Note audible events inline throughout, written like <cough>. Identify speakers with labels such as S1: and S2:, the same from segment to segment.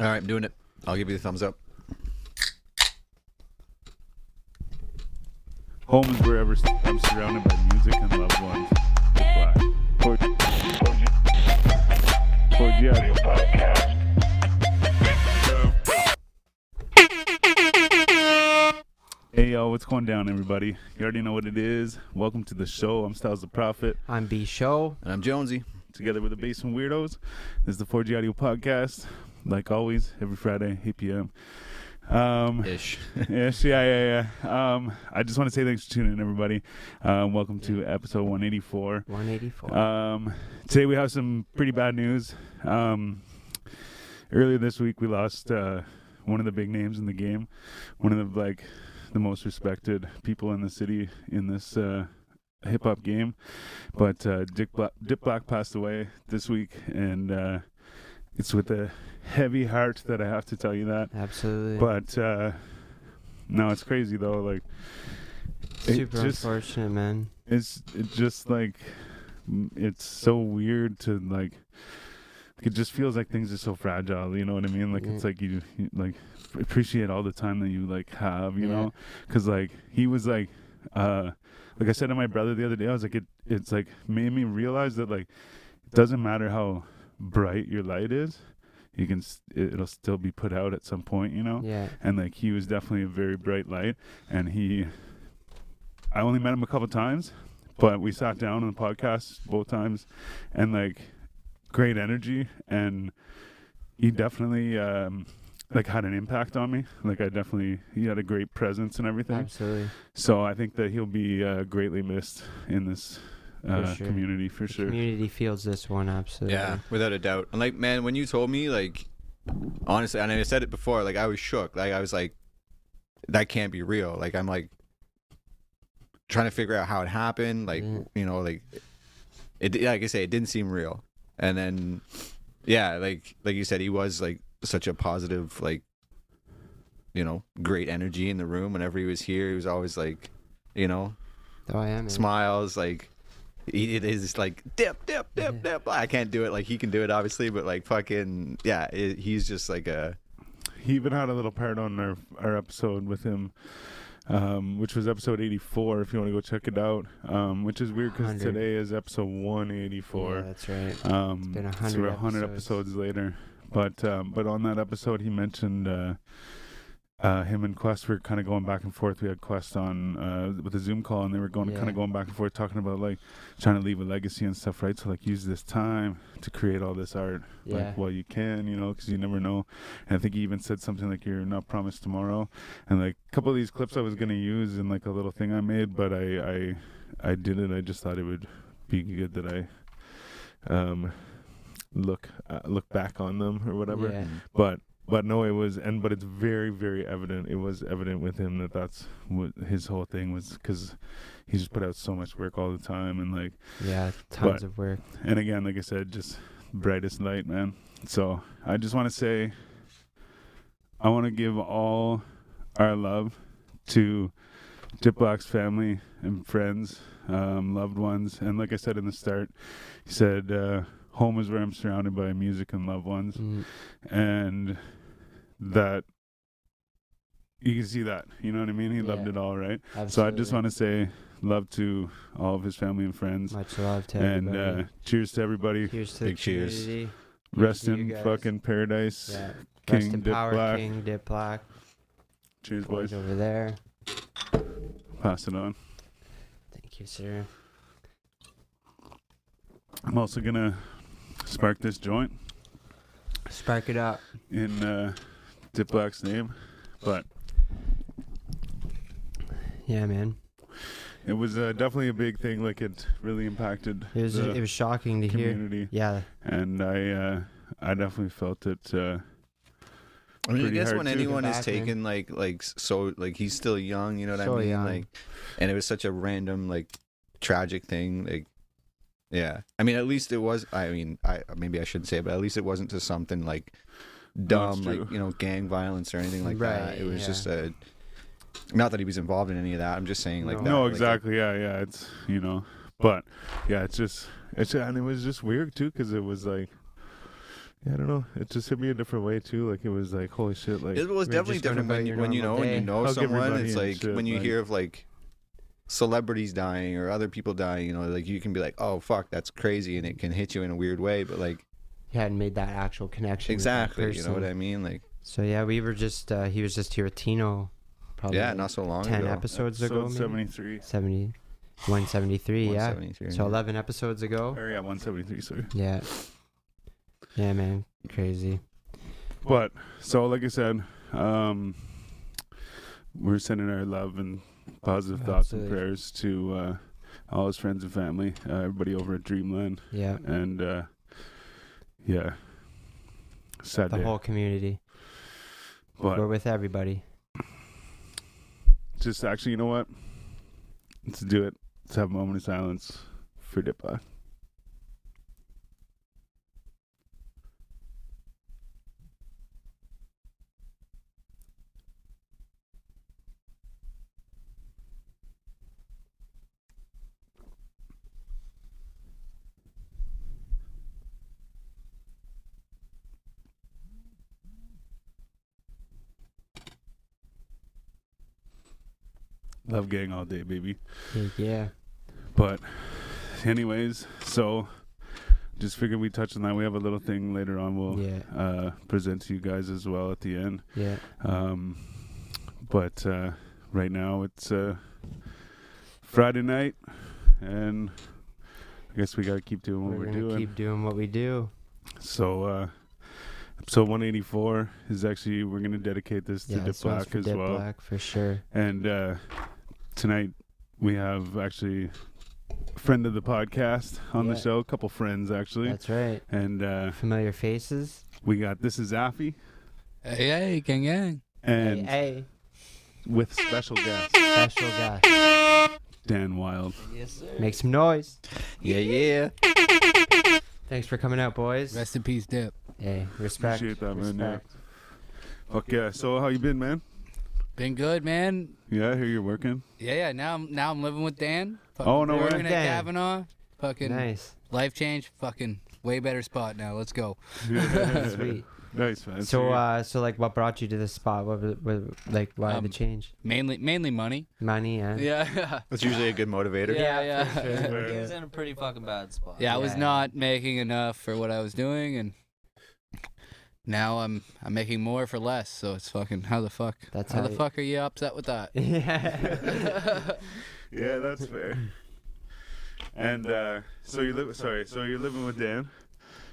S1: All right, I'm doing it. I'll give you the thumbs up.
S2: Home is wherever s- I'm surrounded by music and loved ones. Goodbye. Por- Cordiale. Hey y'all, what's going down, everybody? You already know what it is. Welcome to the show. I'm Styles the Prophet,
S3: I'm B Show.
S1: And I'm Jonesy.
S2: together with the Basement Weirdos. This is the 4G Audio Podcast. Like always, every Friday, 8 p.m. Um,
S1: Ish.
S2: yes, yeah, yeah, yeah. Um, I just want to say thanks for tuning in, everybody. Um, welcome to episode 184.
S3: 184.
S2: Um, today we have some pretty bad news. Um, earlier this week we lost uh, one of the big names in the game, one of the like the most respected people in the city in this uh, hip hop game. But uh, Dick Black, Dick Black passed away this week, and uh, it's with a heavy heart that I have to tell you that.
S3: Absolutely.
S2: But uh, no, it's crazy though. Like it
S3: Super
S2: just-
S3: unfortunate, man.
S2: it's it just like m- it's so weird to like it just feels like things are so fragile you know what i mean like it's
S3: Yeah.
S2: like you, you like f- appreciate all the time that you like have you
S3: Yeah.
S2: know? 'Cause know because like he was like uh like i said to my brother the other day i was like it it's like made me realize that like it doesn't matter how bright your light is you can s- it- it'll still be put out at some point Oh, you know
S3: Yeah.
S2: and like he was definitely a very bright light and he i only met him a couple times but we sat down on the podcast both times and like great energy and he definitely um like had an impact on me like i definitely he had a great presence and everything
S3: Absolutely.
S2: so i think that he'll be uh, greatly missed in this uh,
S3: sure.
S2: community for sure
S3: Community feels this one
S1: <laughs>
S3: absolutely.
S1: Yeah, without a doubt. And like, man, when you told me, like, honestly, and I said it before, like, I was shook. Like, I was like, that can't be real. Like, I'm like trying to figure out how it happened. Like,
S3: Yeah.
S1: you know, like, it, like I say, it didn't seem real. And then, yeah, like, like you said, he was like such a positive, like, you know, great energy in the room. Whenever he was here, he was always like, you know,
S3: Oh, I am.
S1: smiles like he it is like dip dip dip
S3: Yeah.
S1: dip i can't do it like he can do it obviously but like fucking yeah it, he's just like a
S2: he even had a little part on our our episode with him um which was episode 84 if you want to go check it out um which is weird because
S3: 100.
S2: today is episode
S3: Yeah,
S2: 184
S3: that's right.
S2: um
S3: been a
S2: so we're
S3: 100
S2: 100
S3: episodes.
S2: episodes later but um but on that episode he mentioned uh uh, him and Quest were kind of going back and forth. We had Quest on uh, with a Zoom call, and they were going kind
S3: Yeah.
S2: of going back and forth, talking about like trying to leave a legacy and stuff, right? So like use this time to create all this art,
S3: Yeah.
S2: like while you can, you know, because you never know. And I think he even said something like you're not promised tomorrow. And like a couple of these clips I was gonna use in like a little thing I made, but I I I didn't. I just thought it would be good that I um look uh, look back on them or whatever.
S3: Yeah.
S2: But but no, it was and but it's very very evident. It was evident with him that that's what his whole thing was because he just put out so much work all the time and like
S3: Yeah,
S2: But-
S3: tons of work.
S2: and again, like I said, just brightest light, man. So I just want to say, I want to give all our love to Diploc's family and friends, um, loved ones, and like I said in the start, he said, uh, "Home is where I'm surrounded by music and loved ones,"
S3: Mm,
S2: and that you can see that. You know what I mean? He loved
S3: Yeah.
S2: it all, right?
S3: absolutely.
S2: So I just want to say, love to all of his family and friends.
S3: much love to
S2: And uh,
S3: everybody.
S2: cheers to everybody.
S3: cheers to
S1: big
S3: the
S1: cheers.
S3: community.
S2: Rest
S3: to you
S2: in
S3: guys.
S2: fucking paradise.
S3: Yeah. Rest
S2: King
S3: in
S2: Dip
S3: power,
S2: Black.
S3: King Diplock.
S2: Cheers,
S3: Boys
S2: boys.
S3: over there.
S2: Pass it on.
S3: Thank you, sir.
S2: I'm also gonna spark this joint
S3: Spark it up.
S2: in uh, Dip Black's name, but
S3: Yeah, man.
S2: it was uh, definitely a big thing. Like it really impacted
S3: It was
S2: the
S3: it was shocking to hear.
S2: community,
S3: Yeah.
S2: and I uh, I definitely felt it.
S1: I
S2: Uh,
S1: mean, I
S2: Pretty
S1: guess
S2: hard
S1: when
S2: to
S1: anyone
S3: get
S1: is
S3: back, man.
S1: taken like like so like he's still young, you know what
S3: So
S1: I mean?
S3: young.
S1: Like, and it was such a random like tragic thing. Like, yeah. I mean, at least it was. I mean, I maybe I shouldn't say, it, but at least it wasn't to something like dumb,
S2: true.
S1: like you know, gang violence or anything like that.
S3: Right,
S1: It was
S3: yeah.
S1: just a. Not that he was involved in any of that. I'm just saying like
S3: No.
S1: that,
S2: no,
S1: like,
S2: exactly. yeah, yeah. It's you know, but yeah, it's just it's and it was just weird too because it was like Yeah, I don't know. It just hit me a different way too. Like it was like, holy shit! Like
S1: It was
S3: we're
S1: definitely
S3: just going
S1: different when
S3: about
S1: you
S3: your
S1: when you know
S3: normal
S1: when you
S3: day.
S1: know
S2: How's
S1: someone.
S2: everybody
S1: It's
S2: and
S1: like
S2: shit,
S1: when you
S2: like-
S1: hear of like celebrities dying or other people dying. You know, like you can be like, "Oh fuck, that's crazy," and it can hit you in a weird way. But like,
S3: You hadn't made that actual connection. with that
S1: exactly, you know what
S3: person.
S1: I mean? Like,
S3: So yeah, we were just uh, he was just here with Tino, probably
S1: yeah,
S3: like
S1: not so long
S3: ten
S1: ago.
S3: episodes
S2: episode
S3: ago,
S2: seventy three.
S3: 70, 173, yeah.
S1: 173,
S3: So eleven episodes ago.
S2: Or yeah, one seventy three. Sorry.
S3: Yeah. Yeah, man, crazy.
S2: But so, like I said, um, we're sending our love and positive thoughts and
S3: Absolutely.
S2: prayers to uh, all his friends and family, uh, everybody over at Dreamland,
S3: Yeah,
S2: and uh, yeah, sad
S3: the
S2: day.
S3: whole community. We're
S2: but
S3: with everybody.
S2: just actually, you know what? Let's do it. Let's have a moment of silence for Dipa. Love gang all day, baby.
S3: Like, yeah.
S2: But, anyways, so just figured we touch on that. We have a little thing later on. We'll
S3: Yeah.
S2: uh, present to you guys as well at the end.
S3: Yeah.
S2: Um, but uh, right now it's uh, Friday night, and I guess we got to keep doing what
S3: We're,
S2: we're,
S3: gonna
S2: doing.
S3: keep doing what we do.
S2: So, uh, episode 184 is actually we're gonna dedicate this to
S3: yeah,
S2: Dip
S3: this one's
S2: Black
S3: for
S2: as
S3: Dip
S2: well.
S3: Black for sure.
S2: And uh, tonight we have actually a friend of the podcast on the
S3: Yeah.
S2: show, a couple friends actually,
S3: That's right.
S2: and uh,
S3: Familiar faces.
S2: we got this is Affy
S4: Hey, hey, gang, gang.
S2: and
S3: hey,
S2: with special guest
S3: hey, special guy.
S2: Dan Wild.
S3: Make some noise.
S1: Yeah, yeah.
S3: Thanks for coming out, boys.
S4: Rest in peace, Dip.
S3: Hey, respect.
S2: Appreciate that, man, yeah.
S3: respect.
S2: Fuck yeah! So how you been, man?
S4: Been good, man.
S2: Yeah, I hear you're working.
S4: Yeah, yeah. Now I'm now I'm living with Dan. Fucking
S2: Oh, no way.
S4: working at
S3: Dan.
S4: Kavanaugh.
S3: <laughs>
S4: Fucking
S3: Nice.
S4: life change. Fucking way better spot now. Let's go.
S2: <laughs>
S3: Sweet.
S2: nice man.
S3: so, uh, so like, what brought you to this spot? What, was- what like, why
S4: Um,
S3: the change?
S4: Mainly, mainly money.
S3: Money, yeah.
S5: <laughs>
S4: Yeah,
S1: That's usually a good motivator.
S4: Yeah, yeah.
S3: for sure.
S2: Yeah.
S5: He was in a pretty fucking bad spot.
S4: yeah. I was
S3: Yeah.
S4: not making enough for what I was doing, and now I'm I'm making more for less. So it's fucking how the fuck.
S3: That's
S4: how,
S3: how
S4: the
S3: you-
S4: fuck are you upset with that?
S3: yeah.
S2: yeah, that's fair. And uh, so you're li- sorry, so you're living with Dan,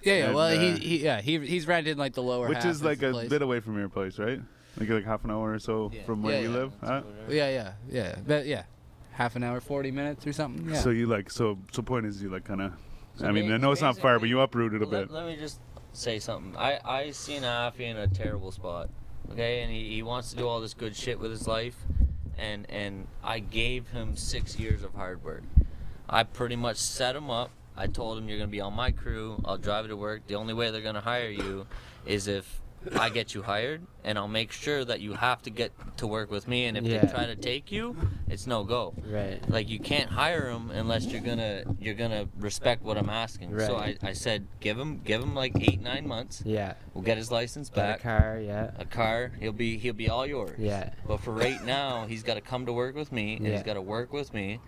S4: Yeah, yeah.
S2: And,
S4: Well, he,
S2: uh,
S4: he yeah he he's rented like the lower
S2: which
S4: half
S2: is
S4: of
S2: like
S4: the
S2: a
S4: place.
S2: bit away from your place, right? Like like half an hour or so from where
S4: Yeah,
S2: you
S4: yeah.
S2: live. Huh?
S4: Yeah, yeah, yeah, but yeah, half an hour, forty minutes or something. Yeah.
S2: So you like so so point is you like kind of.
S5: So
S2: I mean,
S5: ba-
S2: I know it's not far, but you uprooted a
S4: <laughs>
S5: Let,
S2: bit.
S5: let me just say something. I I seen Afi in a terrible spot. Okay, and he, he wants to do all this good shit with his life, and and I gave him six years of hard work. I pretty much set him up. I told him you're gonna be on my crew. I'll drive you to work. The only way they're gonna hire you is if I get you hired, and I'll make sure that you have to get to work with me. And if
S3: Yeah.
S5: they try to take you, it's no go
S3: <laughs> right.
S5: like you can't hire him unless you're gonna you're gonna respect what I'm asking. So I,
S3: Right.
S5: I said give him give him like eight nine months.
S3: Yeah.
S5: We'll get his license
S3: Got a
S5: back.
S3: car. Yeah.
S5: A car. He'll be he'll be all yours.
S3: Yeah.
S5: But for right now, he's got to come to work with me, and
S3: Yeah.
S5: he's got to work with me,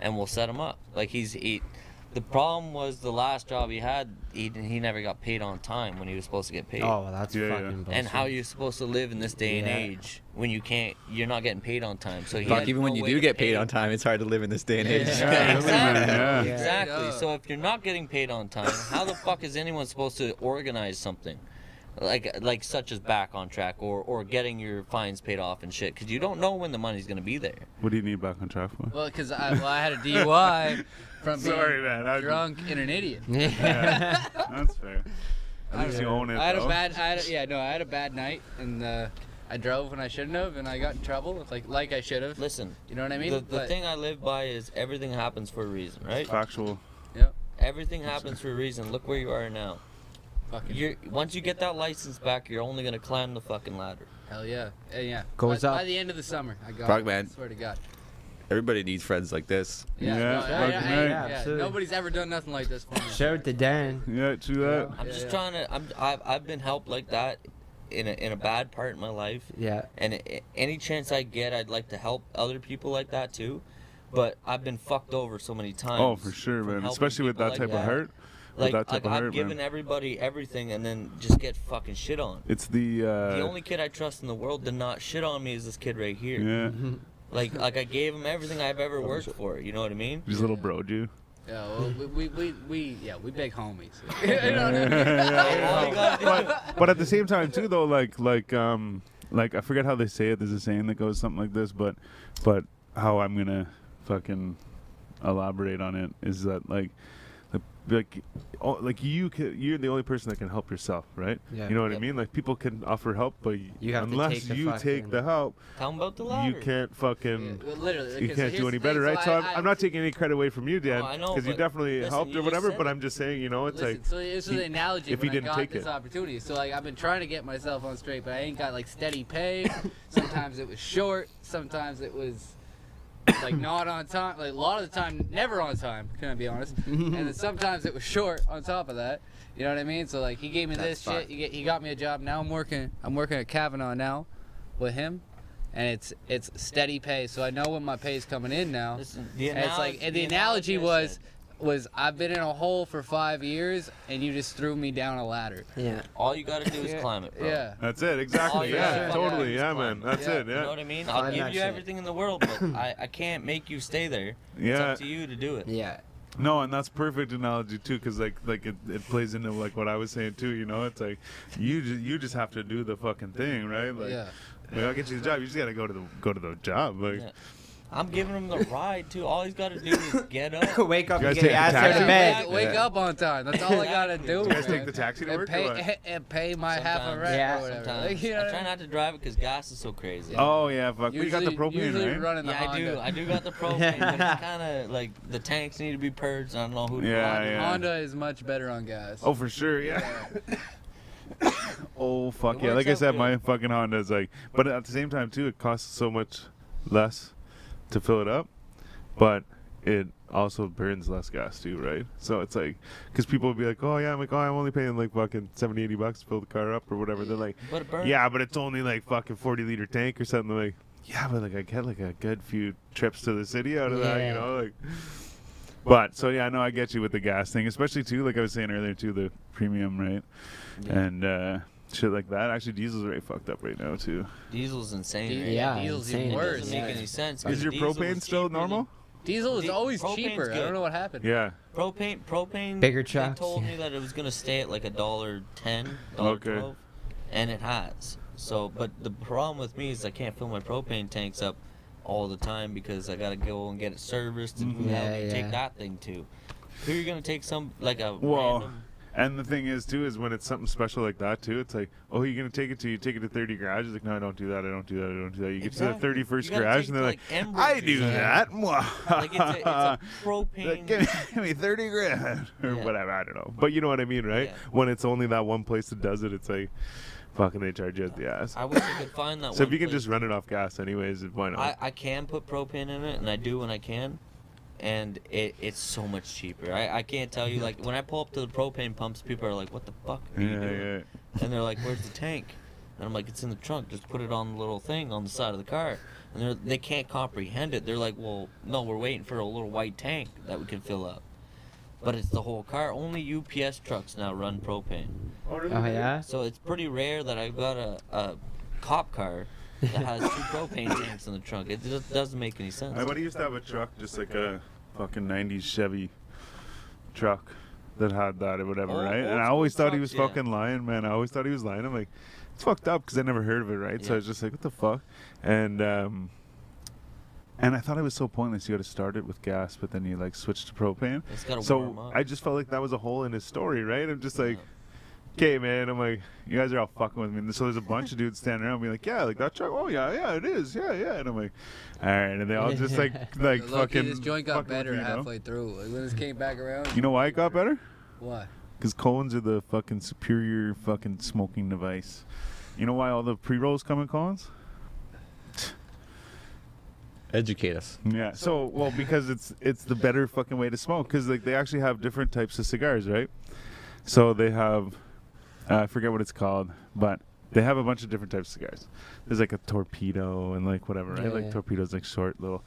S5: and we'll set him up. Like he's he, the problem was the last job he had, he didn't- he never got paid on time when he was supposed to get paid.
S3: Oh, well, that's
S2: Yeah, yeah.
S3: fucking bullshit.
S5: And how you supposed to live in this day and
S3: Yeah.
S5: age when you can't, you're not getting paid on time. So he
S1: Fuck,
S5: had
S1: even when
S5: no
S1: you
S5: way
S1: do
S5: to
S1: get paid
S5: pay.
S1: on time, it's hard to live in this day and age.
S4: Yeah.
S2: Yeah, really, man, yeah.
S3: Yeah.
S5: Exactly.
S4: Yeah.
S5: So if you're not getting paid on time, how the fuck is anyone supposed to organize something? Like, like such as back on track or, or getting your fines paid off and shit, because you don't know when the money's gonna be there.
S2: What do you need back on track for?
S4: <laughs> Well, because I, well, I had a DUI from being
S2: Sorry, man. I,
S4: drunk and an idiot.
S2: <laughs> Yeah. that's fair. At least you own it.
S4: I had a
S2: though.
S4: bad, I had a, yeah, no, I had a bad night, and uh, I drove when I shouldn't have, and I got in trouble, like like I should have.
S5: Listen,
S4: You know what I mean?
S5: the, the
S4: But-
S5: thing I live by is everything happens for a reason, right?
S2: Factual.
S5: Everything happens for a reason. Look where you are now.
S4: Fucking
S5: You're once you get that license back, you're only gonna climb the fucking ladder.
S4: hell yeah, yeah. yeah.
S3: Goes
S4: by,
S3: up.
S4: by the end of the summer. I got
S1: Fuck,
S4: it,
S1: man.
S4: Swear to God.
S1: <laughs> Everybody needs friends like this.
S2: Yeah, fucking right.
S3: Absolutely.
S4: Nobody's ever done nothing like this. for me.
S3: Shout out to Dan.
S2: <laughs> Yeah, true that.
S5: I'm
S4: Yeah,
S5: just
S4: yeah.
S5: trying to. I'm, I've I've been helped like that, in a in a bad part in my life,
S3: Yeah.
S5: and a- any chance I get, I'd like to help other people like that too. But I've been fucked over so many times.
S2: Oh, for sure,
S5: from
S2: man.
S5: helping
S2: Especially with that
S5: people
S2: type
S5: like
S2: of hurt.
S5: Like,
S2: that type
S5: like
S2: of
S5: I've
S2: hurt,
S5: given
S2: man.
S5: everybody everything, and then just get fucking shit on.
S2: It's the. Uh,
S5: the only kid I trust in the world to not shit on me is this kid right here.
S2: Yeah.
S5: Like, like I gave him everything I've ever worked for. You know what I mean?
S2: Just little bro, dude. <laughs>
S3: <laughs>
S4: Yeah, well, we, we, we, we, yeah, we big homies. you know what
S2: <laughs>
S4: I mean?
S2: Oh
S5: All you gotta do-
S2: but, but at the same time too though like like um like i forget how they say it there's a saying that goes something like this but but how i'm gonna fucking elaborate on it is that like the- like oh, like you can, you're the only person that can help yourself right
S3: Yeah.
S2: you know what i
S5: Yep.
S2: mean like people can offer help but
S3: You have to
S2: unless
S3: take the
S2: you take
S3: fucking-
S2: the help
S5: Tell him about the ladder.
S2: you can't fucking
S4: Well, literally.
S2: you
S4: because
S2: can't
S4: here's
S2: do any
S4: the
S2: better,
S4: thing,
S2: right? So I'm,
S4: I-
S2: I'm not taking any credit away from you, Dan,
S5: No, I know,
S2: you
S5: but
S2: definitely
S5: listen,
S2: helped
S5: you
S2: or
S5: just
S2: whatever.
S5: said
S2: But
S5: it.
S2: I'm just saying, you know, it's
S4: Listen,
S2: like
S4: so this is
S2: he-
S4: an analogy
S2: if
S4: when
S2: he didn't
S4: I got
S2: take
S4: this
S2: it.
S4: opportunity. So like I've been trying to get myself on straight, but I ain't got like steady pay. sometimes it was short. Sometimes it was like not on time. Like a lot of the time, never on time. Can I
S2: <laughs>
S4: be honest? and then sometimes it was short. On top of that, you know what I mean? So like he gave me this shit. He, get, he got me a job. Now I'm working. I'm working at Kavanaugh now, with him. And it's it's steady pay, so I know when my pay's coming in now.
S5: Listen, the
S4: And it's like
S5: analogy-
S4: and the,
S5: the
S4: analogy
S5: analogy I
S4: was
S5: said.
S4: was I've been in a hole for five years and you just threw me down a ladder.
S3: Yeah.
S5: All you gotta do is climb it, bro.
S4: <laughs> Yeah.
S2: That's it, exactly.
S5: you
S4: gotta
S2: yeah,
S4: do is
S2: totally. Yeah, man.
S5: climb it.
S2: That's
S4: Yeah,
S2: it.
S5: You know
S2: Yeah.
S5: what I mean?
S3: Climb
S5: I'll give
S3: that
S5: you
S3: shit.
S5: everything in the world, but I, I can't make you stay there. It's
S2: Yeah.
S5: up to you to do it.
S3: Yeah. <laughs>
S2: No, and that's perfect analogy too, because like like it, it plays into like what I was saying too. You know, it's like you just, you just have to do the fucking thing, right? Like,
S4: Yeah.
S2: like, I'll get you the job. You just gotta go to the go to the job. Like,
S5: Yeah. I'm giving him the ride too. All he's gotta do is get up.
S3: <laughs> Wake up
S2: You
S3: and
S2: guys
S3: get your
S2: take
S3: ass
S2: the
S3: out
S2: taxi?
S3: of
S4: Wake,
S3: bed.
S4: wake up on time. That's all I
S5: <laughs>
S4: gotta do.
S5: You
S2: guys take
S4: man.
S2: the taxi to
S4: and
S2: work or
S4: pay,
S2: what?
S4: <laughs> and pay my half a
S5: Sometimes.
S4: rent
S3: Yeah,
S4: or whatever.
S5: Sometimes.
S4: Like, you know
S5: I
S4: what
S5: try
S4: I mean?
S5: not to drive it because gas is so crazy.
S2: oh yeah, fuck. we got the
S4: Usually- usually
S2: propane, right?
S4: running the
S5: Yeah, I do.
S4: Honda.
S5: I do got the propane, but it's kind of like the tanks need to be purged. I don't know who to
S2: Yeah,
S5: ride.
S2: yeah.
S4: Honda is much better on gas.
S2: Oh, for sure, yeah. <coughs> oh fuck
S5: It
S2: yeah!
S5: works
S2: Like I
S5: out
S2: said,
S5: good.
S2: my fucking Honda is like, but at the same time too, it costs so much less to fill it up, but it also burns less gas too, right? So it's like, because people would be like, oh yeah, I'm like, oh, I'm only paying like fucking 70, 80 bucks to fill the car up or whatever. They're like,
S5: But it burns.
S2: yeah, but it's only like fucking 40 liter tank or something. Like, yeah, but like I get like a good few trips to the city out of that, you
S3: Yeah.
S2: know, like. But so yeah, I know I get you with the gas thing, especially too. Like I was saying earlier, too, the premium rate and uh, shit like that. Actually, diesel's already fucked up right now too.
S5: Diesel's insane.
S4: Diesel,
S5: Right?
S3: Yeah,
S4: diesel's
S3: insane.
S4: even
S5: It
S4: worse.
S5: doesn't make any sense.
S2: Is
S5: 'cause
S2: your
S5: diesel was
S2: propane still
S5: cheaper than-
S2: normal?
S4: Diesel is
S5: Di-
S4: always
S5: propane's
S4: cheaper. I
S5: good.
S4: don't know what happened.
S2: Yeah.
S5: Propane, propane.
S3: Bigger
S5: They
S3: trucks,
S5: told
S3: yeah.
S5: me that it was gonna stay at like a dollar ten, dollar
S2: Okay.
S5: twelve, and it has. So, but the problem with me is I can't fill my propane tanks up all the time because I gotta go and get it serviced and who the hell
S3: Mm, Yeah,
S5: do you
S3: yeah.
S5: take that thing to? Who are you gonna take some like a
S2: Well,
S5: random-
S2: and the thing is too is when it's something special like that too. It's like, oh, you're gonna take it to you take it to 30 garage. It's like, no, I don't do that. I don't do that. I don't do that. You get to the
S5: Exactly.
S2: 31st
S5: You gotta
S2: garage,
S5: take
S2: and they're like,
S5: it to, like,
S2: I
S5: Enbridge or
S2: do
S5: something.
S2: that. <laughs>
S5: like it's a, it's a propane.
S2: Like, give, me, <laughs> give me 30 grand <laughs> or
S5: Yeah.
S2: whatever. I don't know. But you know what I mean, right?
S5: Yeah.
S2: When it's only that one place that does it, it's like, fucking they charge you at the ass.
S5: I wish I could find
S2: <laughs>
S5: that.
S2: so if
S5: one
S2: you can
S5: place.
S2: just run it off gas, anyways, why not?
S5: I, I can put propane in it, and I do when I can, and it, it's so much cheaper. I, I can't tell you like when I pull up to the propane pumps, people are like, "What the fuck are you
S2: yeah,
S5: doing?"
S2: yeah.
S5: And they're like, "Where's the tank?" And I'm like, "It's in the trunk. Just put it on the little thing on the side of the car." And they're, they can't comprehend it. They're like, "Well, no, we're waiting for a little white tank that we can fill up." But it's the whole car. Only UPS trucks now run propane.
S3: Oh yeah.
S5: So it's pretty rare that I've got a, a cop car that
S4: <laughs>
S5: has two propane tanks in the trunk. It just doesn't make any sense.
S2: I would used to have a truck, just like a fucking '90s Chevy truck that had that or whatever,
S5: Old-
S2: right?
S5: old
S2: And I
S5: school
S2: always thought he was
S5: trucks, yeah.
S2: fucking lying, man. I always thought he was lying. I'm like, it's fucked up because I never heard of it, right? So I
S5: Yeah.
S2: was just like, what the fuck? And um, and I thought it was so pointless. You had to start it with gas, but then you like switch to propane.
S5: It's gotta warm
S2: So
S5: up.
S2: I just felt like that was a hole in his story, right? I'm just like. Okay, man. I'm like, you guys are all fucking with me. And so there's a bunch of dudes standing around, being like, yeah, like that truck. Oh yeah, yeah, it is. Yeah, yeah. And I'm like, all right. And they all just like, like
S4: Lucky
S2: fucking.
S4: this joint got
S2: fucking with
S4: better
S2: me, you know?
S4: halfway through. Like when this came back around,
S2: You know why it got better?
S4: what?
S2: Because Collins are the fucking superior fucking smoking device. You know why all the pre rolls come in Collins?
S1: Educate us.
S2: Yeah. So well, because it's it's the better fucking way to smoke because like they actually have different types of cigars, right? So they have, uh, I forget what it's called, but they have a bunch of different types of cigars. There's like a torpedo and like whatever, right?
S4: Yeah,
S2: like
S4: yeah.
S2: torpedoes, like short little.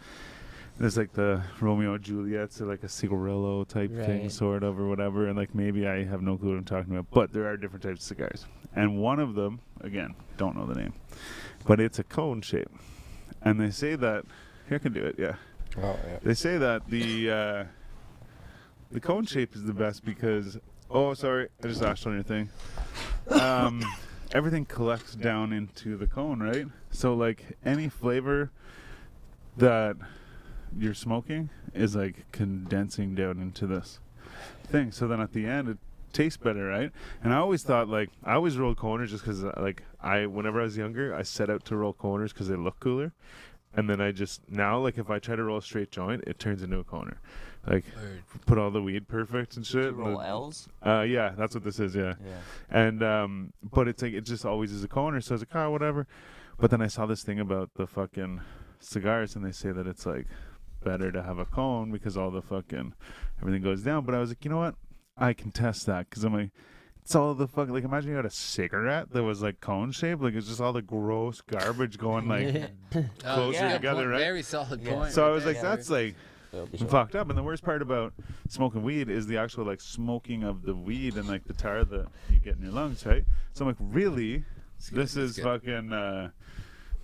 S2: There's like the Romeo and Juliet's or like a cigarillo type thing,
S3: Right.
S2: sort of, or whatever. And like maybe I have no clue what I'm talking about, but there are different types of cigars. And one of them, again, don't know the name, but it's a cone shape. And they say that, here I can do it, yeah.
S1: Oh yeah.
S2: They say that the uh, the cone shape is the best because oh sorry I just asked on your thing. Um, everything collects down into the cone, right? So like any flavor that you're smoking is like condensing down into this thing. So then at the end it tastes better, right? And I always thought like I always rolled coners just because like I whenever I was younger I set out to roll coners because they look cooler and then I just now like if I try to roll a straight joint, it turns into a coner. Like
S4: Word.
S2: put all the weed perfect and shit.
S5: Roll
S2: and
S5: L's.
S2: the- uh, yeah, that's what this is. Yeah,
S5: Yeah.
S2: and um, but it's like it just always is a coner. So I was like, ah, whatever. But then I saw this thing about the fucking cigars, and they say that it's like better to have a cone because all the fucking everything goes down. But I was like, you know what? I can test that because I'm like. It's all the fuck. Like, imagine you had a cigarette that was like cone shaped. Like, it's just all the gross garbage going like
S4: Oh,
S2: Closer
S4: yeah,
S2: together,
S4: point-
S2: right?
S4: Very solid
S5: Yeah.
S4: point.
S2: So I
S4: right
S2: was
S4: there.
S2: like, that's like fucked up. And the worst part about smoking weed is the actual like smoking of the weed and like the tar that you get in your lungs, right? So I'm like, really? This is
S4: good.
S2: fucking. Uh,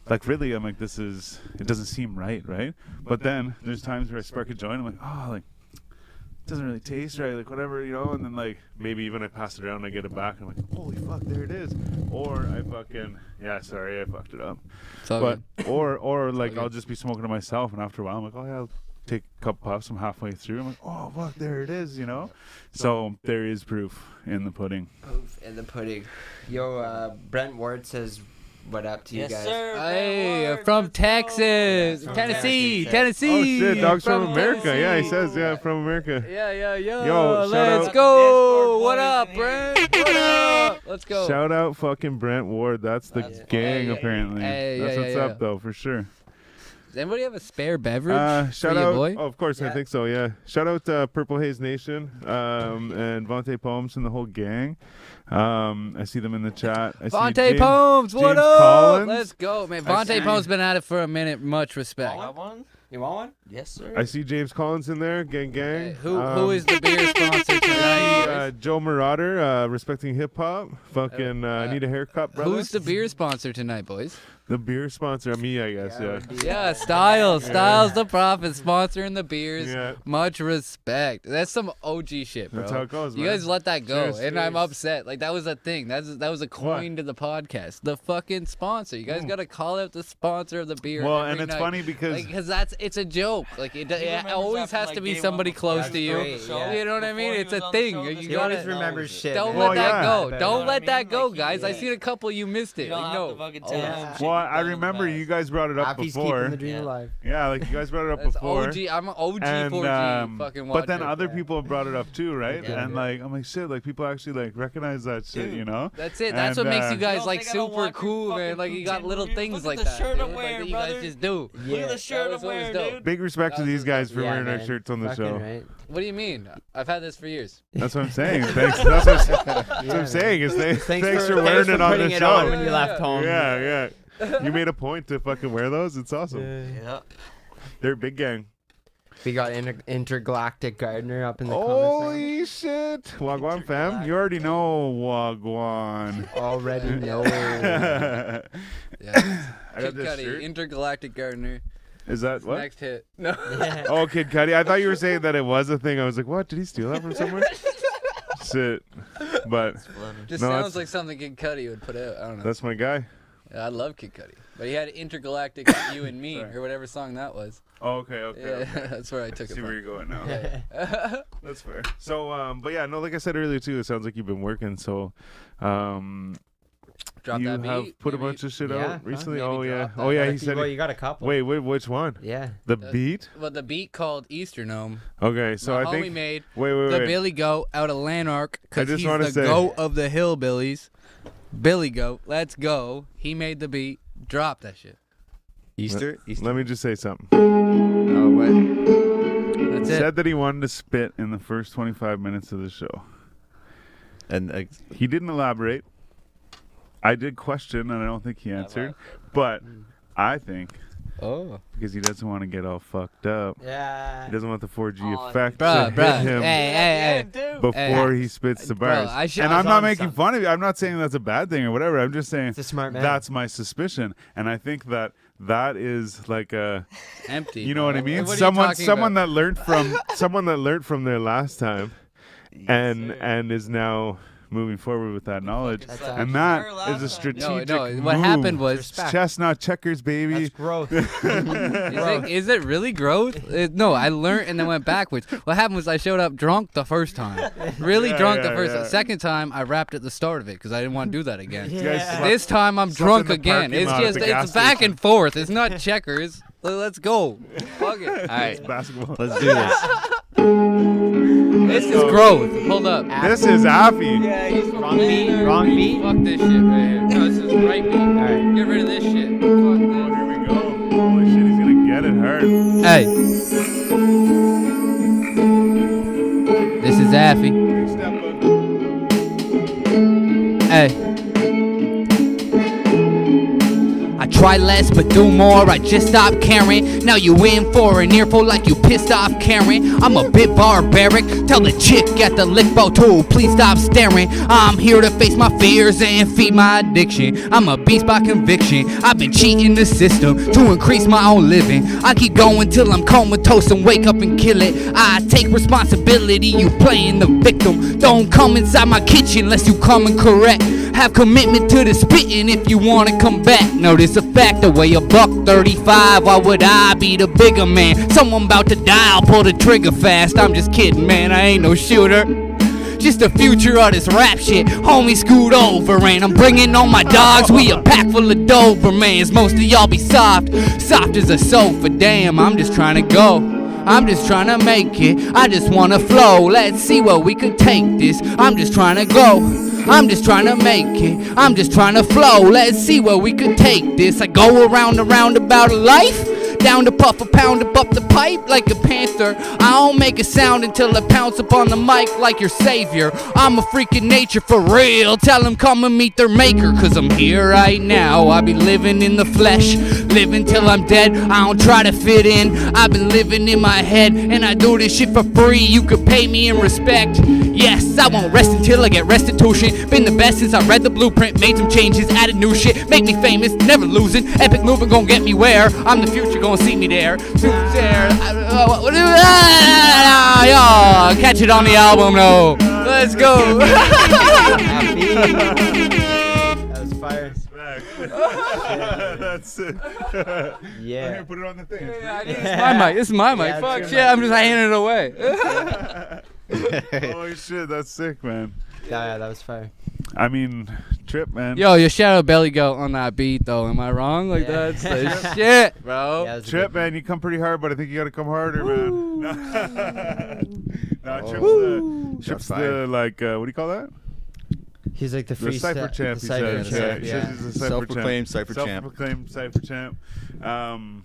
S2: like really, I'm like, this is. It doesn't seem right, right? But then there's times where I spark a joint. I'm like, oh, like it doesn't really taste right, like whatever, you know. And then like maybe even I pass it around, and I get it back, and I'm like, holy fuck, there it is. Or I fucking yeah, sorry, I fucked it up
S4: It's all
S2: but
S4: good. <laughs>
S2: or or like
S4: good.
S2: I'll just be smoking to myself, and after a while I'm like, oh yeah, I'll take a couple puffs. I'm halfway through. I'm like, oh fuck, there it is, you know. So there is proof in the pudding.
S3: Poof in the pudding. Yo, uh, Brent Ward says, "What up to
S5: Yes,
S3: you guys?"
S5: sir.
S4: Hey, uh,
S5: Brentwood,
S4: from
S5: let's go.
S4: Texas,
S5: Yeah, from
S4: Tennessee,
S5: Texas.
S2: Oh
S4: Tennessee.
S2: shit, dogs from,
S4: From
S2: America. Yeah, he
S4: Tennessee.
S2: says yeah, from America.
S4: Yeah, yeah,
S2: Yo,
S4: yeah.
S2: shout
S4: let's
S2: out-
S4: go.
S5: Discord
S4: What
S5: boys
S4: up,
S5: in
S4: Brent? What up? Let's go.
S2: Shout out fucking Brent Ward. That's the
S5: That's-
S2: gang
S5: Hey,
S2: apparently.
S4: hey,
S2: That's
S4: yeah,
S2: what's
S4: yeah,
S2: up
S4: yeah.
S2: though for sure.
S4: Does anybody have a spare beverage?
S2: Uh,
S4: for
S2: shout
S4: you,
S2: out,
S4: boy.
S2: oh, of course, I
S3: Yeah.
S2: think so. Yeah, shout out uh, Purple Haze Nation um, and Vontae Poems and the whole gang. Um, I see them in the chat. I see
S4: Vontae
S2: James-
S4: Pomes, what
S2: James
S4: up?
S2: Collins.
S4: Let's go, man.
S2: I see-
S4: Vontae Pomes been at it for a minute. Much respect.
S5: Got one?
S3: You want one?
S5: Yes, sir.
S2: I see James Collins in there. Gang, gang.
S4: Hey, who
S2: Um,
S4: who is the beer sponsor tonight?
S2: Uh, Joe Marauder, uh, respecting hip hop. Fucking, uh,
S4: uh,
S2: need a haircut, brother.
S4: Who's the beer sponsor tonight, boys?
S2: The beer sponsor? Me, I guess. Yeah.
S4: Yeah, Styles. Styles the Prophet sponsoring the beers.
S2: Yeah.
S4: Much respect. That's some OG shit, bro.
S2: That's how it goes,
S4: You
S2: man.
S4: guys let that go,
S2: Cheers,
S4: and I'm
S2: cheers.
S4: upset. Like that was a thing. That's that was a coin to the podcast. The fucking sponsor. You guys gotta call out the sponsor of the beer.
S2: Hmm. Well,
S4: every
S2: and it's
S4: night.
S2: funny
S4: <laughs>
S2: because
S4: Like, cause that's it's a joke. Like it,
S5: He
S4: it
S5: remembers that
S4: always
S5: from,
S4: has
S5: like,
S4: to be
S5: day one
S4: somebody
S5: before
S4: close
S5: he
S4: to
S3: was
S4: you.
S3: on the show.
S4: You know what I mean?
S5: Before he
S4: It's
S5: was
S4: a
S5: on the
S4: thing.
S5: show,
S4: You
S5: this
S4: gotta-
S5: guy
S3: He always
S5: knows it.
S3: remembers shit.
S4: Don't
S2: Well,
S4: let that
S2: yeah.
S4: go.
S3: You know
S4: Don't
S5: what I
S4: let that
S5: mean?
S4: go,
S5: Like,
S4: guys. I
S5: yeah.
S4: seen a couple you missed it.
S5: You don't
S4: like,
S5: have
S4: no.
S5: to fucking
S3: Oh,
S5: tell
S3: yeah.
S5: him shit
S2: well,
S5: you
S2: I
S5: done in the
S2: remember
S5: past.
S2: you guys brought it up
S3: Appy's keeping
S2: before.
S3: the dream
S5: Yeah.
S3: alive.
S2: Yeah, like you guys brought it up
S4: <laughs> That's
S2: before.
S4: OG. I'm an OG
S2: and
S4: 4G
S2: um,
S4: fucking watcher.
S2: but then other
S3: yeah.
S2: people brought it up too, right?
S5: Yeah.
S2: and like I'm like shit, like people actually like recognize that shit,
S5: Dude.
S2: you know?
S4: That's it. That's
S2: And,
S4: what makes
S2: uh,
S4: you
S5: You
S4: guys
S5: don't
S4: like
S5: think I don't
S4: super
S5: watch your
S4: cool, man.
S5: fucking
S4: Like you got
S5: Putin
S4: little
S5: movies?
S4: things
S5: Look
S4: like
S5: at the
S4: that.
S5: shirt
S4: dude.
S5: I'm
S4: Like,
S5: wearing,
S4: that you guys
S5: brother.
S4: just do.
S5: Look
S3: Yeah.
S5: at the shirt I'm
S4: was always
S5: wearing,
S4: dope.
S5: dude.
S2: Big respect to
S4: That
S2: these
S4: was-
S2: guys for
S3: Yeah,
S2: wearing our
S3: man.
S2: shirts on the
S3: Fucking
S2: show.
S3: Right.
S4: What do you mean? I've had this
S2: <laughs>
S4: for years.
S2: That's what I'm
S4: <laughs>
S2: saying. Thanks. That's what I'm saying.
S3: That's
S2: I'm saying is they, thanks,
S3: Thanks,
S2: for, wearing
S3: for
S2: it on the
S3: putting it on
S2: show.
S3: when you left home.
S2: yeah, yeah. You made a point to fucking wear those. It's awesome.
S5: Yeah.
S2: They're big gang.
S3: We got inter- intergalactic gardener up in the comments
S2: Holy shit, Wagwan fam! You already know Wagwan. <laughs>
S3: section. Already know.
S4: Yeah.
S2: I got
S4: Kid
S2: this
S4: Cudi,
S2: shirt.
S4: Intergalactic Gardener.
S2: Is that what?
S4: Next hit. <laughs> No.
S2: Oh, Kid Cudi. I thought you were saying that it was a thing. I was like, what? Did he steal that from somewhere? Shit. But
S4: Just
S2: No, that's-
S4: sounds like something Kid Cudi would put out. I don't know.
S2: that's my guy.
S4: I love Kid Cudi, but he
S2: <laughs>
S4: had Intergalactic You and Me
S2: Sorry.
S4: or whatever song that was.
S2: Oh, okay, okay.
S4: Yeah, <laughs>
S2: okay.
S4: that's where I took it
S2: See where
S4: from.
S2: you're going now.
S4: Yeah.
S2: That's fair. So, um, but yeah, no, like I said earlier too, it sounds like you've been working. So, um,
S4: Drop
S2: you
S4: that beat.
S2: have put
S4: maybe-
S2: a bunch of shit
S3: Yeah, huh?
S2: out recently.
S4: Maybe
S2: Oh yeah,
S4: drop that.
S2: oh yeah.
S3: Well,
S2: He said.
S3: well,
S2: he-
S3: you got a couple.
S2: Wait, wait, which one?
S3: Yeah.
S2: The
S4: Uh,
S2: beat.
S4: Well, the beat called Easternome.
S2: Okay, so
S4: my
S2: I
S4: homie
S2: think.
S4: made
S2: Wait, wait,
S4: the
S2: wait.
S4: Billy Goat out of Lanark because
S2: just
S4: he's
S2: wanna
S4: the
S2: say-
S4: goat of the hillbillies. Billy Goat, let's go. He made the beat. Drop that shit.
S1: Easter. Easter.
S2: Let me just say something.
S1: Oh, what?
S4: That's it.
S2: Said that he wanted to spit in the first 25 minutes of the show.
S1: And like,
S2: He didn't elaborate. I did question, and I don't think he answered. But
S4: Mm.
S2: I think
S4: Oh.
S2: because he doesn't want to get all fucked up,
S3: Yeah.
S2: he doesn't want the 4G
S5: Oh,
S2: effect to
S4: Bruh, bruh.
S2: hit him
S4: Hey, hey, hey.
S2: before
S4: hey.
S2: he spits the
S4: Eh, Bro,
S2: bars.
S4: I should-
S2: and
S4: I
S2: I'm
S4: was
S2: not
S4: on
S2: making
S4: something.
S2: fun of you. I'm not saying that's a bad thing or whatever. I'm just saying
S3: It's a smart man.
S2: that's my suspicion, and I think that that is like a.
S4: Empty.
S2: You know what I
S4: bro.
S2: mean?
S4: What are you
S2: someone,
S4: talking
S2: someone
S4: about?
S2: that learned
S4: <laughs>
S2: from someone that learned from their last time, and and is now moving forward with that knowledge.
S5: That's
S2: And
S5: actually-
S2: that
S5: Her
S2: is
S5: last
S2: a
S5: time.
S2: strategic
S4: No, no.
S2: move.
S4: What
S2: <laughs>
S4: happened was.
S3: Respect.
S2: chestnut checkers, baby. <laughs>
S3: That's growth.
S4: Is it, is it really growth? Uh, no, I learned and then went backwards. What happened was I showed up drunk the first time. Really
S2: Yeah,
S4: drunk the
S2: yeah,
S4: first
S2: yeah.
S4: time. Second time, I rapped at the start of it because I didn't want to do that again.
S2: You guys
S3: Yeah.
S2: slept-
S4: This time I'm
S2: Something
S4: drunk
S2: the
S4: again.
S2: parking
S4: It's
S2: lot at
S4: just
S2: the
S4: it's
S2: gas
S4: back
S2: station.
S4: and forth. It's not checkers. Let- Let's go. Fuck
S2: <laughs>
S4: it. All right.
S2: basketball.
S1: <laughs> let's do this.
S4: This is growth. Hold up.
S2: This is Afi.
S5: Yeah, he's from
S3: Wrong beat. Wrong
S2: <laughs>
S3: beat.
S4: Fuck this shit right here. No, this is right beat. All right. Get rid of this shit. Fuck
S2: Oh, Here we go. Holy shit, he's gonna get it hard.
S4: this. Hey. This is Affy. Hey. I try less but do more. I just stop caring. Now you in for an earful like you pissed off Karen. I'm a bit barbaric. Tell the chick at the lick bow too, please stop staring. I'm here to face my fears and feed my addiction. I'm a beast by conviction. I've been cheating the system to increase my own living. I keep going till I'm comatose and wake up and kill it. I take responsibility. You playing the victim. Don't come inside my kitchen unless you come and correct. Have commitment to the spitting if you wanna come back. Notice a fact, I weigh a buck 35. Why would I be the bigger man? Someone about to die, I'll pull the trigger fast. I'm just kidding, man, I ain't no shooter. Just the future of this rap shit. Homie, scoot over, and I'm bringing on my dogs. We a pack full of Dobermans. Most of y'all be soft, soft as a sofa. Damn, I'm just trying to go. I'm just trying to make it. I just want to flow. Let's see where we could take this. I'm just trying to go. I'm just trying to make it. I'm just trying to flow. Let's see where we could take this. I go around and round about a life. Down to puff a pound up up the pipe like a panther. I don't make a sound until I pounce up on the mic like your savior. I'm a freak of nature for real. Tell them come and meet their maker. Cause I'm here right now. I be living in the flesh. Living till I'm dead. I don't try to fit in. I've been living in my head. And I do this shit for free. You could pay me in respect. Yes, I won't rest until I get restitution. Been the best since I read the blueprint. Made some changes, added new shit. Make me famous, never losing. Epic movement gonna get me where? I'm the future, gonna see me there. Future. uh, Y'all, catch it on the album, though. Let's go.
S3: that was fire.
S2: <laughs> That's it.
S3: Yeah.
S2: Put it on the thing. It's
S4: It's my mic. This is my mic.
S3: Yeah,
S4: Fuck
S3: it's
S4: shit.
S3: your
S4: I'm just handing it away. <laughs>
S1: <laughs>
S2: pretty- <laughs> Holy shit, that's sick, man.
S3: Yeah, yeah, that was fire.
S2: I mean, trip, man.
S4: Yo, your shadow belly go on that beat though. Am I wrong? Like
S3: Yeah. <laughs>
S4: that's the shit,
S3: Yeah,
S4: bro.
S3: that was a
S2: Trip,
S3: good-
S2: man, you come pretty hard, but I think you gotta come harder, man. no, <laughs> Trip's, the, Trip's
S1: Shot fired.
S2: the, like, uh, what do you call that?
S3: He's like the
S2: The
S3: free
S2: Cypher Champ, he says.
S1: Cypher
S2: Yeah,
S1: Champ,
S2: he says
S1: yeah.
S2: he's the Cypher
S1: Self-proclaimed
S2: Champ.
S1: Cypher Champ.
S2: Self-proclaimed Cypher Champ. Um,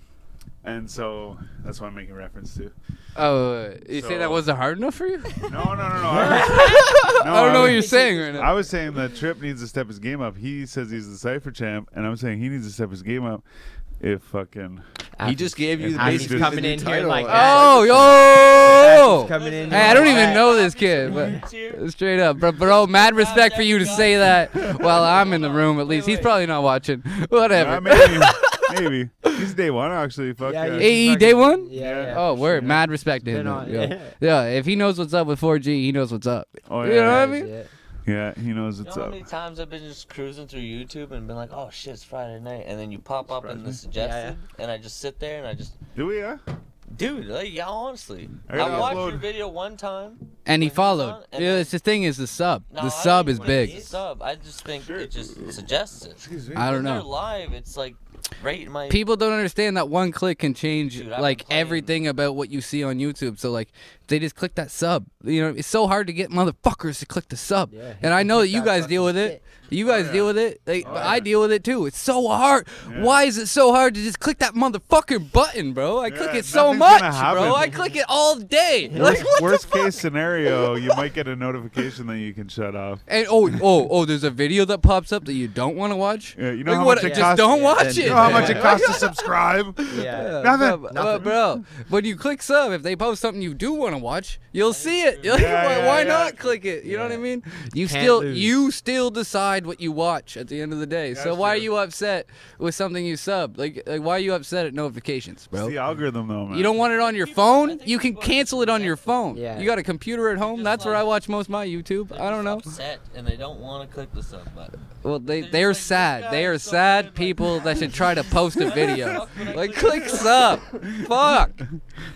S2: and so that's what I'm making reference to.
S4: Oh, you say that
S2: So-
S4: wasn't hard enough for you?
S2: No, no, no, no. I, no,
S4: I don't know
S2: was-
S4: what you're saying right now.
S2: I was saying that Trip needs to step his game up. He says he's the Cypher Champ, and I'm saying he needs to step his game up if fucking.
S1: He just gave you the
S2: Afy's
S1: basic
S2: coming
S1: new
S3: in here
S1: title.
S3: like that.
S4: Oh,
S3: Cypher's
S4: yo!
S3: coming in.
S4: Oh! Hey, I don't even
S3: Alright.
S4: know this kid, but straight up, bro, bro, mad respect for you to say that while I'm in the room. At least he's probably not watching. <laughs>
S2: Uh,
S4: Whatever.
S2: maybe, maybe he's day one actually. Fuck
S3: Yeah,
S2: yeah.
S3: you
S4: Hey,
S3: fucking-
S4: day E one?
S3: Yeah. yeah
S4: <laughs> Oh,
S3: for
S4: word,
S3: sure.
S4: mad respect to
S3: Been
S4: him.
S3: on-
S4: Yeah. yeah, if he knows what's up with 4G, he knows what's up.
S2: Oh,
S4: You know what I
S2: yeah,
S4: mean?
S3: Yeah.
S2: yeah, he knows
S5: You
S2: what's
S5: know how
S2: up.
S5: many times I've been just cruising through YouTube and been like, oh shit, it's Friday night, and then you pop up in the suggested, and I just sit there and I just,
S2: Do we? Yeah.
S5: dude, like, yeah, honestly,
S2: I
S5: I,
S2: gotta
S5: watched
S2: upload-
S5: your video one time.
S4: And he
S5: Like, he's on-
S4: followed.
S5: and
S4: Yeah,
S5: then-
S4: it's the thing is the sub.
S5: No, I
S4: the
S5: don't
S4: sub
S5: even
S4: is
S5: wanna use
S4: big.
S5: Sub, I just think it just suggests it.
S4: I don't
S5: When They're
S4: know.
S5: live. It's like right in my.
S4: People don't understand that one click can change
S5: Dude, I've been
S4: like
S5: playing-
S4: everything about what you see on YouTube. So like they just click that sub. You know, it's so hard to get motherfuckers to click the sub.
S3: Yeah.
S4: and I know that
S3: Click
S4: you
S3: that
S4: guys deal with
S3: fucking
S4: it. You
S2: Oh,
S4: guys deal with it. Like, but I deal with it too. It's so hard. Why is it so hard to just click that motherfucking button, bro? I click
S2: Yeah,
S4: it so
S2: nothing's gonna
S4: much,
S2: happen.
S4: bro. I click it all day. <laughs> Like
S2: Worst-
S4: what the
S2: worst case scenario, you might get a notification that you can shut off.
S4: And oh, oh, oh, there's a video that pops up that you don't want to watch.
S2: Yeah, you know
S4: Like,
S2: how
S4: what-
S2: much it
S4: just
S2: costs-
S4: don't watch
S1: Yeah,
S4: it.
S2: You know how much it
S4: man.
S2: costs to
S4: <laughs>
S2: subscribe?
S3: Yeah.
S4: Yeah,
S2: Nothing.
S4: But, but, bro, when you click sub, if they post something you do want to watch, you'll see it. You're like,
S2: Yeah,
S4: <laughs> why,
S2: yeah,
S4: why
S2: yeah.
S4: not click it? You know what I mean? You
S3: Can't
S4: still,
S3: lose.
S4: you still decide what you watch at the end of the day. so
S2: That's
S4: why
S2: true.
S4: are you upset with something you sub? Like, like why are you upset at notifications,
S2: It's
S4: bro?
S2: the algorithm, though, man.
S4: You don't want it on your phone? You can cancel it on your phone.
S3: Yeah.
S4: You got a computer at home?
S5: just
S4: That's where
S5: like-
S4: I watch most of my YouTube.
S5: They're
S4: I don't know.
S5: just Upset and they don't want to click the sub button.
S4: Well, they
S5: They're
S4: they're
S5: just like,
S4: sad.
S5: "This
S4: They
S5: guy
S4: are
S5: is so
S4: sad
S5: good, like-
S4: people that should try to post
S5: <laughs>
S4: a video.
S5: Fuck, when I
S4: like,
S5: click
S4: click sub. Fuck.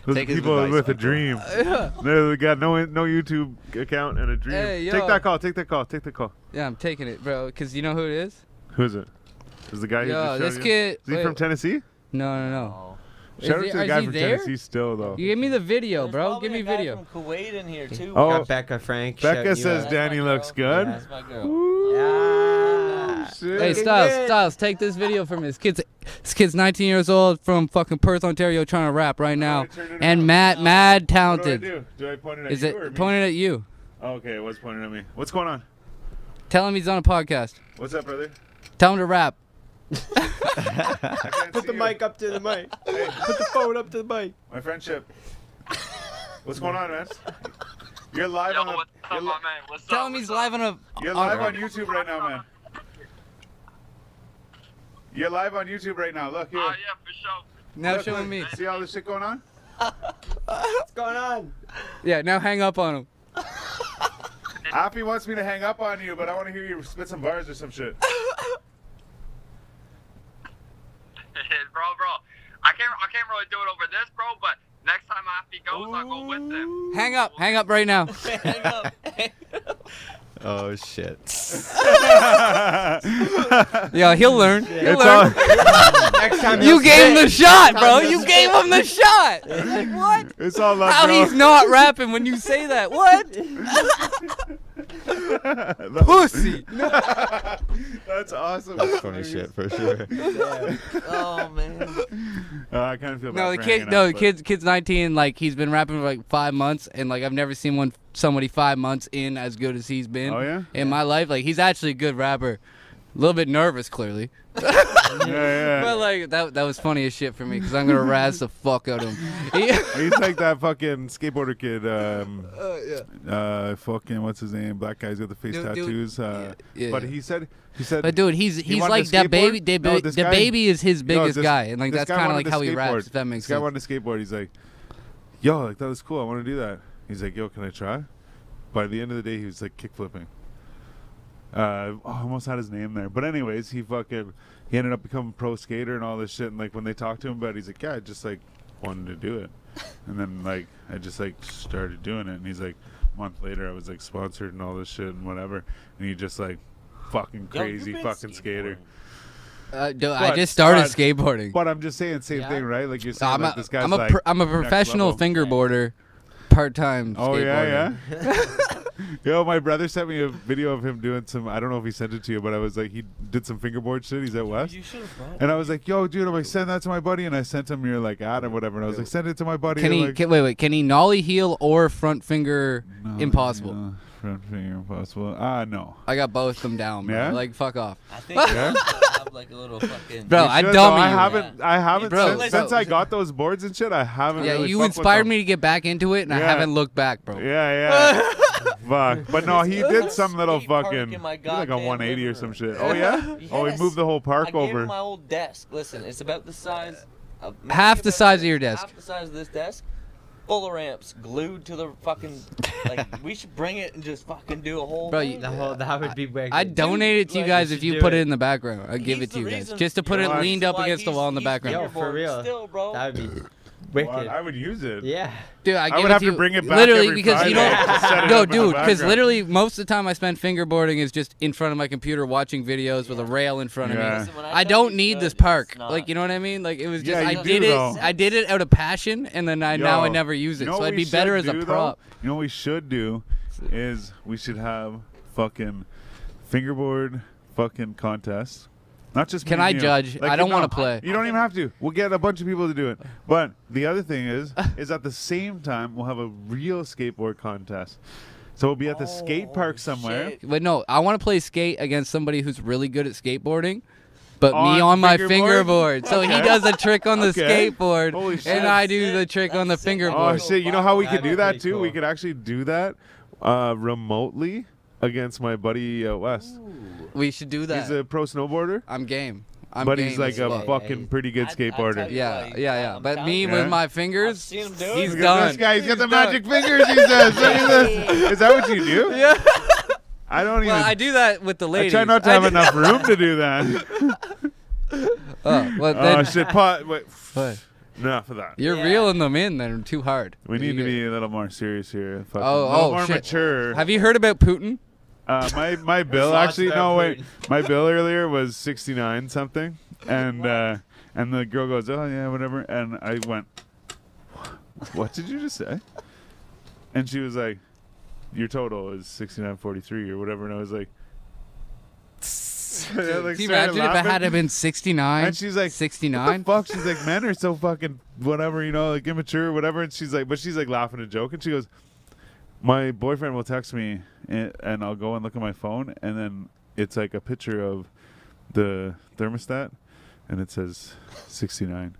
S2: Those
S1: Take his
S2: people
S1: advice,
S2: with a
S1: Michael.
S2: dream.
S4: <laughs> Yeah.
S2: They got no no YouTube account and a dream.
S4: Hey, yo.
S2: Take that call. Take that call. Take the call.
S4: Yeah, I'm taking it, bro. Cause you know who it is?
S2: Who is it? Is the guy who
S4: Yo,
S2: just showed
S4: this
S2: you?
S4: kid-
S2: Is he
S4: wait.
S2: from Tennessee?
S4: No, no, no.
S5: Oh.
S4: Is
S2: Shout out
S4: he-
S2: to the
S4: is
S2: guy
S4: he
S2: from
S4: there?
S2: Tennessee still though.
S4: You give me the video,
S5: There's
S4: bro.
S5: probably
S4: Give me
S5: a guy
S4: video.
S5: From Kuwait in here too.
S2: Oh.
S3: Got Becca Frank.
S2: Becca
S3: shouting
S2: says
S3: out.
S5: that-
S2: Danny
S5: my girl.
S2: looks good.
S3: Yeah.
S5: That's my girl.
S2: Ooh,
S3: Ah.
S2: shit.
S4: Hey,
S3: Looking
S4: Styles,
S3: good.
S4: Styles, take this video from this kid's. This kid's 19 years old from fucking Perth, Ontario, trying to rap right now.
S2: I turn it
S4: And
S2: around?
S4: mad, mad
S2: What do I
S4: talented.
S2: do? Do I point it at
S4: Is
S2: you or
S4: it
S2: me?
S4: pointed at you?
S2: Oh, okay, it was pointing at me. What's going on?
S4: Tell him he's on a podcast.
S2: What's up, brother?
S4: Tell him to rap. <laughs>
S2: I can't
S3: Put
S2: see
S3: the
S2: you.
S3: mic up to the mic. Put the phone up to the mic.
S2: My friendship.
S4: <laughs>
S2: What's going on, man? You're live on. A, you're, li-
S4: Tell him he's live on a.
S2: you're
S4: on-
S2: live on YouTube right now, man. You're live on YouTube right now. Look here.
S4: Now
S2: Look,
S4: show
S2: look.
S4: him me.
S2: See all this shit going on?
S3: What's going on?
S4: Yeah, now hang up on him.
S2: Appy wants me to hang up on you, but I want to hear you spit some bars or some shit.
S6: <laughs> bro, bro. I can't, I can't really do it over this, bro. But next time Afi goes, I'll go with him.
S4: Hang up. Hang up right now.
S5: <laughs>
S4: <laughs>
S5: Hang
S2: <laughs>
S5: up.
S1: Oh shit.
S4: Yeah, he'll learn. He'll
S2: It's
S4: learn.
S2: all.
S3: Next time
S4: You
S3: you'll
S4: gave him
S3: spit.
S4: the shot, bro.
S3: Time
S4: You
S3: to
S4: gave him the shot. Like, what?
S2: <laughs> It's all love,
S4: <laughs> How
S2: bro.
S4: he's not rapping when you say that? What?
S2: <laughs> That-
S4: <laughs> Pussy.
S2: That's awesome.
S1: That's funny shit for sure.
S5: oh man.
S2: Uh, I kind of feel bad.
S4: No, the
S2: for
S4: kid.
S2: hanging
S4: No,
S2: up,
S4: the
S2: but-
S4: kid's kid's 19. Like he's been rapping for like five months, and like I've never seen one somebody five months in as good as he's been.
S2: Oh, yeah?
S4: In my life, like he's actually a good rapper. A little bit nervous, clearly.
S2: <laughs> Yeah, yeah.
S4: <laughs> But like that that was funny as shit for me because I'm gonna razz the fuck out of
S2: <laughs>
S4: him. He-
S2: He's like that fucking skateboarder kid.
S4: <laughs>
S2: Um, uh, fucking what's his name? Black guy's got the face
S4: Oh, Dude, dude.
S2: tattoos. uh,
S4: Yeah, yeah.
S2: But he said, he said,
S4: But dude, he's he's
S2: wanted
S4: like
S2: to
S4: that
S2: skateboard?
S4: baby. The,
S2: No, this
S4: the
S2: guy-
S4: baby is his
S2: No,
S4: biggest
S2: this-
S4: guy, and like
S2: this
S4: that's
S2: guy
S4: kind of
S2: wanted
S4: like
S2: to
S4: how he
S2: skateboard.
S4: raps. If that makes
S2: this guy
S4: sense.
S2: wanted to skateboard. He's like, yo, like that was cool. I want to do that. He's like, yo, can I try? By the end of the day, he was like kick flipping. Uh, oh, I almost had his name there, but anyways, he fucking he ended up becoming a pro skater and all this shit. And like when they talked to him about, it, he's like, yeah, I just like wanted to do it, and then like I just like started doing it. And he's like, a month later, I was like sponsored and all this shit and whatever. And he just like fucking
S5: Yo, you've
S2: crazy
S5: been
S2: fucking skater.
S5: skateboarding.
S4: Uh, dude, I
S2: But-
S4: just started
S2: but-
S4: skateboarding.
S2: But I'm just saying, same
S5: Yeah.
S2: thing, right? Like you're saying,
S4: I'm
S2: like,
S4: a,
S2: this guy's
S4: I'm a,
S2: like,
S4: pro- I'm a
S2: next
S4: professional
S2: level.
S4: fingerboarder, part-time
S2: Oh
S4: skateboarder.
S2: yeah, yeah.
S4: <laughs>
S2: <laughs> Yo, my brother sent me a video of him doing some. I don't know if he sent it to you, but I was like, he did some fingerboard shit. He's at West,
S5: You should have brought.
S2: and I was like, yo, dude, I'm like, send that to my buddy. And I sent him your like ad or whatever, and I was like, send it to my buddy.
S4: Can he?
S2: like,
S4: Can, wait, wait. Can he nollie heel or front finger?
S2: No,
S4: impossible.
S2: no, front finger impossible. Ah, no.
S4: I got both them down, bro.
S2: Yeah?
S4: Like fuck off,
S5: I think you have like
S4: <laughs>
S5: a little fucking.
S4: bro.
S2: You
S4: I
S2: should,
S4: dummy.
S2: though. I
S4: you.
S2: haven't. I haven't
S4: Bro,
S2: since,
S5: let's-
S2: since I got those boards and shit. I haven't.
S4: Yeah,
S2: really
S4: you
S2: fucked with
S4: inspired
S2: them.
S4: me to get back into it, and I
S2: Yeah.
S4: haven't looked back,
S5: Oh.
S4: bro.
S2: Yeah,
S5: <laughs>
S2: yeah. Fuck. But no, he did some little
S5: Skate park
S2: fucking
S5: in my
S2: he did like a
S5: goddamn
S2: 180 or
S5: living
S2: some
S5: room.
S2: shit. Oh
S5: <laughs>
S2: yeah. Oh, he
S5: Yes.
S2: moved the whole
S5: I
S2: park
S5: gave him
S2: over.
S5: my old desk. Listen, it's about the size. Of,
S4: Half the
S5: about
S4: size of your desk.
S5: Half the size of this desk. Full of ramps, glued to the fucking.
S4: <laughs>
S5: Like we should bring it and just fucking do a whole.
S4: Bro,
S5: thing.
S4: you-
S3: The whole that would be wicked.
S4: I donate it to you
S3: like,
S4: guys
S3: you
S4: if
S3: should
S4: you
S3: do
S4: put it
S3: it.
S4: in the background. I'll give
S5: He's
S4: it to you
S5: the
S4: guys.
S5: reason-
S4: Just to put
S2: You
S4: it
S2: know what?
S4: leaned up
S5: Why
S4: against the
S5: he's-
S4: wall in the
S5: he's
S4: background.
S3: Yo, for
S5: fingerboard
S3: real.
S5: Still, bro.
S3: That would be
S2: Well, I
S3: wicked.
S2: would use it.
S3: Yeah.
S4: Dude, I,
S2: I
S4: give
S2: would
S4: it
S2: have
S4: to
S2: to
S4: you-
S2: bring it back
S4: literally
S2: every
S4: because
S2: Friday
S4: you
S2: to set
S4: don't.
S2: it
S4: no,
S2: up in the
S4: dude, because
S2: background.
S4: literally most of the time I spend fingerboarding is just in front of my computer watching videos with a rail in front
S2: Yeah.
S4: of me.
S5: Listen, when I
S4: I
S5: tell you
S4: don't
S5: it's
S4: need
S5: good,
S4: this
S5: it's
S4: park.
S5: not.
S4: Like you know what I mean? Like it was just
S2: Yeah,
S4: I
S2: you
S4: did
S2: do,
S4: it.
S2: though.
S4: I did it out of passion, and then I now I
S2: Yo,
S4: never use it.
S2: you know
S4: so
S2: what
S4: I'd
S2: we
S4: be better as
S2: should
S4: a
S2: do, though?
S4: prop.
S2: You know what we should do is we should have fucking fingerboard fucking contest. Not just. me
S4: Can
S2: and
S4: I
S2: you.
S4: judge?
S2: Like,
S4: I don't
S2: no,
S4: wanna play.
S2: You don't even have to. We'll get a bunch of people to do
S4: <laughs>
S2: it. But the other thing is, is at the same time we'll have a real skateboard contest. So we'll be at the skate park somewhere.
S5: Oh, shit.
S4: But no, I want to play skate against somebody who's really good at skateboarding, but me
S2: On
S4: on my
S2: fingerboard?
S4: fingerboard. So he
S2: Okay.
S4: does a trick on the
S2: Okay.
S4: skateboard,
S2: Holy shit.
S4: and I do
S5: That's
S4: the
S5: sick.
S4: trick on the
S5: That's
S4: <laughs>
S5: sick.
S4: fingerboard.
S2: Oh
S5: Board.
S2: shit! You know how we
S5: That'd
S2: could
S5: be
S2: do that
S5: pretty
S2: too. We
S5: cool.
S2: could actually do that uh, remotely against my buddy uh, Wes.
S4: we should do that.
S2: He's a pro snowboarder,
S4: I'm game. I'm
S2: but
S4: game
S2: he's like
S4: as
S2: a
S4: fuck.
S3: fuck.
S2: fucking pretty good
S5: I- I tell
S2: skateboarder.
S5: you
S4: yeah,
S5: what,
S4: yeah, yeah.
S5: I'm
S4: But
S5: telling
S4: me
S5: you.
S4: with
S2: Yeah.
S4: my
S5: I've
S4: fingers,
S5: seen him do it.
S4: he's
S2: Look at
S4: <laughs> done.
S2: This guy, he's got the
S4: He's done.
S2: magic fingers. He says, "Look at
S4: <laughs>
S2: this." Is that what you do?
S4: Yeah.
S2: I don't even.
S4: well, I do that with the
S2: I
S4: ladies.
S2: try not to have
S4: do- <laughs>
S2: enough room to do that.
S4: Oh, well,
S2: oh
S4: then,
S2: shit! Pa- wait,
S4: What?
S2: enough of that.
S4: You're
S5: Yeah.
S4: reeling them in. Then too hard.
S2: We need to
S4: You-
S2: be a little more serious here. Fucking, a
S4: Oh,
S2: little
S4: oh,
S2: more
S4: shit.
S2: mature.
S4: Have you heard about Putin?
S2: Uh, my my bill
S5: Lost
S2: actually
S5: that
S2: no wait my bill earlier was sixty nine something and uh, and the girl goes oh yeah whatever and I went what did you just say and she was like your total is sixty nine forty three or whatever and I was like, <laughs> And I, like,
S4: Can you
S2: started
S4: imagine if I had
S2: laughing.
S4: been 69?
S2: And she's like,
S4: 69?
S2: What the fuck? She's like, men are so fucking whatever, you know, like immature, whatever. And she's like, but she's like laughing and joking. She goes, my boyfriend will text me, and, and I'll go and look at my phone, and then it's like a picture of the thermostat, and it says 69.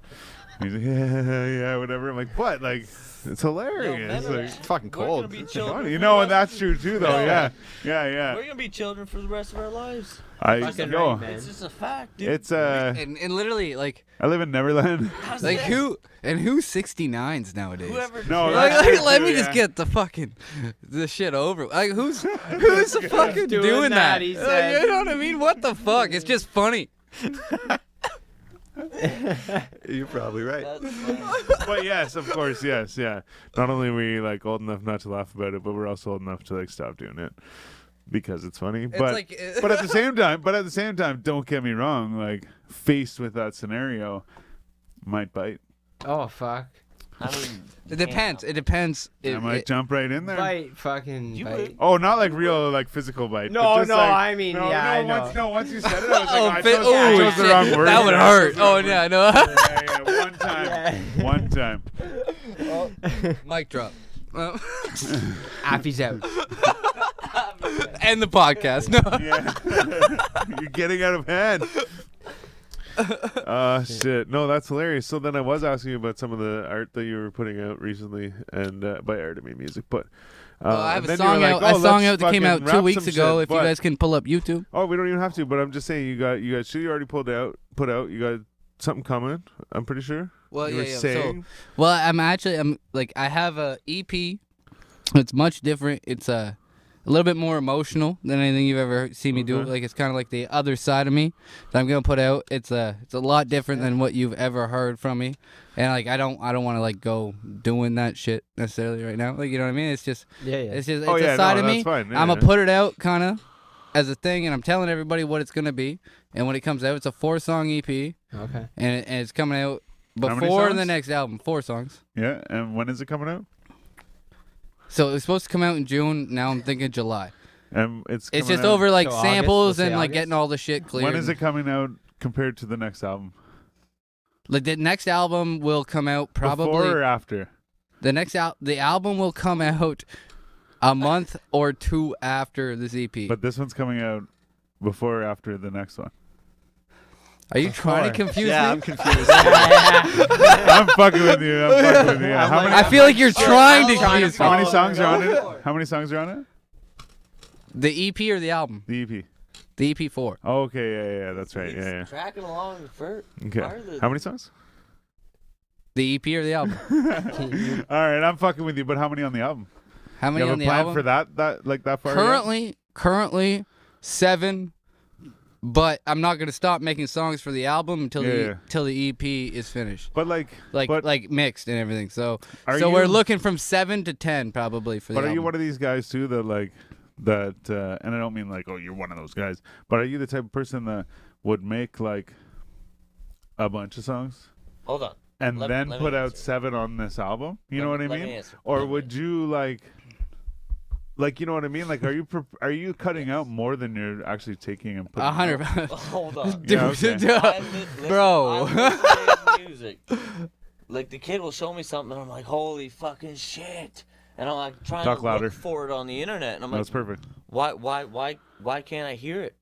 S2: And he's like, <laughs> yeah, yeah, whatever. I'm like, what? Like, it's hilarious.
S5: men are
S2: like,
S5: bad.
S1: fucking
S5: We're
S1: cold.
S5: gonna be
S2: funny.
S5: children.
S2: You know, and that's true too, though.
S5: No.
S2: Yeah, yeah,
S5: We're
S2: yeah.
S5: gonna be children for the rest of our lives.
S2: I
S3: Fucking
S2: go.
S3: right, man.
S5: It's just a fact, dude.
S2: It's uh,
S4: and, and literally, like,
S2: I live in Neverland. <laughs>
S5: How's
S4: like
S5: that?
S4: who and who 69s nowadays?
S5: Whoever.
S2: No, <laughs>
S4: <laughs> Like,
S2: that's
S4: like,
S2: true,
S4: let me
S2: too,
S4: just
S2: yeah.
S4: get the fucking the shit over. with. Like,
S2: <laughs>
S4: who's <laughs> who's fucking doing,
S3: Doing
S4: that?
S3: that, he
S4: Like,
S3: said.
S4: you know what I mean? What the fuck? It's just funny.
S1: <laughs> You're probably right.
S5: That's funny.
S2: but yes, of course, yes, yeah. Not only are we like old enough not to laugh about it, but we're also old enough to like stop doing it because it's funny. but
S4: like-
S2: but at the same time, but at the same time, don't get me wrong. Like faced with that scenario, might bite.
S3: Oh fuck!
S5: I mean,
S4: It depends. It depends.
S2: I
S4: If,
S2: might
S4: it,
S2: jump right in there.
S3: Bite, fucking
S5: You
S3: bite.
S5: would-
S2: Oh, not like real, like physical bite. but
S3: No,
S2: just,
S3: no,
S2: like-
S3: I mean,
S2: no,
S3: yeah,
S2: no,
S3: I know.
S2: Once, no, once you said it,
S4: <laughs>
S2: I was
S4: oh,
S2: like,
S4: fi-
S2: I chose, I
S4: oh,
S2: chose the
S4: shit.
S2: wrong word.
S4: that would
S2: I chose
S4: hurt.
S2: the
S4: Oh
S2: wrong
S4: yeah,
S2: word.
S4: no. <laughs>
S2: Yeah, yeah, one time, one time.
S4: Mic drop. <laughs> Uh,
S2: <laughs>
S3: Affy's out.
S4: End the podcast. No.
S2: Yeah. <laughs> You're getting out of hand. Uh shit. No, that's hilarious. So then I was asking you about some of the art that you were putting out recently and uh, by art I mean music, but uh,
S4: Well, I have
S2: and
S4: a
S2: then you were
S4: song
S2: like,
S4: out.
S2: "Oh,
S4: a song
S2: let's
S4: out that came
S2: fucking
S4: out two
S2: rap
S4: weeks
S2: some
S4: ago.
S2: shit,"
S4: if you
S2: but-
S4: guys can pull up YouTube.
S2: Oh, we don't even have to, but I'm just saying you got you got shit you already pulled out put out, you got something coming, I'm pretty sure.
S4: Well,
S2: you
S4: Oh, yeah,
S2: were
S4: yeah.
S2: saying
S4: So, well, I'm actually I'm like I have a EP. It's much different. It's uh, a little bit more emotional than anything you've ever seen me do.
S2: Okay.
S4: Like it's kind of like the other side of me that I'm gonna put out. It's a it's a lot different than what you've ever heard from me, and like I don't I don't want to like go doing that shit necessarily right now. Like you know what I mean? It's just
S3: Yeah, yeah.
S4: it's just it's
S2: Oh, yeah,
S4: a side
S2: no,
S4: of me.
S2: that's fine. Yeah,
S4: I'm
S2: yeah.
S4: gonna put it out kind of as a thing, and I'm telling everybody what it's gonna be. And when it comes out, it's a four song EP, and,
S3: Okay.
S4: it, and it's coming out
S2: many
S4: before the
S2: songs?
S4: next album. Four songs.
S2: Yeah, and when is it coming out?
S4: So it was supposed to come out in June. Now I'm thinking July.
S2: Um it's
S4: It's
S2: coming
S4: just
S2: out-
S4: over like
S3: So August,
S4: samples
S3: let's say
S4: and like
S3: August?
S4: getting all the shit cleared.
S2: When is it coming out compared to the next album?
S4: Like the next album will come out probably.
S2: Before or after?
S4: The next out the album will come out a month or two after this E EP.
S2: But this one's coming out before or after the next one.
S4: Are you trying to confuse
S1: Yeah,
S4: me?
S1: I'm confused.
S2: I'm fucking with you. I'm fucking with you. How many,
S4: I feel like you're trying to
S5: trying to
S4: confuse
S2: how
S4: me.
S2: many songs are on
S4: <laughs>
S2: it? How many songs are on it?
S4: The EP or the album?
S2: The EP.
S4: The EP four.
S2: Oh, okay, yeah, yeah, yeah, that's right. Yeah,
S5: Tracking along the fir-
S2: yeah. Okay. How many songs?
S4: The EP or the album?
S2: All right, I'm fucking with you. But how many on the album?
S4: How many
S2: you have
S4: on
S2: a
S4: the
S2: plan
S4: album?
S2: for that? That like that far? yet?
S4: currently currently seven but i'm not gonna stop making songs for the album until
S2: Yeah,
S4: the
S2: yeah.
S4: till the ep is finished
S2: But like,
S4: like
S2: but,
S4: like mixed and everything so
S2: Are
S4: so we're
S2: you-
S4: looking from seven to ten probably for
S2: but
S4: the
S2: are you
S4: album.
S2: one of these guys too that like that? uh And I don't mean like, oh, you're one of those guys. But are you the type of person that would make like a bunch of songs?
S5: Hold on.
S2: and
S5: Let-
S2: then
S5: let me
S2: put out
S5: answer.
S2: seven on this album. You know
S5: Let me-
S2: what I
S5: let me
S2: mean?
S5: answer.
S2: Or
S5: Let me
S2: would you like like you know what I mean? Like, are you pre- are you cutting out more than you're actually taking and putting?
S4: A hundred. <laughs>
S2: out?
S5: <laughs>
S2: <laughs>
S5: Hold on.
S4: Dude,
S2: okay.
S4: dude,
S5: I li-
S2: <laughs>
S5: listen,
S4: bro.
S5: I listen to his music. Like the kid will show me something, and I'm like, "Holy fucking shit!" And I'm like trying
S2: Talk
S5: to
S2: louder.
S5: look for it on the internet, and I'm
S2: No,
S5: like,
S2: it's perfect.
S5: "Why, why, why, why can't I hear it?"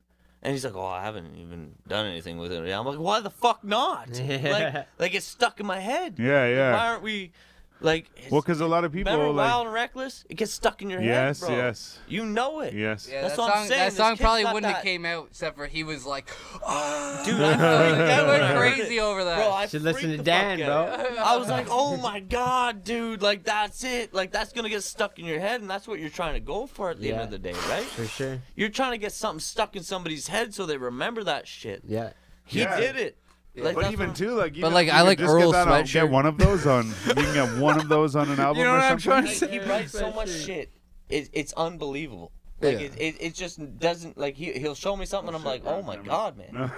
S5: And he's like, "Oh, I haven't even done anything with it." yet." I'm like, "Why the fuck not?" Like, like it's stuck in my head.
S2: Yeah,
S5: Why
S2: yeah.
S5: aren't we, like, it's-
S2: Well, because a lot of
S5: remember
S2: people like
S5: Wild and Reckless? It gets stuck in your
S2: yes,
S5: head, bro.
S2: yes,
S5: You know it.
S2: yes.
S4: Yeah,
S5: That's
S4: that
S5: what I'm
S4: song,
S5: saying,
S4: that
S5: this
S4: song
S5: kid's
S4: probably
S5: got
S4: wouldn't
S5: that-
S4: have came out except for he was like, "Ah." <laughs>
S5: Dude, I freaked out when I
S4: went
S5: heard it.
S4: crazy over that.
S5: Bro,
S4: <laughs>
S5: I
S3: Should listen
S5: freaked
S3: to
S5: the fuck
S3: Dan,
S5: out.
S3: bro.
S5: I was like, oh my god, dude, like that's it. Like that's gonna get stuck in your head, and that's what you're trying to go for at the end
S3: Yeah.
S5: of the day, right?
S3: For sure.
S5: You're trying to get something stuck in somebody's head so they remember that shit.
S3: Yeah.
S5: He
S2: Yeah.
S5: did it. Like,
S2: But
S5: that's
S2: even
S5: what-
S2: too, like, even
S4: like,
S2: if
S4: I
S2: you
S4: like
S2: just
S4: Earl
S2: get that on- Get
S4: sweatshirt.
S2: one of those
S4: <laughs>
S2: on. You can get one of those on an album.
S4: know
S2: or
S4: what I'm
S2: something.
S4: trying to
S5: Like, <laughs> he writes so much shit. It, it's unbelievable. Like
S4: Yeah.
S5: it, it, it just doesn't like he he'll show me something and I'm like oh my god man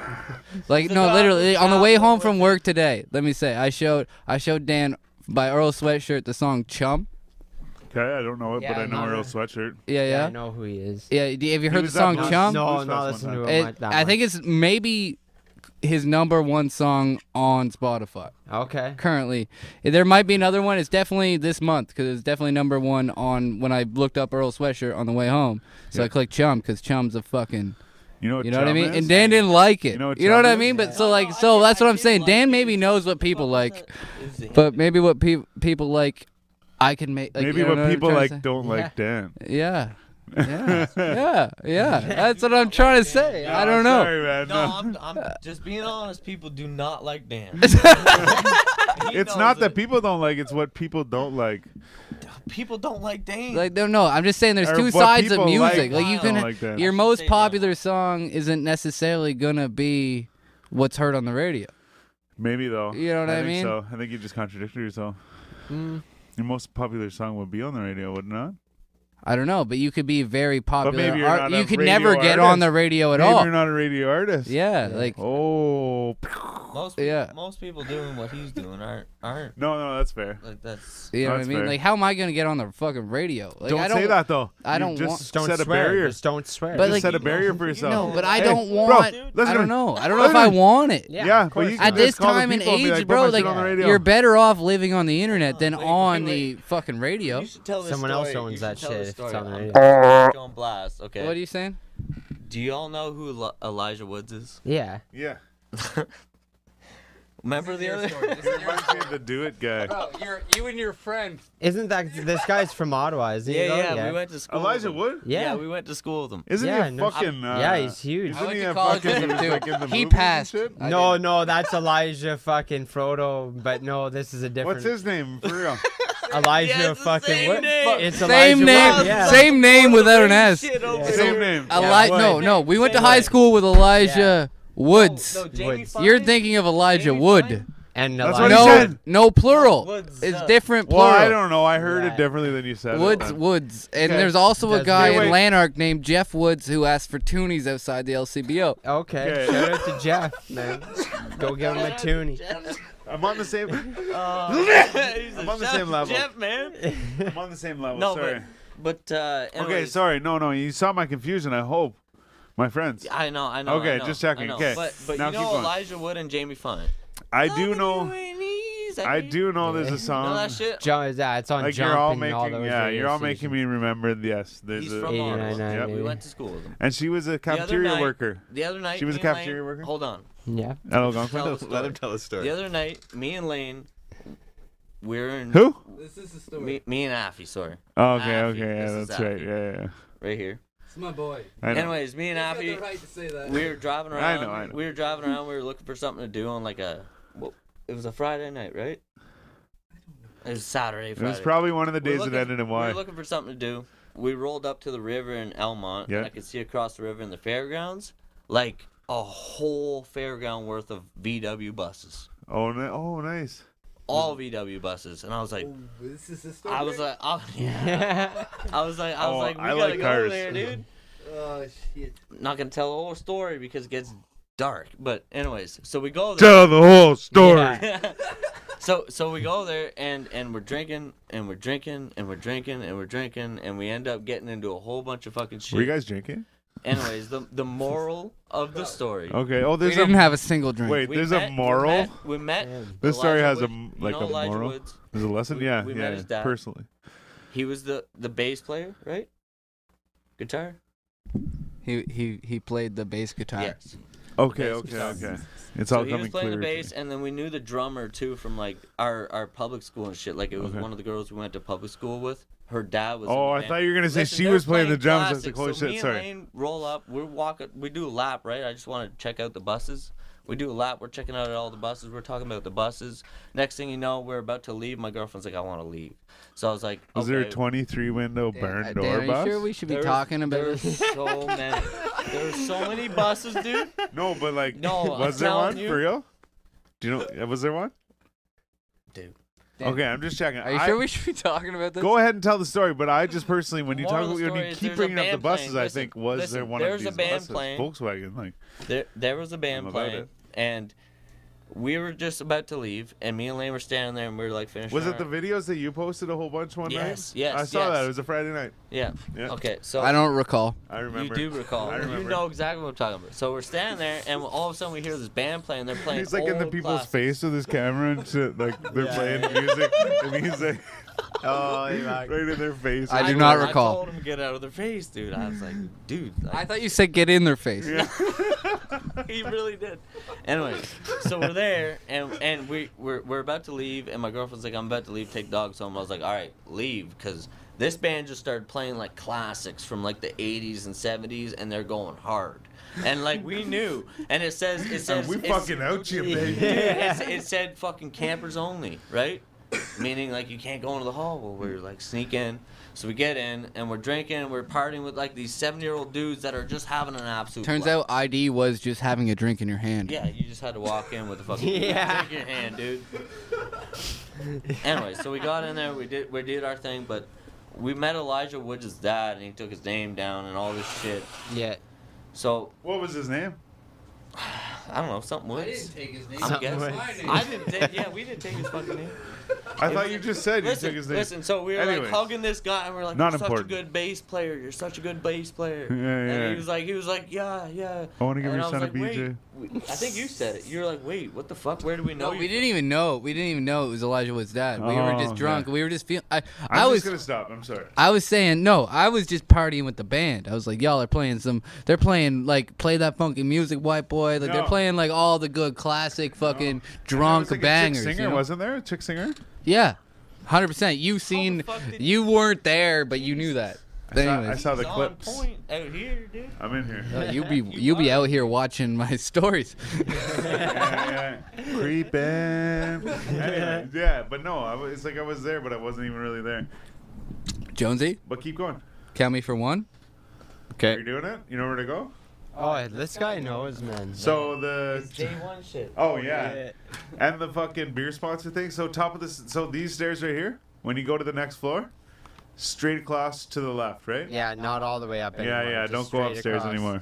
S4: like
S5: The
S4: no,
S5: dog
S4: literally
S5: was
S4: on the
S5: out
S4: way
S5: with
S4: home from
S5: it.
S4: work today. Let me say, I showed I showed Dan by Earl Sweatshirt the song Chum.
S2: <laughs> Okay, I don't know it,
S3: Yeah,
S2: but I
S3: I
S2: know
S3: know
S2: Earl
S3: that.
S2: Sweatshirt.
S3: Yeah,
S4: Yeah,
S3: I
S4: yeah,
S3: know who he is.
S4: yeah. d- Have you heard the
S2: was up
S4: song
S2: Not-
S4: Chum?
S2: Blues
S3: No,
S2: Fest
S3: no, listen
S2: one
S3: to him.
S4: It-
S3: like that
S4: I
S3: much.
S4: think it's maybe his number one song on Spotify
S3: Okay.
S4: currently. There might be another one. It's definitely this month because it's definitely number one on when I looked up Earl Sweatshirt on the way home. So I clicked Chum because Chum's a fucking.
S2: You know what?
S4: You know what I
S2: Chum
S4: mean?
S2: is?
S4: And Dan didn't like it.
S2: You
S4: You
S2: know
S4: know
S2: what
S4: what,
S2: Chum
S4: I
S2: is?
S4: mean? But
S5: No,
S4: so
S5: I
S4: like so
S5: did-
S4: that's
S5: I
S4: what I'm
S5: did
S4: saying.
S5: like
S4: Dan
S5: it.
S4: maybe knows what people like, but maybe what people people like, I can make. Like,
S2: Maybe
S4: you know
S2: what
S4: I'm
S2: people
S4: trying to
S2: like don't like Dan.
S4: say?
S2: <laughs>
S4: Yeah. yeah, yeah, yeah. That's what I'm trying to say. I
S2: No,
S4: don't
S2: I'm
S4: know.
S2: Sorry, man.
S5: no
S2: No.
S5: I'm, I'm just being honest people do not like Dan
S2: <laughs> It's not that people don't like; it's what people don't like.
S5: people don't like Dan
S4: Like no, no. I'm just saying there's
S2: Or
S4: two
S2: what
S4: sides of
S2: people like
S4: music. Like, you can
S5: don't
S2: like that.
S4: your
S5: Should
S4: most
S5: say that.
S4: popular song isn't necessarily gonna be what's heard on the radio.
S2: Maybe though.
S4: You know what I
S2: think
S4: mean? Hmm.
S2: So I think you just contradicted yourself. Your most popular song would be on the radio, would it not?
S4: I don't know, but you could be very popular.
S2: maybe you're
S4: art-
S2: not a
S4: you could
S2: radio
S4: never get on
S2: artist.
S4: the radio at
S2: Maybe
S4: all.
S2: you're not a radio artist.
S4: yeah, like
S2: Oh
S5: most
S4: Yeah.
S5: most people doing what he's doing aren't aren't
S2: no, no, that's fair.
S5: like that's
S4: You know what I
S2: That's
S4: mean?
S2: fair.
S4: Like, how am I gonna get on the fucking radio? Like,
S2: don't,
S4: I don't
S2: say that though.
S4: I
S2: You
S4: don't
S2: just
S3: Don't
S2: set
S3: swear.
S2: a barrier.
S3: Just don't swear.
S4: But,
S2: You
S4: like-
S2: set a barrier for yourself.
S4: No, but
S2: Hey,
S4: I don't
S2: bro,
S4: want.
S2: listen
S4: I
S2: to
S4: don't
S2: me.
S4: know. I don't know if
S2: Listen
S4: I
S2: to me.
S4: want it.
S3: Yeah,
S2: Yeah,
S3: of
S2: but
S3: course.
S2: you can
S4: At this
S2: just call the
S4: time and
S2: people be
S4: age,
S2: like, "Put
S4: bro,
S2: my shit
S4: like
S2: on the radio."
S4: you're better off living on the internet
S5: No,
S4: than
S5: wait,
S4: on
S5: wait,
S4: the fucking radio.
S5: you should tell this
S3: Someone else
S5: story.
S3: owns
S5: you should
S3: that
S5: tell
S3: shit
S5: this
S3: if
S5: story.
S3: it's on the
S5: I'm
S3: radio.
S5: gonna go on blast okay
S4: What are you saying?
S5: Do y'all know who Eli- Elijah Woods is?
S3: yeah.
S2: Yeah,
S5: Remember the other?
S2: reminds me of the do it guy.
S4: <laughs> you're, you and your friend.
S3: Isn't that this guy's from Ottawa? Isn't
S5: <laughs> yeah,
S3: he? though?
S5: yeah, we went to school.
S2: Elijah
S5: with him.
S2: Wood.
S5: Yeah.
S3: Yeah.
S5: we went to school with him.
S2: Isn't
S3: Yeah,
S2: he a
S3: no,
S2: fucking? uh,
S3: yeah, he's huge.
S2: Isn't
S4: I went
S2: he
S4: to
S2: a
S4: college
S2: fucking?
S4: with him,
S2: he was,
S4: too.
S2: like, in the
S4: He
S2: movies and
S4: passed.
S2: shit?
S4: I
S3: no,
S4: didn't-
S3: no, that's Elijah fucking Frodo. But no, this is a different.
S2: What's his name for
S4: <laughs>
S2: real?
S3: Elijah
S5: Yeah, it's the
S3: fucking.
S5: same
S3: what?
S5: name.
S3: It's Elijah.
S4: Same
S3: Wood,
S4: name.
S3: Yeah.
S4: Same name without an S.
S5: Shit over
S3: Yeah.
S5: there.
S2: Same name.
S4: Eli-
S3: Wood.
S4: no, no. We went to
S5: Same
S4: high
S5: name.
S4: school with Elijah Woods.
S5: No, Jamie
S3: Woods.
S5: Foxx.
S4: You're thinking of Elijah
S5: Jamie
S4: Wood.
S5: Foxx?
S3: And
S2: That's
S3: Elijah.
S2: what he
S4: No,
S2: said.
S4: no plural.
S5: Woods,
S4: It's
S5: uh,
S4: different
S2: Well,
S4: plural.
S2: I don't know. I heard it
S3: Yeah.
S2: differently than you said. it,
S4: Woods,
S2: but-
S4: Woods, and
S2: Okay.
S4: there's also a
S3: Does-
S4: guy
S2: Hey, wait.
S4: in Lanark named Jeff Woods who asked for toonies outside the LCBO.
S2: Okay.
S3: Okay. Shout out to Jeff, man.
S2: <laughs>
S3: Go give him a toonie.
S2: I'm on the same.
S5: He's
S2: I'm
S5: a
S2: on the
S5: chef-
S2: same level.
S5: Jeff,
S2: <laughs>
S5: man.
S2: I'm on the same level.
S5: No,
S2: Oh, sorry.
S5: but but uh,
S2: okay,
S5: anyways,
S2: sorry. No, no. You saw my confusion. I hope, my friends.
S5: I know, I know.
S2: Okay,
S5: I know,
S2: just checking,
S5: I know.
S2: okay.
S5: but but
S2: Now
S5: you
S2: keep
S5: know
S2: going.
S5: Elijah Wood and Jamie Fun.
S2: I do know. I do know there's a
S5: Know that
S2: song.
S5: shit.
S3: Jump, yeah, it's on
S2: Like
S3: jump
S2: you're all
S3: and all
S2: making,
S3: those
S2: yeah, you're all
S3: videos.
S2: making me remember. Yes, there's
S5: He's
S2: a.
S5: from Ottawa.
S3: Yeah, yeah,
S5: We
S3: yeah.
S5: went to school with him.
S2: and she was a cafeteria
S5: night-
S2: worker
S5: The other night,
S2: She was
S5: me
S2: a
S5: and
S2: cafeteria
S5: Lane-
S2: worker? <laughs>
S5: Hold on.
S3: Yeah.
S2: at Algonquin.
S5: Tell the
S1: <laughs> Let him
S5: story.
S1: tell a story.
S5: The other night, me and Lane, we're in.
S2: Who?
S4: This is the story.
S5: Me, me and Afi, sorry,
S2: Oh, okay,
S5: Afi.
S2: okay, yeah,
S5: This is
S2: that's right.
S5: Afi.
S2: Yeah, yeah. yeah.
S5: right here.
S4: It's my boy.
S2: I know.
S5: Anyways, me and Afi,
S4: to say that.
S5: we were driving around.
S2: I know, I know.
S5: We were driving around. We were looking for something to do on like a. Well, it was a Friday night, right? It was Saturday.
S2: it
S5: Friday.
S2: was probably one of the
S5: We were
S2: days that
S5: looking-
S2: ended in
S5: We
S2: Y.
S5: were looking for something to do. We rolled up to the river in Elmont,
S2: Yeah.
S5: and I could see across the river in the fairgrounds, like a whole fairground worth of VW buses,
S2: Oh, ni- oh, nice.
S5: all VW buses, and I was like,
S4: This is the story.
S5: I was like, <laughs> I,
S2: <laughs>
S5: I was like, I was
S2: Oh,
S5: like, we
S2: I
S5: gotta
S2: like
S5: go
S2: cars.
S5: there, dude.
S4: oh shit.
S5: Not gonna tell the whole story because it gets dark. But anyways, so we go there.
S2: Tell the whole story.
S5: Yeah. <laughs> So so we go there and and we're drinking and we're drinking and we're drinking and we're drinking and we end up getting into a whole bunch of fucking shit.
S2: Were you guys <laughs> drinking?
S5: Anyways, the the moral
S4: <laughs>
S5: of the story.
S2: Okay. Oh,
S4: We
S2: there's
S4: didn't
S2: a
S4: have a single drink.
S2: wait.
S5: We
S2: There's
S5: met-
S2: a
S5: we
S2: moral.
S5: met- We met.
S2: This story
S5: Elijah
S2: has a
S5: Wood.
S2: m-
S5: You
S2: like
S5: know
S2: a
S5: Elijah
S2: moral.
S5: Woods?
S2: There's a lesson.
S5: We-
S2: yeah.
S5: we met
S2: yeah.
S5: his dad.
S2: Personally.
S5: He was the the bass player, right? Guitar.
S4: He he he played the bass guitar.
S5: Yes.
S2: Okay.
S5: Yes,
S2: Okay.
S5: yes.
S2: Okay. It's
S5: So
S2: all
S5: he
S2: coming
S5: was playing
S2: clear.
S5: the
S2: to me.
S5: bass, and then we knew the drummer too from like our our public school and shit. Like it was
S2: Okay.
S5: one of the girls we went to public school with. Her dad was. in
S2: Oh,
S5: the
S2: I
S5: band.
S2: thought you were gonna say
S5: Listen,
S2: she
S5: they're
S2: was playing the drums. I was
S5: classics,
S2: like, holy
S5: so
S2: shit,
S5: me
S2: sorry.
S5: And Lane roll up. We're walking. We do a lap, right? I just want to check out the buses. We do a lap. We're checking out all the buses. We're talking about the buses. Next thing you know, we're about to leave. My girlfriend's like, I want to leave. So I was like,
S2: Was
S5: okay.
S2: there a 23 window
S4: Dan,
S2: barn
S4: uh, Dan,
S2: door
S4: are you
S2: bus?
S4: sure we should be
S5: There was-
S4: talking about
S5: There were
S4: this?
S5: so many. there were so many buses, dude.
S2: No, but like,
S5: No,
S2: <laughs>
S5: I'm
S2: was there
S5: telling
S2: one
S5: you.
S2: for real? Do you know? Was there one?
S5: Dude.
S4: Dan,
S2: Okay, I'm just checking.
S4: Are you
S2: I-
S4: sure we should be talking about this?
S2: Go ahead and tell the story, but I just personally, when you
S5: Moral
S2: talk,
S5: of
S2: about
S5: the
S2: when
S5: story
S2: you
S5: is
S2: keep
S5: there's a
S2: bringing up the
S5: band
S2: buses,
S5: playing.
S2: I think
S5: Listen,
S2: was
S5: listen,
S2: there one of
S5: there's a
S2: these
S5: band
S2: buses?
S5: playing.
S2: Volkswagen, like
S5: There, there was a
S2: I'm
S5: band
S2: about
S5: playing,
S2: it.
S5: and we were just about to leave, and me and Lane were standing there, and we were like finishing.
S2: was it the
S5: our-
S2: videos that you posted a whole bunch one night?
S5: Yes, yes,
S2: I saw
S5: yes.
S2: that. It was a Friday night.
S5: Yeah.
S2: Yeah.
S5: Okay. So
S4: I don't recall.
S2: I remember.
S5: You do recall.
S2: I remember.
S5: You know exactly what I'm talking about. So we're standing there, and all of a sudden we hear this band playing. They're
S2: <laughs>
S5: playing.
S2: He's like in the
S5: old
S2: people's
S5: classics.
S2: face with his camera and shit. Like they're playing music, and he's <laughs> like
S1: Oh,
S2: right in their face.
S4: I
S5: I
S4: do not
S5: told-
S4: recall.
S5: I told him to get out of their face, dude. I was like, dude. Like,
S4: I thought you said get in their face.
S2: <laughs>
S5: <laughs> he really did. Anyway, so we're there, and and we we're, we're about to leave, and my girlfriend's like, I'm about to leave, take dogs home. I was like, all right, leave, because this band just started playing like classics from like the 80s and 70s, and they're going hard. And like we knew, and it says it says
S2: we
S5: it's-
S2: fucking out you,
S5: Dude,
S2: baby.
S5: it's- it said fucking campers only, right? Meaning like you can't go into the hall. Well, we're like sneak in. So we get in and we're drinking and we're partying with like these seven year old dudes that are just having an absolute.
S4: Turns out
S5: blast.
S4: ID was just having a drink in your hand.
S5: Yeah, you just had to walk in with a
S3: <laughs>
S5: fucking
S3: Yeah.
S5: take your hand, dude. anyway, so we got in there, we did we did our thing, but we met Elijah Woods' dad and he took his name down and all this shit.
S3: Yeah.
S5: So
S2: What was his name?
S5: I don't know, something Woods.
S4: take his name.
S5: I'm
S3: Something
S5: guessing.
S3: Woods.
S5: I didn't take yeah, we didn't take his fucking name.
S2: I thought you just said you
S5: Listen,
S2: took his name.
S5: listen, so we were
S2: Anyways.
S5: like hugging this guy and we are like,
S2: Not
S5: You're
S2: important.
S5: such a good bass player, you're such a good bass player.
S2: <laughs> Yeah, yeah.
S5: And he was like he was like, Yeah, yeah.
S2: I wanna give
S5: And
S2: your
S5: was
S2: son a
S5: like, wait,
S2: BJ.
S5: wait, I think you said it. You were like, wait, what the fuck? Where do we know
S4: No,
S5: you
S4: we
S5: from?"
S4: didn't even know. We didn't even know it was Elijah Wood's dad. We were
S2: Oh,
S4: just drunk.
S2: yeah.
S4: We were just feeling. I,
S2: I'm
S4: I was.
S2: just gonna stop. I'm sorry.
S4: I was saying no. I was just partying with the band. I was like, y'all are playing some. They're playing like play that funky music, white boy. Like
S2: No.
S4: they're playing like all the good classic fucking
S2: There was,
S4: drunk
S2: like, a chick
S4: bangers.
S2: singer
S4: you know?
S2: wasn't there? A chick singer?
S4: Yeah, hundred percent. You seen?
S5: fuck did-
S4: You weren't there, but you knew that. But
S2: I-
S4: anyways,
S2: I
S4: <laughs>
S2: saw the
S5: He's on
S2: clips.
S5: point out here, dude.
S2: I'm in here.
S5: <laughs>
S4: Uh, you be
S5: You
S4: you be out here watching
S2: <laughs>
S4: my <laughs> stories.
S2: yeah, yeah, yeah. creeping.
S5: <laughs>
S2: Anyway, yeah, but no, I was, it's like I was there, but I wasn't even really there.
S4: Jonesy,
S2: But keep going.
S4: count me for one.
S2: You're doing it. You know where to go.
S3: Oh, this guy knows, man.
S2: So the.
S5: Day one shit.
S2: Oh yeah, and the fucking beer sponsor thing. So top of this. So these stairs right here. When you go to the next floor, straight across to the left, right?
S3: Yeah, not all the way up.
S2: Yeah,
S3: anymore,
S2: yeah.
S3: just
S2: Don't go
S3: straight
S2: upstairs
S3: across.
S2: anymore.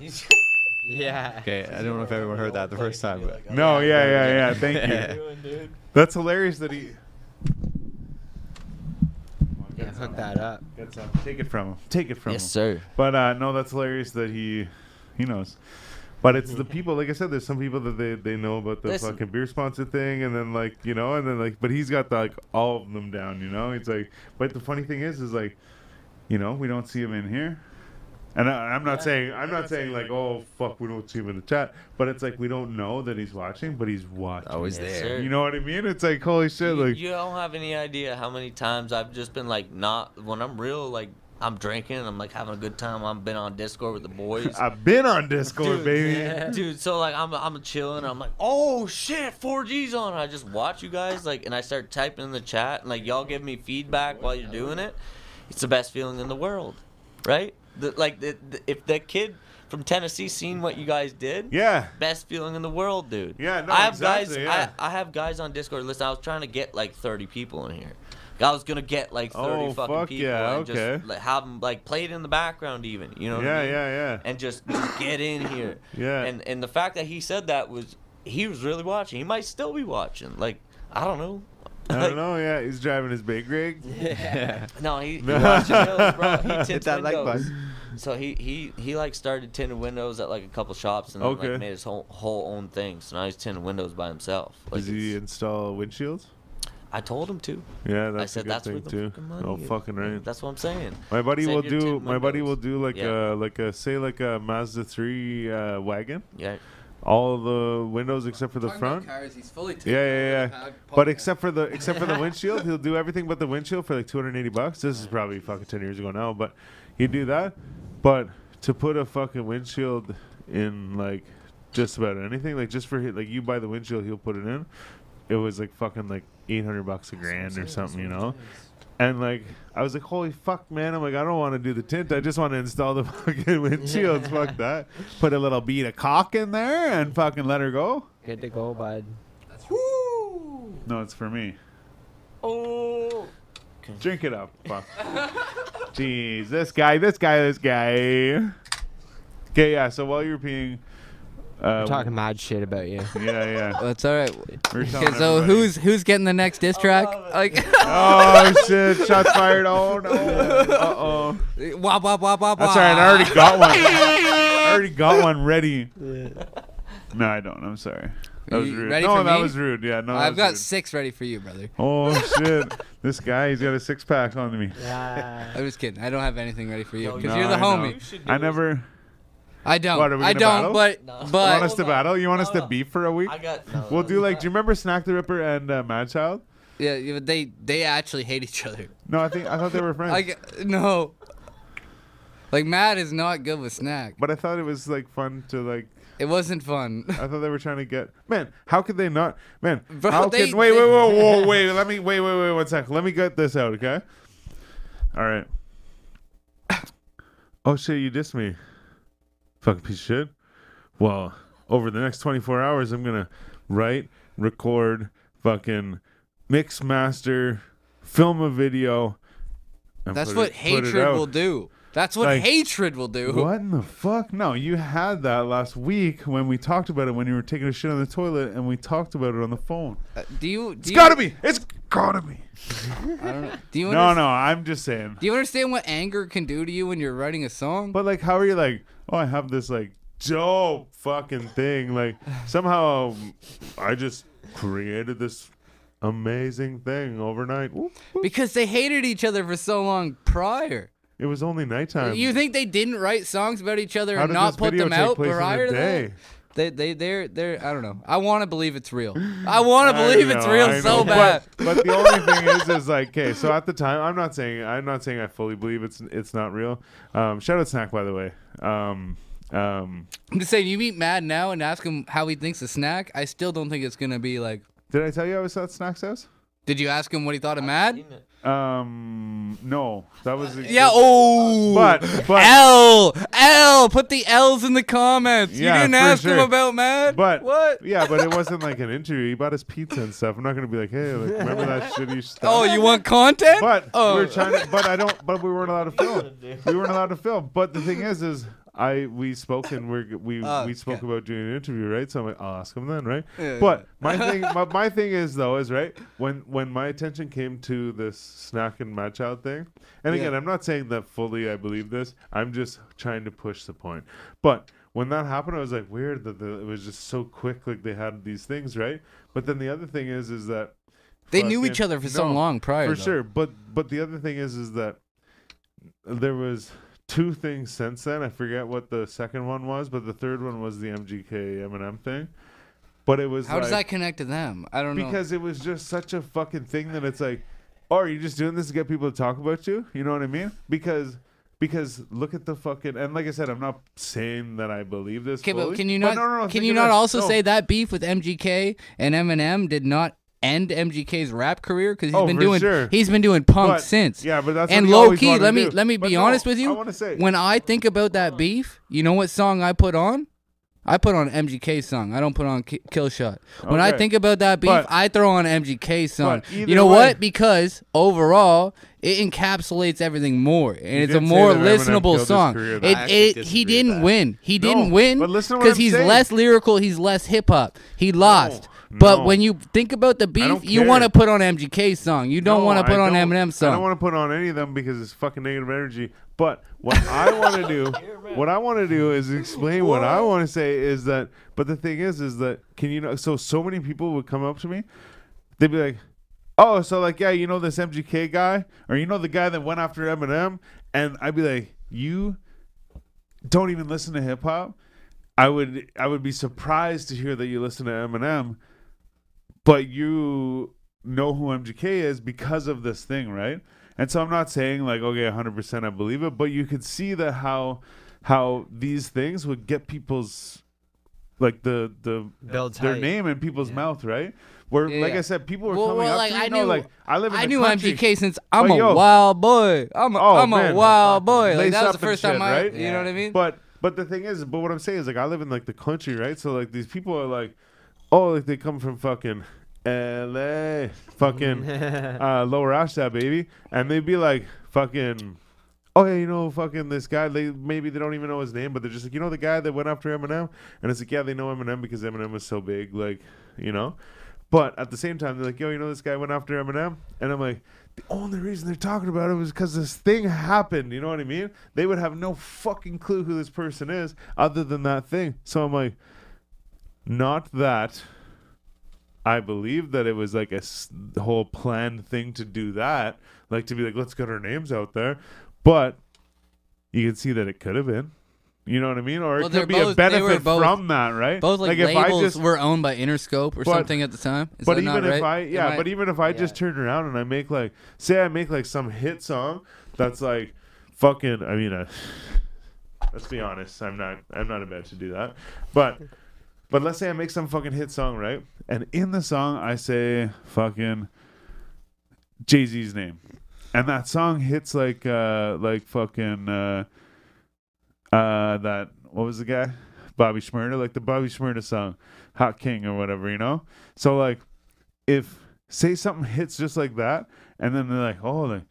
S3: Yeah.
S1: Okay, I don't know if everyone heard that the first time, but
S5: "Oh,
S2: No, yeah, yeah, yeah.
S3: <laughs>
S2: Thank you. That's hilarious that he.
S3: Yeah, hook that up.
S2: Get some. Take it from him. Take it from him.
S5: Yes, sir.
S2: But uh, no, that's hilarious that he he knows. But it's the people, like I said, there's some people that they, they know about the
S5: Listen.
S2: fucking beer sponsor thing, and then like you know, and then like, but he's got the, like all of them down, you know. It's like, but the funny thing is, is like, you know, we don't see him in here, and I, I'm not saying I'm not saying like, oh fuck, we don't see him in the chat, but it's like we don't know that he's watching, but he's watching.
S1: always
S5: Yes,
S1: there.
S5: sir.
S2: You know what I mean? It's like holy shit,
S5: You,
S2: like
S5: you don't have any idea how many times I've just been like not when I'm real like I'm drinking, I'm like having a good time. I've been on Discord with
S1: <laughs>
S5: the boys.
S2: I've been on Discord,
S5: <laughs> Dude,
S2: baby.
S5: Dude, so like I'm I'm chilling. I'm like, oh shit, 4G's on. I just watch you guys like, and I start typing in the chat, and like y'all give me feedback while you're doing it. It's the best feeling in the world, right? The, like the, the, if that kid from Tennessee seen what you guys did,
S2: Yeah.
S5: best feeling in the world, dude.
S2: Yeah, no,
S5: I have
S2: exactly,
S5: guys.
S2: yeah.
S5: I, I have guys on Discord. Listen, I was trying to get like 30 people in here. I was gonna get like 30
S2: Oh,
S5: fucking
S2: fuck
S5: people
S2: yeah,
S5: and
S2: okay.
S5: just like, have them like play it in the background, even. You know? what I
S2: Yeah,
S5: mean?
S2: yeah, yeah.
S5: and just, just get in here.
S2: <laughs> Yeah.
S5: And and the fact that he said that was he was really watching. He might still be watching. Like I don't know.
S2: I don't know. Yeah, he's driving his big
S5: <laughs>
S2: rig. <laughs>
S5: No, he, he
S2: No.
S5: watched windows, bro. He
S2: Hit
S5: tinted
S1: that like
S5: windows. So he, he he like started tinted windows at like a couple shops and then
S2: Okay.
S5: like made his whole whole own thing. So now he's tinted windows by himself. Like
S2: Does he
S5: it's-
S2: install windshields?
S5: I told him to.
S2: Yeah, that's
S5: I said
S2: a good
S5: that's where
S2: thing
S5: the
S2: too.
S5: fucking money
S2: oh,
S5: is."
S2: fucking right.
S5: That's what I'm saying.
S2: My buddy
S5: Save
S2: will
S5: your tin
S2: do. My buddy will
S5: windows.
S2: do like uh,
S5: Yeah.
S2: a like a say like a Mazda three uh, wagon.
S5: Yeah.
S2: All the windows except for the
S4: Talking about
S2: front.
S4: Cars, he's fully taken
S2: Yeah,
S4: over
S2: yeah,
S4: the
S2: yeah.
S4: pod-
S2: But
S4: podcast.
S2: except for the except for the windshield, he'll do everything but the windshield for like 280 bucks. This is probably fucking 10 years ago now, but he'd do that. But to put a fucking windshield in like just about anything, like just for hi- like you buy the windshield, he'll put it in. It was like fucking like 800 bucks a grand or something, you know. And like I was like, holy fuck, man! I'm like, I don't want to do the tint. I just want to install the <laughs> fucking windshields. Fuck that. Put a little bead of cock in there and fucking let her go.
S3: Good to go, bud.
S2: No, it's for me.
S5: Oh.
S2: Drink it up. <laughs> Fuck. Jeez, this guy, this guy, this guy. Okay, yeah. So while you're peeing, uh,
S3: I'm talking mad shit about
S2: <laughs>
S3: you.
S2: Yeah, yeah.
S4: That's all right.
S2: We're
S4: Okay,
S2: telling
S4: so
S2: everybody.
S4: who's who's getting the next diss track? Like, <laughs>
S2: Oh shit! Shots fired. Oh no. Uh oh.
S4: wop wop wop wop.
S2: That's all right. I already got one. I already got one
S4: <laughs>
S2: ready. No, I don't. I'm sorry. That was
S4: You
S2: rude.
S4: ready
S2: no,
S4: for
S2: that
S4: me?
S2: was rude. Yeah, no. that
S4: I've
S2: was
S4: got
S2: rude.
S4: six ready for you, brother.
S2: Oh shit! This guy, he's got a six pack on me.
S4: I'm just kidding. I don't have anything ready for you because
S2: No,
S4: you're the
S2: I know.
S4: homie.
S2: I never.
S4: I don't.
S2: What, are we
S4: I
S2: gonna
S4: don't.
S2: battle?
S4: But
S5: No.
S2: want
S4: but
S2: us to battle? You want us
S5: No,
S2: to
S5: no.
S2: beef for a week?
S5: I got. No,
S2: We'll
S5: no,
S2: do
S5: no. <laughs>
S2: like. Do you remember Snack the Ripper and uh, Madchild?
S4: yeah, yeah, but they they actually hate each other.
S2: No, I think I thought they were friends.
S4: Like no. Like Matt is not good with snack.
S2: but I thought it was like fun to like.
S4: It wasn't fun.
S2: <laughs> I thought they were trying to get. Man, how could they not?
S4: <laughs>
S2: Man,
S4: Bro,
S2: how
S4: they-
S2: can? Wait,
S4: they-
S2: wait, whoa,
S4: <laughs>
S2: whoa, wait. Let me wait, wait, wait. One sec. Let me get this out, okay? All right. Oh shit! You dissed me. Fucking piece of shit. Well, over the next 24 hours, I'm gonna write, record, fucking mix, master, film a video. and
S4: That's
S2: put
S4: what
S2: it- put it
S4: hatred
S2: out.
S4: will do. That's what
S2: Like,
S4: hatred will do.
S2: What in the fuck? No, you had that last week when we talked about it when you were taking a shit on the toilet and we talked about it on the phone.
S4: Uh, Do you? Do
S2: It's
S4: you,
S2: gotta be. It's gotta be.
S4: I don't know. Do you?
S2: No,
S4: understand-
S2: no, I'm just saying.
S4: Do you understand what anger can do to you when you're writing a song?
S2: But like, how are you like? Oh, I have this like dope fucking thing. Like somehow I just created this amazing thing overnight. Whoop, whoop.
S4: because they hated each other for so long prior.
S2: It was only nighttime.
S4: you think they didn't write songs about each other
S2: Um, How
S4: and
S2: did
S4: not
S2: this
S4: put
S2: video
S4: them
S2: take
S4: out
S2: place in the
S4: prior to
S2: day?
S4: that? They, they, they're, they're, I don't know. I want to believe
S2: <laughs>
S4: it's real. I want to
S2: I
S4: believe it's
S2: know,
S4: real
S2: I
S4: so
S2: know.
S4: bad.
S2: But, but the only thing is, is like, okay, so at the time, I'm not saying, I'm not saying I fully believe it's it's not real. Um, shout out Snack, by the way. Um, um,
S4: I'm just saying, you meet Mad now and ask him how he thinks of Snack. I still don't think it's going to be like,
S2: did I tell you I was at Snack's house?
S4: did you ask him what he thought of Mad?
S2: Um, no, that was
S4: Uh, Yeah, oh.
S2: but but
S4: L, L, put the L's in the comments.
S2: Yeah,
S4: you didn't
S2: for
S4: ask him
S2: sure.
S4: about Mad?
S2: but
S4: what?
S2: Yeah, but it wasn't like an interview. He bought us pizza and stuff. I'm not gonna be like, hey, like, remember that
S4: <laughs>
S2: shitty stuff?
S4: Oh, you want content?
S2: But
S4: oh.
S2: we were trying to, but I don't. But we weren't allowed to film. we weren't allowed to film. But the thing is, is I we spoke and we're, g-
S4: <coughs>
S2: we
S4: Oh,
S2: we spoke
S4: yeah.
S2: about doing an interview, right? So I'm like, I'll ask him then, right?
S4: Yeah,
S2: but
S4: <laughs>
S2: my thing, my, my thing is though, is right when when my attention came to this snack and match out thing, and again,
S4: Yeah.
S2: I'm not saying that fully I believe this. I'm just trying to push the point, but. When that happened, I was like, weird that the, it was just so quick. Like they had these things, right? But then the other thing is, is that
S4: They knew
S2: fucking-
S4: each other for so
S2: No,
S4: long prior.
S2: for
S4: though.
S2: sure but but the other thing is is that there was two things since then i forget what the second one was but the third one was the mgk eminem thing but it was
S4: How
S2: like,
S4: does that connect to them? I don't know.
S2: because it was just such a fucking thing that it's like oh, are you just doing this to get people to talk about you you know what i mean because because look at the fucking and like I said, I'm not saying that I believe this.
S4: Okay, but
S2: fully,
S4: can you
S2: but
S4: not?
S2: no, no, no,
S4: can
S2: think
S4: you
S2: about
S4: not
S2: it.
S4: also
S2: No.
S4: say that beef with MGK and Eminem did not end MGK's rap career because he's
S2: Oh,
S4: been
S2: for
S4: doing
S2: sure.
S4: he's been doing punk
S2: But-
S4: since.
S2: yeah, but that's
S4: and
S2: what he
S4: low
S2: always
S4: key.
S2: wanted
S4: Let
S2: to
S4: me
S2: do.
S4: let me
S2: But
S4: be
S2: no,
S4: honest with
S2: I
S4: you.
S2: wanna say-
S4: when I think about that beef, you know what song I put on? I put on MGK's song. I don't put on Ki- Kill Shot. When I
S2: Okay.
S4: think about that beef,
S2: But-
S4: I throw on MGK's song.
S2: but either
S4: You know
S2: way-
S4: what? Because overall, it encapsulates everything more, and it's a
S2: did say
S4: more
S2: that Eminem killed
S4: listenable
S2: his
S4: song.
S2: career,
S4: It,
S2: though.
S1: I actually
S4: it,
S1: disagree
S4: he
S1: with
S4: didn't
S1: that.
S4: win. He didn't
S2: No,
S4: win
S2: but listen to what
S4: because
S2: I'm
S4: he's
S2: saying.
S4: less lyrical, he's less hip hop. He lost. But
S2: No.
S4: when you think about the beef,
S2: don't
S4: you
S2: care.
S4: want to put on MGK song. You don't
S2: No,
S4: want to put
S2: I
S4: on
S2: don't-
S4: Eminem
S2: I don't
S4: song.
S2: want to put on any of them because it's fucking negative energy. But what I want to do, what I want to do is explain what I want to say is that. But the thing is, is that can you know? So so many people would come up to me, they'd be like, "Oh, so like yeah, you know this MGK guy, or you know the guy that went after Eminem," and I'd be like, "You don't even listen to hip hop." I would I would be surprised to hear that you listen to Eminem, but you know who MGK is because of this thing, right? And so I'm not saying like okay, 100% I believe it, but you could see that how how these things would get people's like the the
S3: Builds
S2: their
S3: hype.
S2: name in people's mouth, right? Where
S4: Yeah,
S2: like
S4: yeah.
S2: I said, people were
S4: Well,
S2: coming
S4: well,
S2: up
S4: like,
S2: to you,
S4: I
S2: you know,
S4: knew-
S2: like I live in
S4: I
S2: the
S4: knew
S2: country.
S4: MGK since I'm
S2: But
S4: a
S2: yo-
S4: wild boy. I'm a,
S2: Oh,
S4: am
S2: man.
S4: a wild boy. Like,
S2: Lace
S4: that was
S2: up
S4: the
S2: and
S4: first
S2: shit,
S4: time I,
S2: right?
S4: you know what I mean?
S2: But but the thing is, but what I'm saying is like I live in like the country, right? So like these people are like, oh, like they come from fucking L.A.,
S4: <laughs>
S2: fucking uh, Lower Ashtab, baby, and they'd be like fucking. Oh yeah, you know, fucking this guy. They maybe they don't even know his name, but they're just like, you know, the guy that went after Eminem, and it's like, yeah, they know Eminem because Eminem was so big, like, you know. But at the same time, they're like, yo, you know, this guy went after Eminem, and I'm like, the only reason they're talking about it was because this thing happened. You know what I mean? They would have no fucking clue who this person is other than that thing. So I'm like, not that I believe that it was like a s- whole planned thing to do that, like to be like, let's get our names out there. But you can see that it could have been. You know what I mean? Or
S4: Well,
S2: it
S4: they're
S2: could be
S4: both-
S2: a
S4: they were
S2: benefit
S4: both-
S2: from that, right?
S4: Both like,
S2: if I
S4: labels
S2: just
S4: were owned by Interscope or
S2: But-
S4: something at the time. Is
S2: but
S4: that
S2: even
S4: not
S2: if I
S4: right?
S2: yeah,
S4: Am I-
S2: but even if I just
S3: Yeah.
S2: turn around and I make like say I make like some hit song that's like fucking I mean uh, let's be honest, I'm not I'm not about to do that. But but let's say I make some fucking hit song, right? And in the song I say fucking Jay-Z's name. And that song hits like uh like fucking uh uh that what was the guy? Bobby Shmurda, like the Bobby Shmurda song, Hot King or whatever, you know? So like if say something hits just like that, and then they're like, oh, like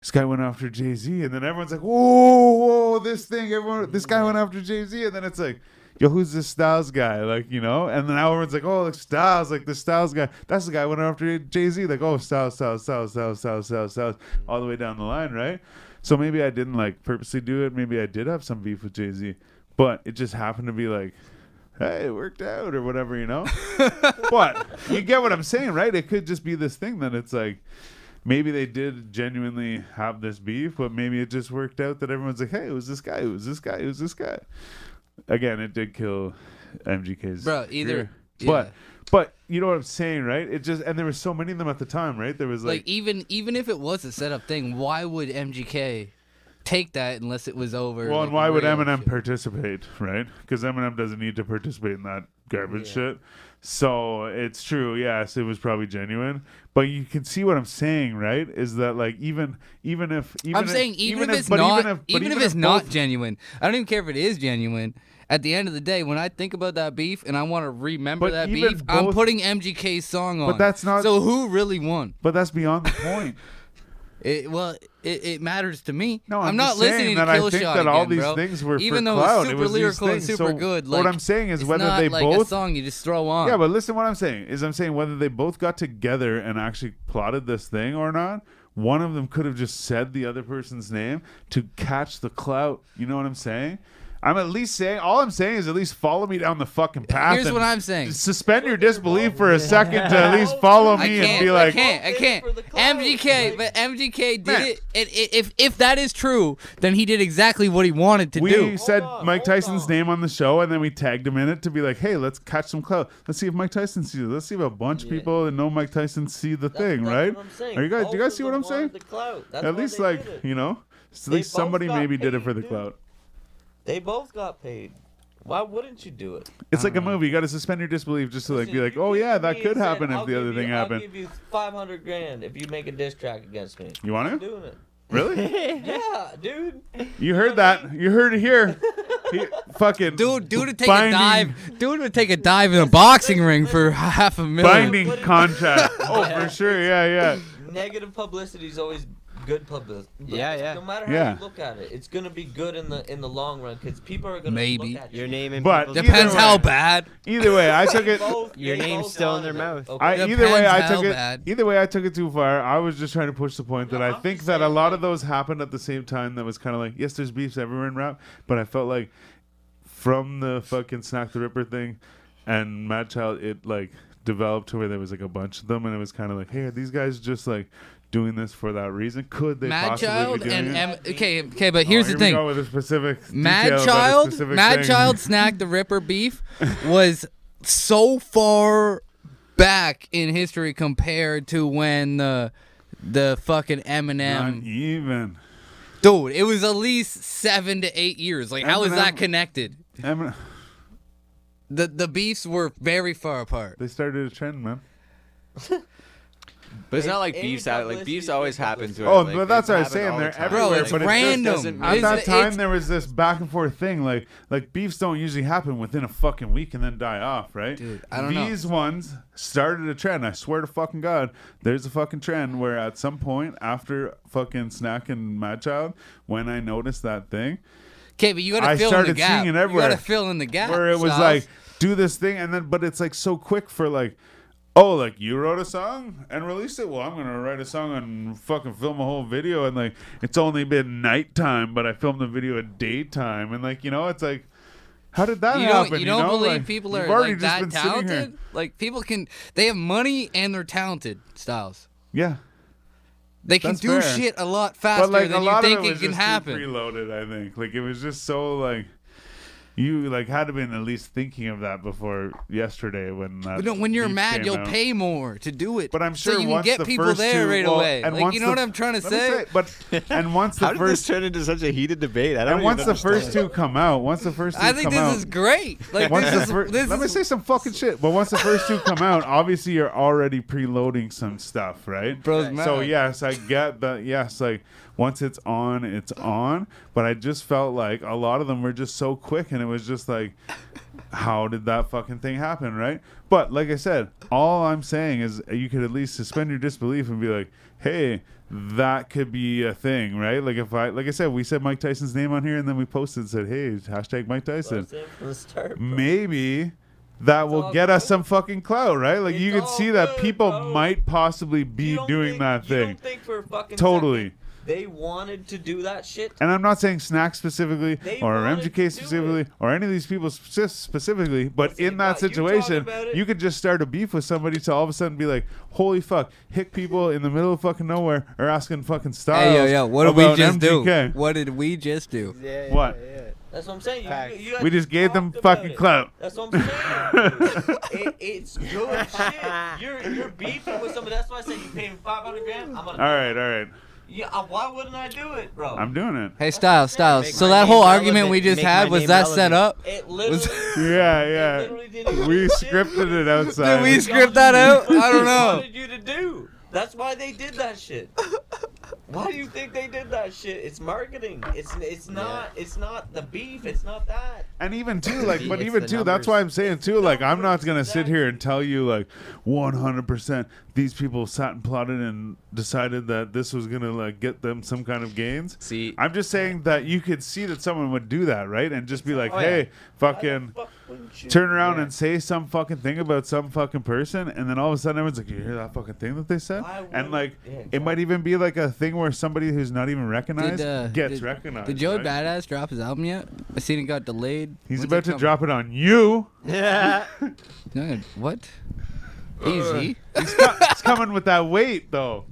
S2: this guy went after Jay Z, and then everyone's like, whoa, whoa, this thing, everyone, this guy went after Jay Z, and then it's like, yo, who's this Styles guy? Like, you know, and then now everyone's like, oh, like Styles, like the Styles guy, that's the guy who went after Jay Z, like, oh, Styles, Styles, Styles, Styles, Styles, Styles, Styles, all the way down the line, right? So maybe I didn't like purposely do it. Maybe I did have some beef with Jay Z, but it just happened to be like, hey, it worked out or whatever, you
S4: <laughs>
S2: know? but you get what I'm saying, right? It could just be this thing that it's like maybe they did genuinely have this beef, but maybe it just worked out that everyone's like, hey, it was this guy, it was this guy, it was this guy. Again, it did kill MGK's.
S4: Bro, either-
S2: career.
S4: yeah.
S2: But, but you know what I'm saying, right? It just, and there were so many of them at the time, right? There was
S4: like
S2: like,
S4: even even if it was a setup thing, why would MGK take that unless it was over?
S2: well,
S4: like,
S2: and why would
S4: real
S2: Eminem
S4: shit?
S2: participate, right? Because Eminem doesn't need to participate in that garbage shit. So it's true. Yes, it was probably genuine, but you can see what I'm saying, right? Is that like even even if even
S4: I'm
S2: if-
S4: saying even, if it's
S2: but even
S4: not even
S2: if,
S4: if,
S2: but even
S4: it's not
S2: both-
S4: genuine, I don't even care if it is genuine. At the end of the day, when I think about that beef and I want to remember
S2: But
S4: that
S2: even
S4: beef, I'm
S2: both-
S4: putting MGK's song on.
S2: But that's not-
S4: So who really won?
S2: but that's beyond the point.
S4: It, well, it, it matters to me.
S2: No, I'm,
S4: not
S2: just
S4: listening
S2: saying
S4: to
S2: that I
S4: Killshot
S2: think that
S4: again,
S2: all these
S4: bro.
S2: things were
S4: even
S2: for
S4: though
S2: clout.
S4: it's
S2: it
S4: super
S2: was these
S4: lyrical and
S2: things.
S4: super
S2: So
S4: good. Like
S2: what I'm saying is
S4: it's
S2: whether
S4: not
S2: they
S4: like a
S2: both
S4: song you just throw on.
S2: Yeah, but listen what I'm saying is I'm saying whether they both got together and actually plotted this thing or not, one of them could have just said the other person's name to catch the clout. You know what I'm saying? I'm at least saying all I'm saying is at least follow me down the fucking path.
S4: Here's
S2: and
S4: what I'm saying.
S2: Suspend your disbelief for a second to at
S5: <laughs>
S2: least follow
S4: I
S2: me and
S4: can't,
S2: be like
S4: I can't, I can't.
S5: for the clout,
S4: MGK, but MGK did
S2: Man.
S4: it. And i- if if that is true, then he did exactly what he wanted to
S2: we
S4: do.
S2: said
S5: on,
S2: Mike
S5: hold
S2: Tyson's
S5: on.
S2: name on the show, and then we tagged him in it to be like, "Hey, let's catch some clout. Let's see if Mike Tyson sees it. Let's see if a bunch of
S5: Yeah.
S2: people that know Mike Tyson see the
S5: That's-
S2: thing,
S5: that's
S2: right?
S5: what I'm saying.
S2: Are you guys?
S5: Both
S2: do you guys
S5: of
S2: see what
S5: them
S2: I'm saying?
S5: wanted the clout. That's
S2: At
S5: why
S2: least
S5: they
S2: like
S5: did it.
S2: you know, at
S5: They
S2: least
S5: both
S2: somebody
S5: got
S2: maybe did it
S5: paid,
S2: for the
S5: dude.
S2: clout.
S5: They both got paid. Why wouldn't you do it?
S2: It's like a movie. You got to suspend your disbelief just to like be
S5: Listen,
S2: like,
S5: you
S2: oh
S5: came
S2: yeah,
S5: to
S2: that
S5: me
S2: could
S5: and said,
S2: happen if
S5: "I'll
S2: the other
S5: give
S2: thing
S5: you- I'll
S2: happened.
S5: give you 500 grand if you make a diss track against me.
S2: You want
S5: I'm
S2: to?
S5: doing it.
S2: Really?
S5: <laughs> Yeah, dude.
S2: You heard that? You heard it
S5: <laughs>
S2: here. He, fucking
S4: Dude, dude would take
S2: binding,
S4: a dive. Dude would take a dive in a boxing ring for <laughs> half a million.
S5: <laughs>
S2: Binding contract. Oh, for sure. Yeah, yeah.
S5: Negative publicity is always good publicity.
S3: <laughs> Yeah, yeah.
S5: No matter how
S7: Yeah.
S5: you look at it, it's gonna be good in the in the long run because people are gonna
S4: Maybe.
S5: Look at
S3: Your
S5: you.
S3: name in
S2: But-
S3: people's
S4: Depends
S2: Either
S4: how
S2: way.
S4: bad.
S2: Either way, I took it.
S5: Both-
S3: Your
S5: they
S3: name's
S5: both
S3: still in
S5: wanted
S3: their
S5: it.
S3: mouth.
S5: Okay.
S2: I, either way,
S4: Depends
S2: I
S4: how
S2: took it.
S4: bad. Uh-huh.
S2: Either way, I took it too far. I was just trying to push the point that
S5: No,
S2: I
S5: I'm
S2: think
S5: just
S2: that a
S5: saying,
S2: lot
S5: like-
S2: of those happened at the same time. That was kind of like, yes, there's beefs everywhere in rap, but I felt like from the fucking Snack the Ripper thing and Mad Child, it like developed to where there was like a bunch of them, and it was kind of like, hey, are these guys just like doing this for that reason? Could they
S4: Mad
S2: possibly
S4: Child
S2: be doing
S4: and
S2: it?
S4: M- okay, okay, but
S2: Oh,
S4: here's
S2: here
S4: the
S2: we
S4: thing.
S2: go with a specific detail
S4: Mad
S2: about a
S4: Child,
S2: specific
S4: Mad
S2: thing. <laughs>
S4: Child Snack the Ripper beef was so far back in history compared to when the the fucking
S7: Not
S4: Eminem
S7: even.
S4: dude. It was at least seven to eight years. Like how is that
S7: Eminem-
S4: connected?
S7: Emin-
S4: The the beefs were very far apart.
S7: they started a trend, man.
S1: But it's not like
S5: Any
S1: beefs out. Like
S5: publicity
S1: beefs always
S5: is good
S1: happen to
S2: publicity. Oh,
S1: it.
S2: but
S1: Like,
S2: that's
S1: they
S2: what I was
S1: happen
S2: saying,
S1: all the
S2: they're
S1: time.
S4: Bro,
S2: everywhere,
S4: it's
S2: but it just
S4: random.
S1: doesn't
S2: At
S1: It's-
S2: that time,
S4: it's-
S2: there was this back and forth thing. Like, like beefs don't usually happen within a fucking week and then die off, right?
S4: Dude, I don't know.
S2: These ones started a trend. I swear to fucking god, there's a fucking trend where at some point after fucking snack and my child, when I noticed that thing,
S4: Okay, but you gotta
S2: I
S4: fill in
S2: started
S4: the gap.
S2: seeing it
S4: You
S2: everywhere.
S4: gotta fill in the gap.
S2: where it was
S4: Styles.
S2: like do this thing and then but it's like so quick for like oh like you wrote a song and released it well i'm gonna write a song and fucking film a whole video and like it's only been nighttime but i filmed the video at daytime and like you know it's like how did that
S4: you don't,
S2: happen
S4: you don't
S2: know?
S4: believe
S2: Like,
S4: people
S2: you've
S4: are
S2: already
S4: like
S2: just
S4: that
S2: been sitting here.
S4: talented? Like people can they have money and they're talented, Styles.
S2: yeah
S4: They can
S2: That's
S4: do
S2: fair.
S4: shit a lot faster
S2: but like a
S4: than you
S2: lot
S4: think
S2: of it, was
S4: can
S2: just too
S4: happen.
S2: preloaded i think like it was just so like you like had to been at least thinking of that before yesterday when that
S4: But no, when you're
S2: beef
S4: mad,
S2: came
S4: you'll
S2: out.
S4: pay more to do it.
S2: But I'm sure
S4: so you can
S2: once
S4: get
S2: the
S4: people
S2: first
S4: there
S2: two,
S4: right
S2: well,
S4: away.
S2: and
S4: Like,
S2: once
S4: you know
S2: the-
S4: what I'm trying to
S2: let me
S4: say? <laughs>
S2: But and once the
S1: How did this
S2: first
S1: turn into such a heated debate? I don't.
S2: and
S1: even
S2: once the
S1: understand.
S2: first two come out, once the first two
S4: I think
S2: come
S4: this
S2: out,
S4: is great. Like
S2: once
S4: this
S2: the
S4: is
S2: fir-
S4: this
S2: let me
S4: is
S2: say some fucking shit. But once the first two come out, obviously you're already preloading some stuff, right?
S4: Bro's
S2: So
S4: mad.
S2: yes, I get that. Yes, like once it's on, it's on. But I just felt like a lot of them were just so quick, and it was just like, how did that fucking thing happen, right? But like I said, all I'm saying is you could at least suspend your disbelief and be like, hey. That could be a thing, right? Like if I, like I said, we said Mike Tyson's name on here, and then we posted said, "Hey, hashtag Mike Tyson."
S5: That's it from the start, bro.
S2: maybe that will
S5: all
S2: get us
S5: good.
S2: some fucking clout, right? Like you
S5: It's
S2: can
S5: all
S2: see that
S5: good,
S2: people
S5: bro.
S2: might possibly
S5: You
S2: be
S5: don't
S2: doing
S5: think-
S2: that
S5: You
S2: thing.
S5: don't think for a fucking
S2: Totally.
S5: second they wanted to do that shit.
S2: And I'm not saying Snack specifically
S5: They
S2: or
S5: wanted to do
S2: MGK
S5: it.
S2: specifically or any of these people spe- specifically, but
S5: Listen,
S2: in that
S5: Matt, you talking
S2: situation,
S5: about it.
S2: you could just start a beef with somebody to all of a sudden be like, holy fuck, hick people in the middle of fucking nowhere are asking fucking styles.
S4: Hey yo yo, what did we
S2: about
S4: just
S2: MGK.
S4: do? What did we just do?
S3: Yeah,
S2: What?
S5: That's what I'm saying. You-
S3: Facts.
S5: you guys
S2: We just gave them
S5: talked about
S2: fucking
S5: it.
S2: clout.
S5: That's what I'm
S2: <laughs>
S5: saying. it, it's good shit. You're you're beefing with somebody. That's why I said you pay me 500 grand. I'm
S2: All
S5: gonna.
S2: right, all right.
S5: Yeah, uh, why wouldn't I do it, bro?
S2: I'm doing it.
S4: Hey Styles, Styles.
S3: Make
S4: So
S3: my
S4: that
S3: name
S4: whole
S3: relevant.
S4: argument we just
S3: Make
S4: had
S3: my
S4: was
S3: name
S4: that set
S3: relevant.
S4: up?
S5: it
S2: <laughs>
S5: literally.
S2: Yeah,
S5: it
S2: yeah.
S5: literally didn't
S2: We
S5: do shit. <laughs>
S2: scripted it outside.
S4: Did we script that out? I don't
S5: What
S4: know.
S5: did you to do? That's why they did that shit. Why do you think they did that shit? It's marketing. It's it's not it's not the beef. It's not that.
S2: And even too, like, but
S3: It's
S2: even
S3: the
S2: too, that's why I'm saying too, like, I'm not
S5: numbers,
S2: gonna sit here and tell you like, 100% these people sat and plotted and decided that this was gonna like get them some kind of gains.
S1: See,
S2: I'm just saying that you could see that someone would do that, right? And just be like,
S3: Oh, yeah.
S2: hey,
S5: Why the
S2: fucking.
S5: fuck wouldn't you-
S2: Turn around
S3: Yeah.
S2: and say some fucking thing about some fucking person, and then all of a sudden everyone's like, "You hear that fucking thing that they said?"
S5: Why
S2: And
S5: would-
S2: like,
S5: Yeah,
S2: it
S5: exactly.
S2: might even be like a thing where somebody who's not even recognized
S4: uh,
S2: gets
S4: did-
S2: recognized.
S4: Did Joey
S2: right?
S4: Badass drop his album yet? I seen it got delayed.
S2: He's
S4: When's
S2: about
S4: it
S2: to
S4: coming?
S2: drop it on you.
S3: yeah.
S4: No, What? Easy.
S2: Uh, It's coming with that weight, though.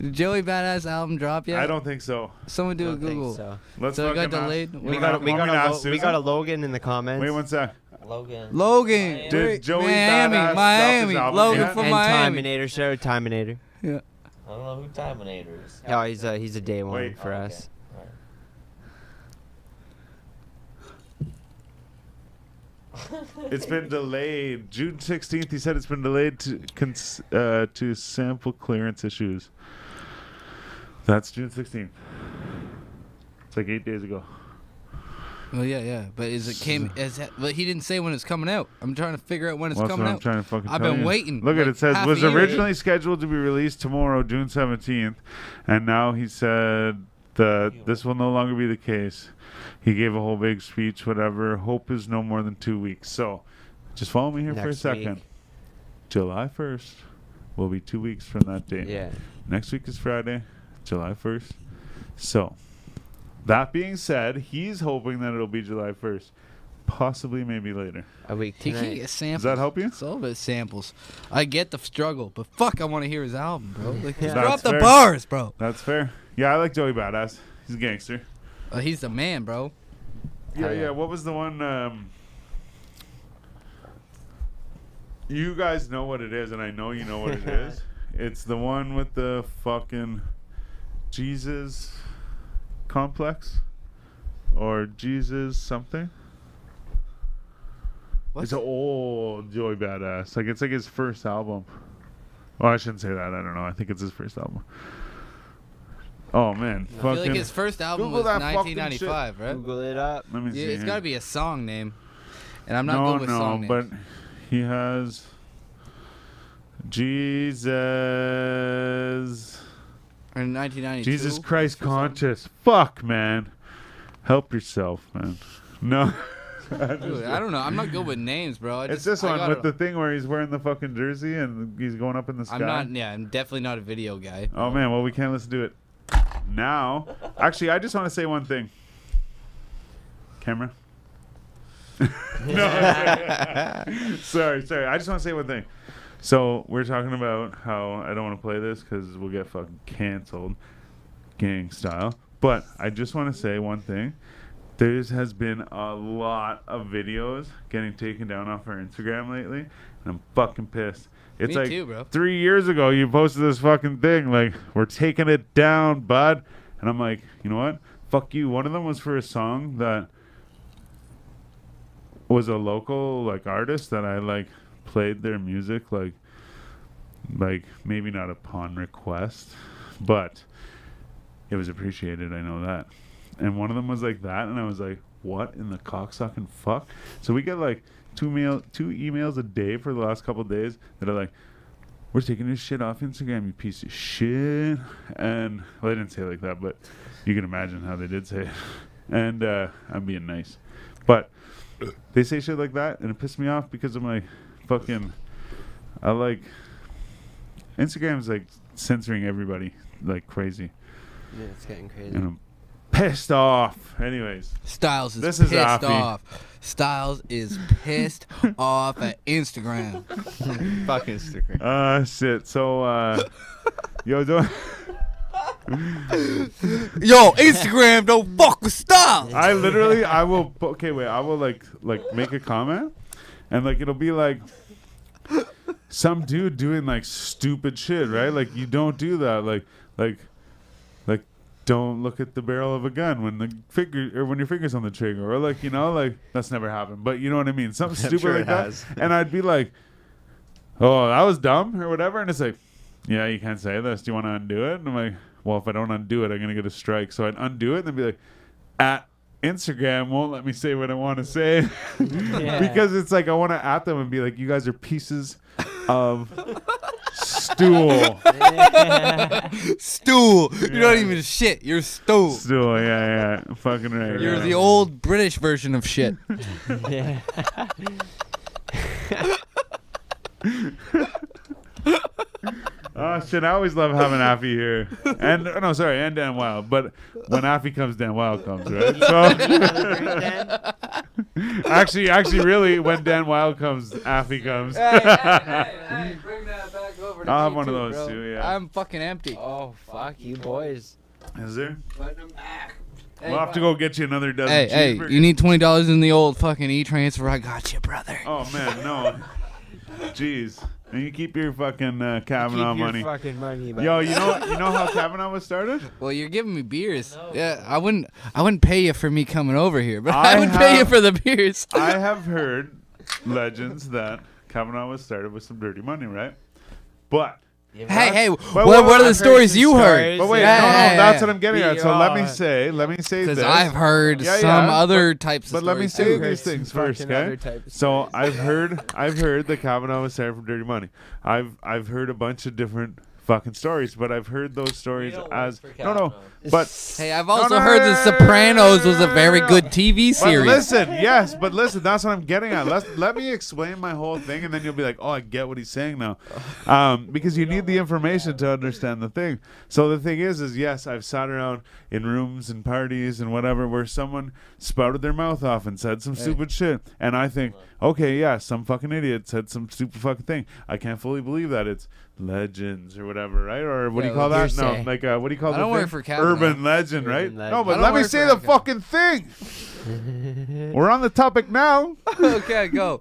S4: Did Joey Badass album drop yet?
S2: I don't think so.
S4: Someone do a
S3: Don't think
S4: Google.
S3: so.
S2: Let's
S4: So it got
S2: fucking ask-
S4: delayed?
S2: We're
S4: We
S3: We
S2: gonna-
S3: got, we,
S2: we're
S3: got
S2: gonna
S3: a,
S2: ask
S3: Lo- we
S2: Susan.
S3: got a Logan in the comments.
S2: Wait one sec.
S5: Logan.
S4: Logan.
S5: Dude,
S4: Wait,
S2: Joey
S4: Miami,
S2: Badass drop his
S4: Miami,
S2: album
S4: Logan
S2: yet?
S4: from
S3: and
S4: Miami.
S3: Timinator show, Timinator.
S5: I don't know who Timinator is.
S3: Oh, he's a he's a day one
S2: Wait.
S3: for
S5: Oh, okay.
S3: us.
S2: It's
S3: <laughs>
S2: been delayed. June 16th. He said it's been delayed to cons- uh, to sample clearance issues. That's June 16th. It's like eight days ago.
S4: Well, yeah, yeah, but is it came? Is that, but he didn't say when it's coming out. I'm trying to figure out when it's
S2: Well, that's
S4: coming
S2: what I'm
S4: out.
S2: trying to fucking
S4: I've
S2: tell
S4: been
S2: you.
S4: waiting.
S2: Look at
S4: like,
S2: it says
S4: half
S2: was
S4: a year.
S2: originally scheduled to be released tomorrow, June 17th, and now he said that this will no longer be the case. He gave a whole big speech, whatever. Hope is no more than two weeks. So, just follow me here for a
S3: Next week.
S2: second. July 1st will be two weeks from that date.
S3: Yeah.
S2: Next week is Friday, July 1st. So, that being said, he's hoping that it'll be July 1st, possibly maybe later.
S3: A week
S4: He can
S3: tonight.
S4: get samples.
S2: Does that help you?
S4: It's all about samples. I get the struggle, but fuck, I want to hear his album, bro. Like, just
S2: That's
S4: drop the
S2: fair.
S4: bars, bro.
S2: That's fair. Yeah, I like Joey Badass. He's a gangster.
S4: Uh, he's the man, bro.
S2: Yeah,
S3: Hell yeah.
S2: yeah. What was the one? Um, you guys know what it is, and I know you know what <laughs> it is. It's the one with the fucking Jesus complex or Jesus something.
S4: What?
S2: It's an old Joey Badass. Like it's like his first album. Well, I shouldn't say that. I don't know. I think it's his first album. Oh man,
S4: I feel
S2: fucking.
S4: like his first album
S2: Google
S4: was
S2: that fucking
S4: 1995, right?
S3: Google it up.
S2: let me
S4: Yeah,
S2: see
S4: it's
S2: here.
S4: got to be a song name, and I'm not good with song names.
S2: but he has Jesus,
S4: Or in 1992.
S2: Jesus Christ conscious. Fuck, man, help yourself, man. No, <laughs> I
S4: Dude,
S2: just-
S4: I don't know. I'm not good with names, bro. I
S2: it's
S4: just-
S2: this
S4: I
S2: one
S4: gotta-
S2: with the thing where he's wearing the fucking jersey and he's going up in the sky.
S4: I'm not. Yeah, I'm definitely not a video guy.
S2: Oh man, well we can't listen to it now. Actually, I just want to say one thing. Camera. <laughs> no. sorry, <laughs> sorry. I just want to say one thing. So we're talking about how I don't want to play this because we'll get fucking canceled, gang style. But I just want to say one thing. There has been a lot of videos getting taken down off our Instagram lately, and I'm fucking pissed. It's
S4: Me
S2: like
S4: too, bro.
S2: three years ago you posted this fucking thing like we're taking it down, bud, and I'm like, you know what? Fuck you. One of them was for a song that was a local like artist that I like played their music like like maybe not upon request, but it was appreciated. I know that. And one of them was like that, and I was like, "What in the cocksucking fuck?" So we get like two mail, two emails a day for the last couple of days that are like, "We're taking this shit off Instagram, you piece of shit." And well, they didn't say it like that, but you can imagine how they did say it. <laughs> And uh, I'm being nice, but they say shit like that, and it pissed me off because I'm like, fucking, I like Instagram's like censoring everybody like crazy,
S3: Yeah, it's getting crazy.
S2: and I'm pissed off. Anyways,
S4: Styles is
S2: This is
S4: pissed
S2: Afi.
S4: off. Styles is
S2: <laughs>
S4: pissed off at Instagram.
S1: Fuck Instagram.
S2: uh, shit. So, uh, yo, do
S4: Yo, Instagram don't fuck with Styles.
S2: I literally, I will. po- Okay, wait. I will like, like, make a comment, and like, it'll be like some dude doing like stupid shit, right? Like, you don't do that. Like, like, like, don't look at the barrel of a gun when the finger or when your fingers on the trigger, or like, you know, like that's never happened. But you know what I mean? Something
S1: <laughs> I'm
S2: stupid
S1: sure
S2: like
S1: it
S2: that.
S1: has.
S2: And I'd be like, oh, that was dumb or whatever. And it's like, yeah, you can't say this. Do you want to undo it? And I'm like, well, if I don't undo it, I'm going to get a strike. So I'd undo it and then be like, at Instagram won't let me say what I want to say <laughs> because it's like I want to at them and be like, you guys are pieces of stool.
S4: Stool. You're not even shit. You're stool.
S2: Stool, yeah, yeah. Fucking right.
S4: You're
S2: yeah.
S4: the old British version of shit.
S3: yeah.
S2: Oh shit! I always love having Afi here, and oh, no, sorry, and Dan Wild. But when Afi comes, Dan Wild comes, right? So, <laughs> actually, actually, really, when Dan Wild comes, Afi comes.
S8: bring that back over
S2: <laughs> I'll have one of those too. Yeah.
S4: I'm fucking empty.
S3: Oh fuck you boys.
S2: Is there?
S8: Hey,
S2: We'll have to go get you another dozen.
S4: Hey, hey,
S2: cheeseburgers.
S4: you need twenty dollars in the old fucking e transfer. I got you, brother.
S2: Oh man, no. Jeez, and you keep your fucking uh, Kavanaugh
S3: Keep your
S2: money.
S3: fucking money, but
S2: Yo, you know you know how Kavanaugh was started?
S4: Well, you're giving me beers. Yeah, I wouldn't. I wouldn't pay you for me coming over here, <laughs> but I,
S2: I
S4: would pay you
S2: have-
S4: for the beers.
S2: I have heard legends that Kavanaugh was started with some dirty money, right? But
S4: <laughs> Hey, hey, what,
S2: what-
S4: what are the
S2: I've heard
S4: stories
S3: some
S4: you heard?
S3: stories.
S2: But wait,
S4: Yeah,
S2: no, no,
S4: yeah,
S2: that's
S4: yeah.
S2: what I'm getting
S3: We
S2: at. So let me
S3: are-
S2: say, let me say
S4: Because
S2: this.
S4: I've heard
S2: Yeah,
S4: some
S2: yeah,
S4: other types of
S2: but let me
S4: stories,
S2: say
S4: too.
S2: these
S3: some
S2: things first,
S3: fucking
S2: okay?
S3: other type of
S2: So I've heard, I've heard that Kavanaugh was fired from Dirty Money. I've, I've heard a bunch of different fucking stories, but I've heard those stories
S5: don't work
S2: as
S5: for
S2: no, no,
S5: Kavanaugh.
S3: <laughs>
S2: but.
S4: Hey, I've also
S2: no,
S4: heard
S2: no,
S4: The
S2: no, no, no,
S4: Sopranos was a
S2: no,
S4: very
S2: no, no.
S4: good TV
S2: But
S4: series.
S2: listen, yes, but listen, that's what I'm getting at. Let let me explain my whole thing, and then you'll be like, "Oh, I get what he's saying now," um, because you need the information to understand the thing. So the thing is, is yes, I've sat around in rooms and parties and whatever where someone spouted their mouth off and said some stupid shit, and I think, okay, yeah, some fucking idiot said some stupid fucking thing. I can't fully believe that it's legends or whatever, right? Or what do
S4: Yeah,
S2: you call
S4: like
S2: that? No,
S4: hearsay.
S2: like uh, what do you call
S4: I
S2: the
S4: don't work
S2: thing?
S4: for Kavanaugh.
S2: urban legend, right?
S3: Urban
S2: No,
S3: legend.
S2: but let
S4: I don't
S2: me
S4: work
S2: say
S4: for
S2: the
S4: Kavanaugh.
S2: fucking thing. We're on the topic now.
S4: <laughs> okay, go.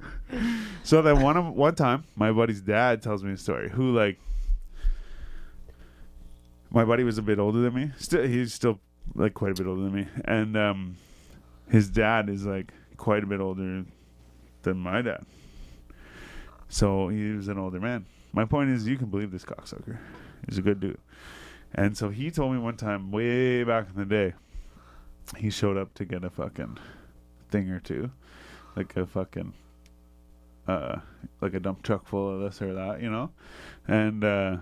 S2: So then one of, one time, my buddy's dad tells me a story. Who like, my buddy was a bit older than me. Still, he's still like quite a bit older than me, and um, his dad is like quite a bit older than my dad. So he was an older man. My point is, you can believe this cocksucker. He's a good dude. And so he told me one time, way back in the day, he showed up to get a fucking thing or two, like a fucking uh, like a dump truck full of this or that, you know, and uh,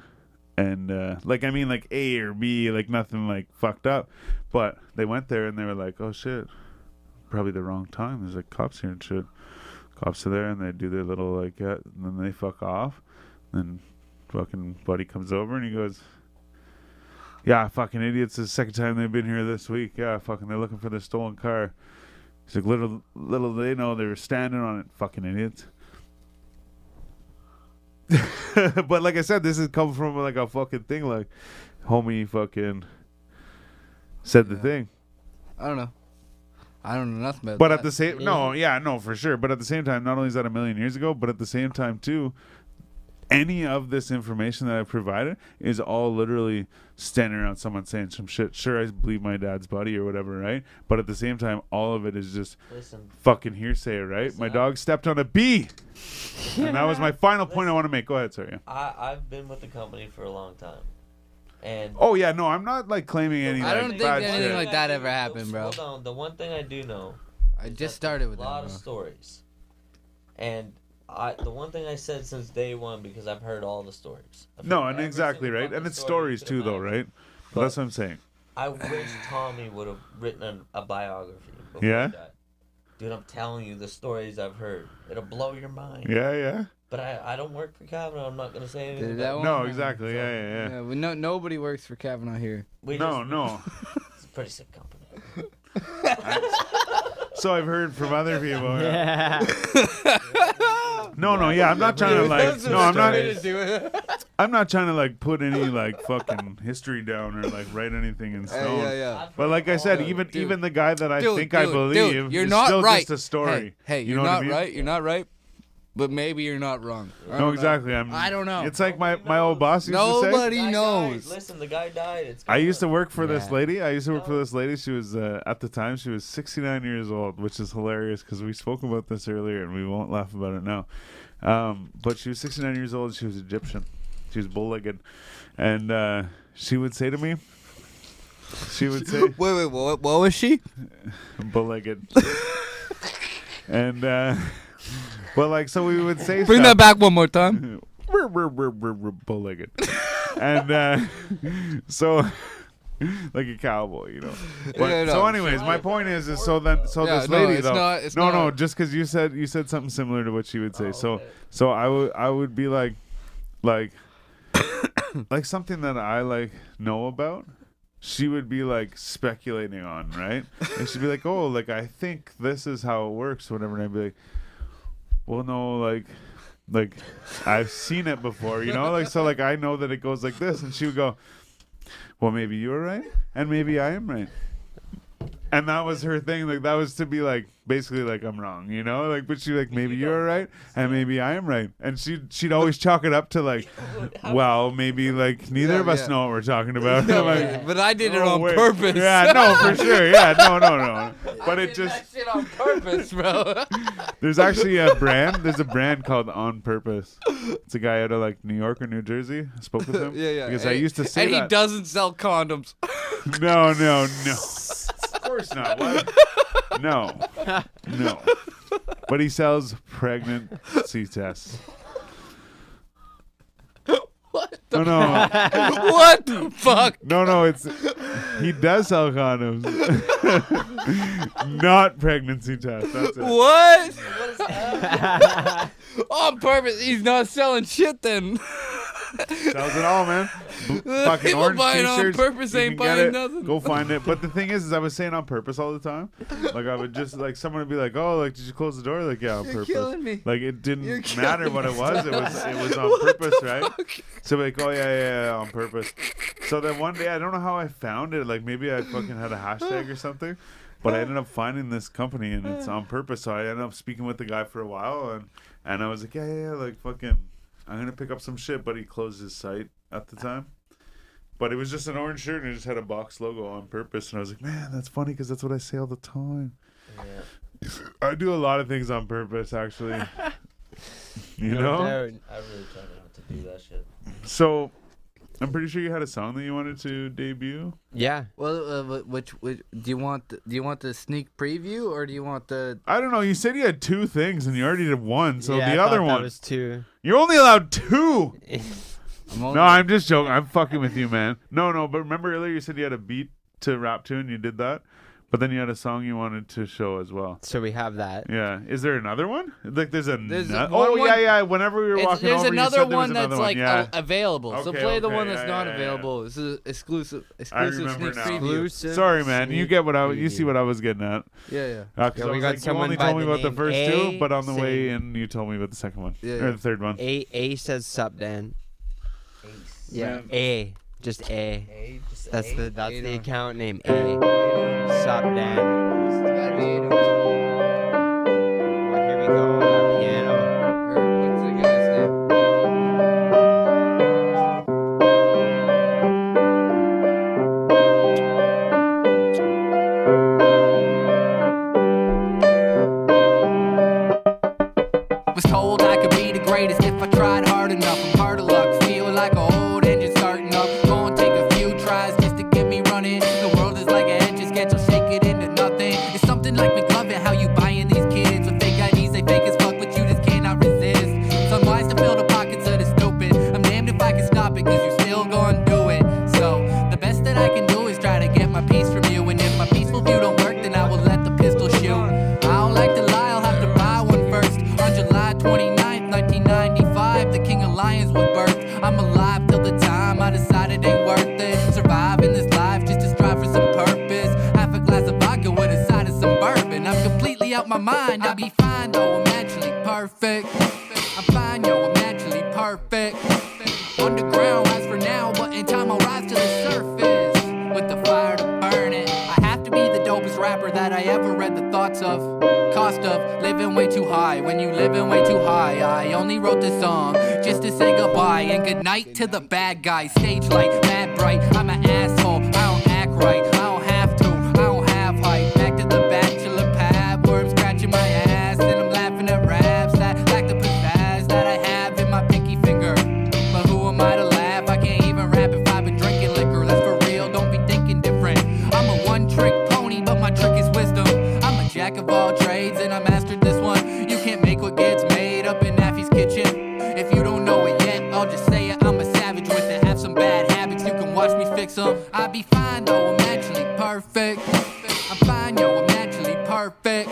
S2: and uh, like I mean like A or B, like nothing like fucked up, but they went there and they were like, oh shit, probably the wrong time. There's like cops here and shit. Cops are there and they do their little like, uh, and then they fuck off. Then fucking buddy comes over and he goes. Yeah, fucking idiots. This is the second time they've been here this week. Yeah, fucking they're looking for their stolen car. He's like, little, little they know they were standing on it. Fucking idiots. <laughs> but like I said, this is coming from like a fucking thing. Like, homie, fucking said the thing.
S4: I don't know. I don't know nothing about
S2: But
S4: that.
S2: at the same, no, yeah, no, for sure. But at the same time, not only is that a million years ago, but at the same time too, any of this information that I provided is all literally standing around someone saying some shit. Sure, I believe my dad's buddy or whatever, right? But at the same time, all of it is just
S5: Listen,
S2: fucking hearsay, right? My dog stepped on a bee, and that was my final point I want to make. Go ahead, sorry.
S5: I I've been with the company for a long time, and
S2: Oh yeah, no, I'm not like claiming any.
S4: I
S2: like,
S4: don't think
S2: bad
S4: anything
S2: shit.
S4: like that ever happened, bro.
S5: Hold on. The one thing I do know
S4: I just
S5: is that there's
S4: started with
S5: a
S4: that.
S5: lot of
S4: bro.
S5: stories, and I the one thing I said since day one because I've heard all the stories. I've
S2: No,
S5: heard
S2: and
S5: every
S2: exactly
S5: single
S2: right,
S5: fucking
S2: and it's
S5: story you
S2: stories
S5: could
S2: too, though,
S5: imagine.
S2: right? But that's what I'm saying.
S5: I wish Tommy would have written an, a biography. Before
S2: Yeah?
S5: He died. Dude, I'm telling you the stories I've heard. It'll blow your mind.
S2: Yeah, yeah.
S5: But I, I don't work for Kavanaugh. I'm not gonna say anything.
S4: Dude,
S5: about
S4: that
S5: it.
S4: one-
S2: No, exactly. Yeah, yeah, yeah.
S4: Yeah, we no, nobody works for Kavanaugh here.
S5: We
S2: No,
S5: just-
S2: no.
S5: It's a pretty sick
S4: <laughs>
S5: company.
S2: So I've heard from other people. yeah.
S3: Yeah.
S2: No, no, yeah. I'm not trying to like. No, I'm not.
S4: do <laughs> it.
S2: I'm not trying to like put any like fucking history down or like write anything in
S4: Yeah, yeah,
S2: stone.
S4: yeah.
S5: I've
S2: But
S5: heard
S2: like I
S5: all
S2: said,
S5: the-
S2: even
S4: dude.
S2: even the guy that I
S4: Dude,
S2: think
S4: dude,
S2: I
S4: dude,
S2: believe
S4: you're
S2: is
S4: not
S2: still
S4: right.
S2: just a story.
S4: Hey, hey,
S2: you
S4: you're
S2: know what I
S4: not
S2: mean?
S4: right. You're not right. But maybe you're not wrong. I don't
S2: No,
S4: know.
S2: exactly. I'm.
S4: I don't know.
S2: It's like my my old boss used to say.
S4: Nobody
S5: guy died.
S4: knows.
S5: Listen, the guy died. It's
S2: I used to
S5: gone.
S2: work for this
S4: Yeah.
S2: lady. I used to work for this lady. She was uh, at the time she was 69 years old, which is hilarious because we spoke about this earlier and we won't laugh about it now. Um, but she was 69 years old. She was Egyptian. She was bull-legged, and uh, she would say to me, she would
S4: <laughs>
S2: say
S4: Wait, wait, what, what was she?
S2: bull-legged, and uh, <laughs> but like so we would say
S4: Bring
S2: stuff.
S4: that back one more
S2: <laughs>
S4: time.
S2: Brr, brr, brr, brr, brr, bull-legged. and uh, <laughs> so <laughs> like a cowboy, you know. But-
S4: Yeah, no.
S2: so, anyways, my point is, is so then, so
S4: Yeah,
S2: this
S4: no,
S2: lady
S4: it's
S2: though,
S4: not- it's
S2: no, no,
S4: not-
S2: just because you said you said something similar to what she would say.
S5: Oh,
S2: So,
S5: okay.
S2: so I would I would be like, like, <coughs> like something that I like know about. She would be like speculating on, right? And she'd be like, "Oh, like I think this is how it works, whatever." And I'd be like, "Well, no, like." Like I've seen it before, you know. Like so, like I know that it goes like this, and she would go, "Well, maybe you're right, and maybe I am right." and that was her thing. Like that was to be like basically like I'm wrong, you know. Like, but she like maybe you're right, and maybe I am right, and she she'd always chalk it up to like, well, maybe like neither
S4: Yeah,
S2: of us
S4: yeah.
S2: know what we're talking about. <laughs> I'm like,
S4: but I did it
S2: "Oh,
S4: on
S2: wait."
S4: purpose.
S2: Yeah, no, for sure. Yeah, no, no,
S4: <laughs>
S2: no. But it just
S4: shit on <laughs>
S2: <laughs>
S4: purpose, bro.
S2: There's actually a brand. There's a brand called On Purpose. It's a guy out of like New York or New Jersey. I spoke
S4: <laughs>
S2: with him.
S4: yeah, yeah.
S2: Because
S4: and,
S2: I used to say
S4: and he
S2: that.
S4: doesn't sell condoms.
S2: <laughs>
S4: <laughs>
S2: no, no, no. of course not. What? No, no. But he sells pregnancy tests.
S4: what the
S2: No, no,
S4: what the
S2: <laughs>
S4: fuck?
S2: no, no. It's he does sell condoms, <laughs> not pregnancy tests. That's it.
S4: What? on purpose. He's not selling shit then. <laughs>
S2: <laughs> Sells it all, man. B- fucking
S4: People
S2: orange
S4: buying on
S2: t-shirts.
S4: purpose
S2: You
S4: ain't
S2: can get
S4: buying
S2: it.
S4: nothing.
S2: Go find it. But the thing is, is I was saying on purpose all the time. Like I would just like someone would be like, "Oh, like did you close the door?" Like yeah, on
S4: You're
S2: purpose.
S4: killing me.
S2: <laughs> Like it didn't
S4: You're killing
S2: matter what it was. It was it
S4: <laughs>
S2: was on purpose, right? So like, oh yeah, yeah, yeah, on purpose. So then one day I don't know how I found it. Like maybe I fucking had a hashtag or something. But I ended up finding this company and it's on purpose. So I ended up speaking with the guy for a while and and I was like, yeah, yeah, yeah, like fucking, I'm gonna pick up some shit. But he closed his site at the time. But it was just an orange shirt and it just had a box logo on purpose. And I was like, man, that's funny because that's what I say all the time. I do a lot of things on purpose,
S3: <laughs>
S2: actually. <laughs> you know.
S5: I really try not to do that shit.
S2: So, I'm pretty sure you had a song that you wanted to debut.
S3: Yeah.
S4: Well, uh, wh- which, which do you want? The, do you want the sneak preview or do you want the?
S2: I don't know. You said you had two things, and you already did one. So
S3: yeah, I
S2: the
S3: thought
S2: other
S3: that
S2: one,
S3: was two.
S2: you're only allowed two.
S4: I'm only-
S2: No, I'm just joking. I'm fucking with you, man. No, no. But remember earlier you said you had a beat to rap to, and you did that. But then you had a song you wanted to show as well.
S3: So we have that.
S2: Yeah. Is there another one? Like, there's a.
S4: There's
S2: no-
S4: one-
S2: oh
S4: one-
S2: yeah, yeah. Whenever we were
S4: It's-
S2: walking
S4: there's
S2: over, you
S4: another
S2: said there was
S4: one that's
S2: another
S4: like
S2: Yeah.
S4: a- available. so
S2: Okay,
S4: play the
S2: okay,
S4: one that's
S2: yeah,
S4: not
S2: yeah, yeah.
S4: available. This is exclusive
S2: I
S4: exclusive
S2: remember
S4: sneak
S2: now.
S4: preview.
S2: Sorry, man. You get what I. You see what I was getting at.
S4: Yeah, yeah.
S2: Uh, 'cause
S3: Yeah,
S2: I
S3: we
S2: was
S3: got
S2: like,
S3: someone
S2: You only
S3: by
S2: told me
S3: the
S2: about the
S3: name
S2: first
S3: A
S2: two, but on the way
S3: saying-
S2: in, you told me about the second one
S4: Yeah,
S2: or
S4: yeah.
S2: the third one.
S3: A A says sup, Dan. Yeah. A. Just A. That's the that's the account name. A. Sup, Dan. Well, here we go. with our Piano.
S9: What's the guy's name?
S10: Was told I could be the greatest if I tried hard enough. I'm hard of luck, feel like a old engine starting up. Gonna take a few tries just to get me running. The world is like an engine sketch, I'll shake it into nothing. It's something like McLovin, how you buying these kids with fake IDs, they fake as fuck, but you just cannot resist. It's unwise to fill the pockets of the stupid. I'm damned if I can stop it, cause you still gonna do it. So, the best that I can do is try to get my piece from you. And if my peaceful view don't work, then I will let the pistol shoot. I don't like to lie, I'll have to buy one first. On July 29th, 1995, the King of Lions was birthed. I'm alive till the time I decide it ain't worth it. Surviving this life just to strive for some purpose. Half a glass of vodka with a side of some bourbon. I'm completely out my mind, I'll be fine though, I'm naturally perfect. I'm fine, yo, I'm naturally perfect. Underground, as for now, but in time I'll rise to the surface with the fire to burn it. I have to be the dopest rapper that I ever read the thoughts of. Cost of living way too high. When you living way too high, I only wrote this song just to say goodbye and goodnight to the bad guys. Stage light, mad bright. I'm an asshole. I don't act right. I don't have to. I don't have hype. Back to the bachelor pad, where I'm scratching my ass and I'm laughing at raps that lack the pizzazz that I have in my pinky finger. But who am I to laugh? I can't even rap if I've been drinking liquor. That's for real, don't be thinking different. I'm a one trick pony, but my trick is wisdom. I'm a jack of all trades and I mastered this one. You can't make what gets made up in Affy's kitchen. If you don't know it yet, I'll just say it. I'm a savage with it. Have some bad habits, you can watch me fix them. I be fine though, I'm naturally perfect. I'm fine, yo, I'm naturally perfect.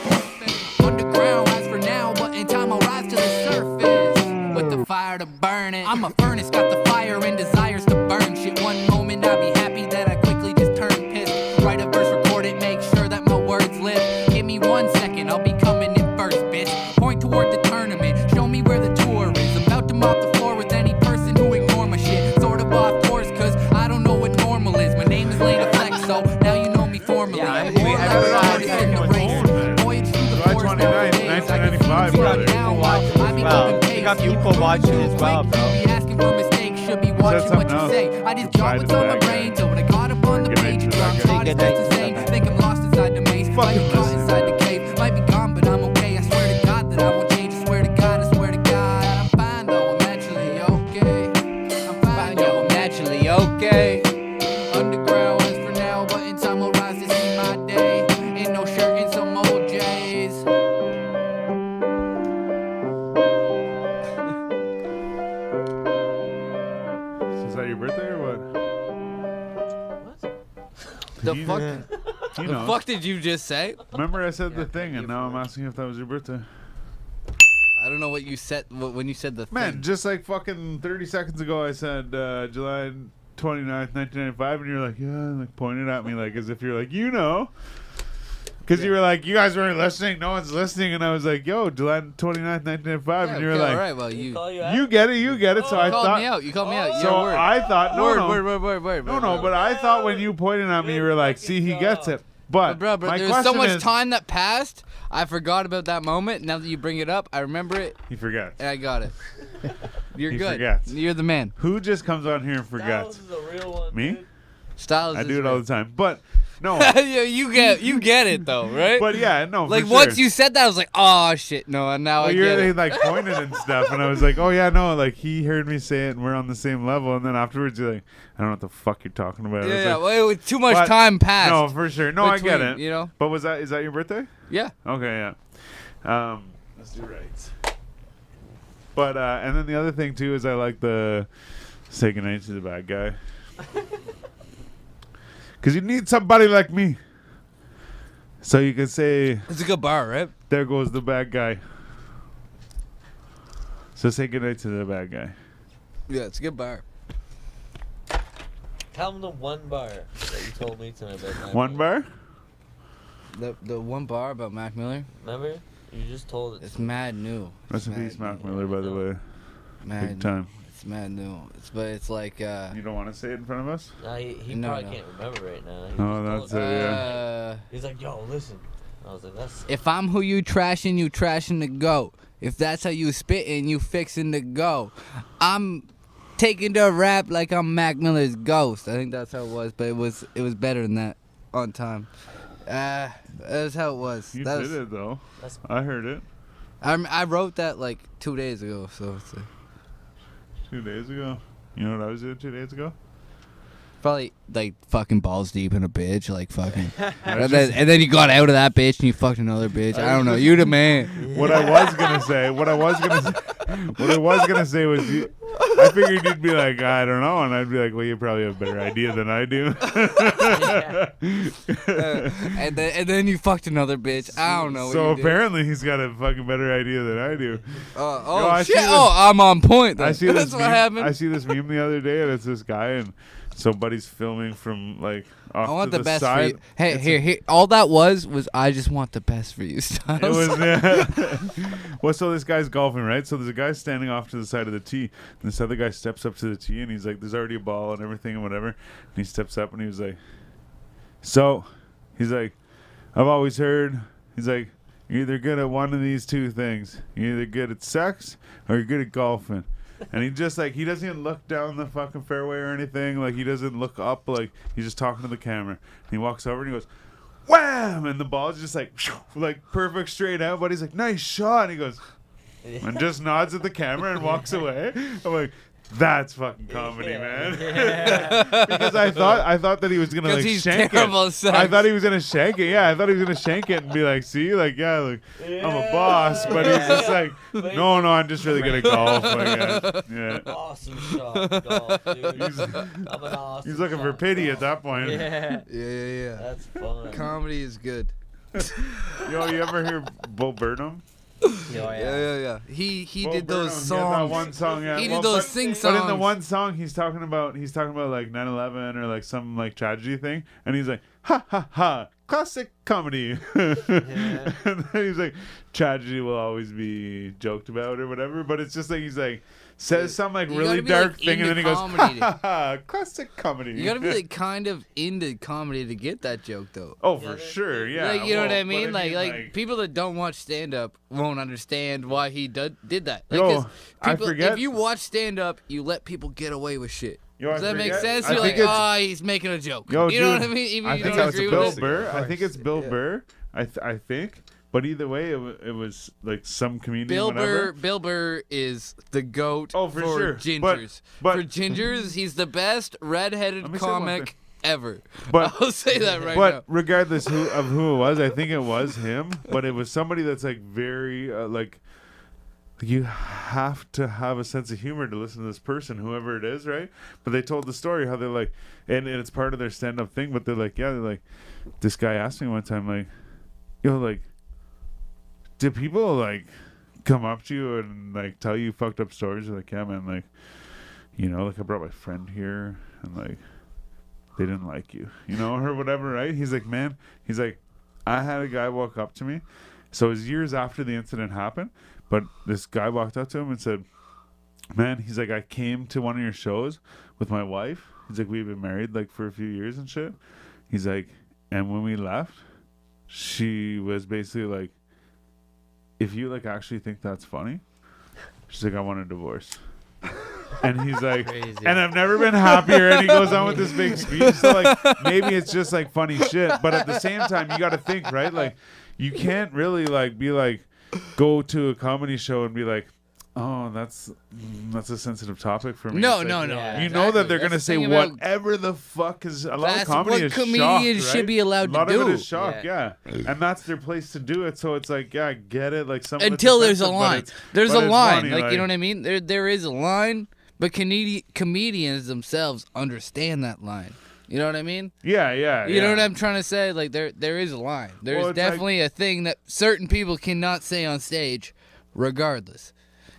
S10: Underground, as for now, but in time I'll rise to the surface with the fire to burn it. I'm a furnace, got the fire and desires to burn shit. One moment I'll be happy that I quickly just turn pissed. Write a verse, record it, make sure that my words live. Give me one second, I'll be coming in first, bitch. Point toward the tournament, show me where the tour is. I'm about to mop the floor with any person who ignore my shit. Sort of off course, cause I don't know what normal is. My name is Lane Flex, so now you know me formally.
S3: Yeah,
S10: I'm
S3: we-
S10: more
S3: I don't
S10: like
S3: know people watching as well, bro.
S10: asking for mistakes, should be watching
S2: something
S10: what you
S2: else.
S10: say. I just
S2: Try
S10: jot what's
S2: the
S10: on my
S2: back guy.
S10: brain. So when I got up on the
S2: Give it
S10: page,
S2: to the
S10: I'm
S2: back guy.
S10: hard as that's insane. Think I'm lost inside the maze. Might be
S2: Fucking
S10: caught
S2: listen.
S10: inside the cave. Might be gone, but I'm okay. I swear to God that I won't change. I swear to God, I swear to God. I'm fine though, I'm naturally okay. I'm fine, yo, I'm naturally okay. Underground is for now, but in time I'll rise to see my day. In no shirt and some old J's.
S2: Is that your birthday or what?
S3: <laughs>
S10: The
S2: You-
S10: fuck?
S2: You know.
S4: Fuck did you just say?
S2: Remember I said the thing, and now I'm asking if that was your birthday.
S4: I don't know what you said what, when you said the
S2: Man,
S4: thing.
S2: just like fucking 30 seconds ago, I said uh, July 29th, 1995, and you're like, yeah, and, like pointed at me like as if you're like, you know. Because you were like, you guys weren't listening, no one's listening. And I was like, yo, July 29th, 1995. and you were
S4: okay,
S2: like,
S4: all right, well you,
S5: You call you
S2: you get it, you get it. So I
S4: you called
S2: thought.
S4: me out. You called me out.
S5: Oh.
S4: Your
S2: So
S4: word.
S2: I thought, no,
S4: word,
S2: no.
S4: word, word, word, word,
S2: No,
S4: word,
S2: no,
S4: word.
S2: but I thought when you pointed at me, you were like, see, he gets it. But,
S4: Bro, but
S2: my
S4: there
S2: question
S4: was so much
S2: is,
S4: time that passed. I forgot about that moment. Now that you bring it up, I remember it
S2: He forgets.
S4: and I
S2: <laughs>
S4: got it. You're
S2: He
S4: good.
S2: forgets.
S4: You're the man.
S2: Who just comes on here and forgets?
S5: Styles is a real one.
S2: Me?
S5: dude.
S4: Styles.
S2: I
S4: is
S2: do it all the time. But
S4: <laughs>
S2: no,
S4: right. Yeah, you get you get it though,
S2: <laughs>
S4: right?
S2: but yeah, no. for
S4: like
S2: sure.
S4: once you said that, I was like, oh shit, no, and now
S2: Well,
S4: I
S2: you're
S4: get it.
S2: like pointed and stuff, and I was like, "Oh yeah, no." Like he heard me say it, and we're on the same level. And then afterwards, you're like, "I don't know what the fuck you're talking about." I
S4: yeah,
S2: was
S4: yeah.
S2: like,
S4: well, it was too much
S2: but-
S4: time passed.
S2: no, for sure. No, I get
S4: between,
S2: it.
S4: you know?
S2: But was that is that your birthday?
S4: yeah.
S2: Okay, yeah. Um, Let's do rights. But uh, and then the other thing too is I like the say goodnight to the bad
S4: <laughs>
S2: guy. Cause you need somebody like me, so you can say,
S4: It's a good bar, right?
S2: "There goes the bad guy." So say goodnight to the bad guy.
S4: Yeah, it's a good bar.
S5: Tell him the one bar that you told me tonight. about
S2: <laughs>
S5: Mac
S2: One
S5: Miller.
S2: bar?
S4: The the one bar about Mac Miller,
S5: Remember? You just told it.
S4: it's mad new.
S2: Rest
S4: It's
S2: in peace,
S4: mad
S2: Mac Miller. By the way,
S4: new. Mad
S2: big time.
S4: It's mad new. It's but it's like uh
S2: You don't want to say it in front of us?
S5: Nah, he he
S4: No,
S5: probably
S4: no.
S5: can't remember right now. He
S2: Oh,
S5: just told
S2: that's it,
S5: me.
S2: yeah.
S4: uh
S5: He's like, yo, listen. I was
S2: <laughs>
S5: like, that's
S4: if I'm who you trashing, you trashing the goat. If that's how you spitting, you fixing the go. I'm taking the rap like I'm Mac Miller's ghost. I think that's how it was, but it was it was better than that on time. Uh, that's how it was.
S2: You
S4: that
S2: did
S4: was,
S2: it though.
S5: That's-
S2: I heard it
S4: I, rem- I wrote that like two days ago, so it's uh,
S2: two days ago. You know what I was doing two days ago?
S4: probably like fucking balls deep in a bitch,
S2: <laughs>
S4: like fucking.
S2: I
S4: and,
S2: was
S4: then,
S2: just-
S4: and then you got out of that bitch and you fucked another bitch. I don't know. You
S2: <laughs>
S4: the man.
S2: what I was gonna say, what I was gonna, say, what I was gonna say was, you, I figured you'd be like, I don't know, and I'd be like, well, you probably have a better idea than I <laughs>
S4: <laughs>
S2: do.
S4: and then and then you fucked another bitch. I don't know.
S2: so
S4: what you did.
S2: apparently he's got a fucking better idea than I do.
S4: Uh, oh
S2: Yo, I
S4: shit!
S2: see this-
S4: oh, I'm on point. <laughs> Then.
S2: I see
S4: That's
S2: this
S4: what
S2: meme,
S4: happened.
S2: I see this meme the other day, and it's this guy, and somebody's filming from like off
S4: I want
S2: to
S4: the,
S2: the,
S4: best for
S2: side.
S4: you. Hey,
S2: It's a-
S4: here, here. All that was was I just want the best for you, <laughs>
S2: <laughs>
S4: Styles.
S2: It was yeah. <laughs> well, so this guy's golfing, right? So there's a guy standing off to the side of the tee, and this other guy steps up to the tee, and he's like, "There's already a ball and everything and whatever." And he steps up, and he was like, "So," he's like, "I've always heard." He's like, "You're either good at one of these two things. You're either good at sex or you're good at golfing." And he just like he doesn't even look down the fucking fairway or anything. Like he doesn't look up. Like he's just talking to the camera. And he walks over and he goes, wham, and the ball's just like, <laughs> phew, like perfect straight out. But he's like, nice shot. And he goes, and just nods at the camera and walks away. I'm like, that's fucking comedy, man. because I thought I thought that he was gonna
S4: 'Cause
S2: like
S4: he's
S2: shank
S4: terrible
S2: it.
S4: at
S2: I
S4: sex.
S2: thought he was gonna shank it. Yeah, I thought he was gonna shank it and be like, see, like yeah, like I'm a boss. But he's just <laughs> like, no, no, I'm just really good at golf. Like, uh, yeah.
S5: <laughs>
S4: <laughs>
S5: awesome shot, golf, dude.
S2: He's,
S5: I'm an awesome.
S2: he's looking for
S5: shot,
S2: pity at
S5: golf.
S2: that point.
S5: Yeah,
S4: yeah, yeah,
S5: that's fun.
S4: yeah. Comedy is good.
S2: Yo, you ever hear Bo Burnham?
S5: Yo,
S4: Yeah, yeah, yeah. He he
S2: Bo
S4: did
S2: Burnham,
S4: those
S2: he had that
S4: songs.
S2: one song, yeah.
S4: He did
S2: Well,
S4: those
S2: but-
S4: sing songs.
S2: But in the one song, he's talking about he's talking about like 9/11 or like some like tragedy thing, and he's like, ha ha ha, classic comedy. <laughs> and then he's like, tragedy will always be joked about or whatever. But it's just like he's like, says some like
S4: You
S2: really
S4: gotta be,
S2: dark
S4: like,
S2: thing, and
S4: into
S2: then he goes,
S4: comedy to-
S2: ha, ha, classic comedy.
S4: You gotta be like kind of into comedy to get that joke though.
S2: <laughs> oh, for sure, yeah.
S4: like you know
S2: well,
S4: what I
S2: but
S4: mean? Like, like people that don't watch stand up won't understand why he did did that. Like, 'cause
S2: Yo, I
S4: people,
S2: forget-
S4: if you watch stand up, you let people get away with shit.
S2: Yo, I
S4: Does that make
S2: forget-
S4: sense?
S2: I
S4: You're like,
S2: think it's-
S4: ah, he's making a joke.
S2: Yo,
S4: you know
S2: dude,
S4: what I mean? Even
S2: I
S4: if you
S2: think
S4: don't
S2: it's
S4: agree
S2: Bill
S4: with it.
S2: Burr. I think it's Bill Burr. I th- I think. But either way, it, w- it was like some comedian.
S4: Bill
S2: whatever.
S4: Burr, Bill Burr is the goat
S2: Oh, for sure. But-
S4: gingers.
S2: but-
S4: for gingers, he's the best
S2: Let
S4: redheaded
S2: me say one thing.
S4: comic ever.
S2: But-
S4: <laughs> I'll
S2: <laughs>
S4: say that right
S2: but
S4: now.
S2: regardless who, of who it was, I think it was him. But it was somebody that's like very uh, like you have to have a sense of humor to listen to this person, whoever it is, right? But they told the story how they're like, and, and it's part of their stand up thing. But they're like, yeah, they're like, this guy asked me one time, like, yo, like, do people like come up to you and like tell you fucked up stories? They're like, yeah, man, like, you know, like I brought my friend here and like they didn't like you, you know, or whatever, right? He's like, man, he's like, I had a guy walk up to me. So it was years after the incident happened, but this guy walked up to him and said, man, he's like, I came to one of your shows with my wife. He's like, we've been married like for a few years and shit. He's like, and when we left, she was basically like, if you like actually think that's funny, she's like, I want a divorce. And he's like, and I've never been happier. And he goes on with this big speech. So like, maybe it's just like funny shit. But at the same time, you got to think, right? Like, you can't really like be like, go to a comedy show and be like, oh, that's mm, that's a sensitive topic for me.
S4: No,
S2: It's
S4: no,
S2: like,
S4: no.
S2: You know that
S4: exactly.
S2: they're
S4: That's
S2: gonna
S4: the
S2: say
S4: thing about-
S2: whatever the fuck is a lot of
S4: That's
S2: comedy
S4: what
S2: is
S4: comedians
S2: shock,
S4: should
S2: right?
S4: be allowed
S2: a lot
S4: to
S2: of
S4: do.
S2: it is shock, yeah. and that's their place to do it. So it's like, yeah, I get it. Like some of it's
S4: until there's a
S2: offensive, but
S4: line.
S2: it's-
S4: There's
S2: but
S4: a
S2: it's
S4: line.
S2: funny,
S4: like, you know what I mean? There there is a line, but comedi- comedians themselves understand that line. You know what I mean?
S2: Yeah, yeah. Uh,
S4: You
S2: yeah.
S4: know what I'm trying to say? Like there there is a line. There's
S2: Well, it's like-
S4: definitely a thing that certain people cannot say on stage regardless.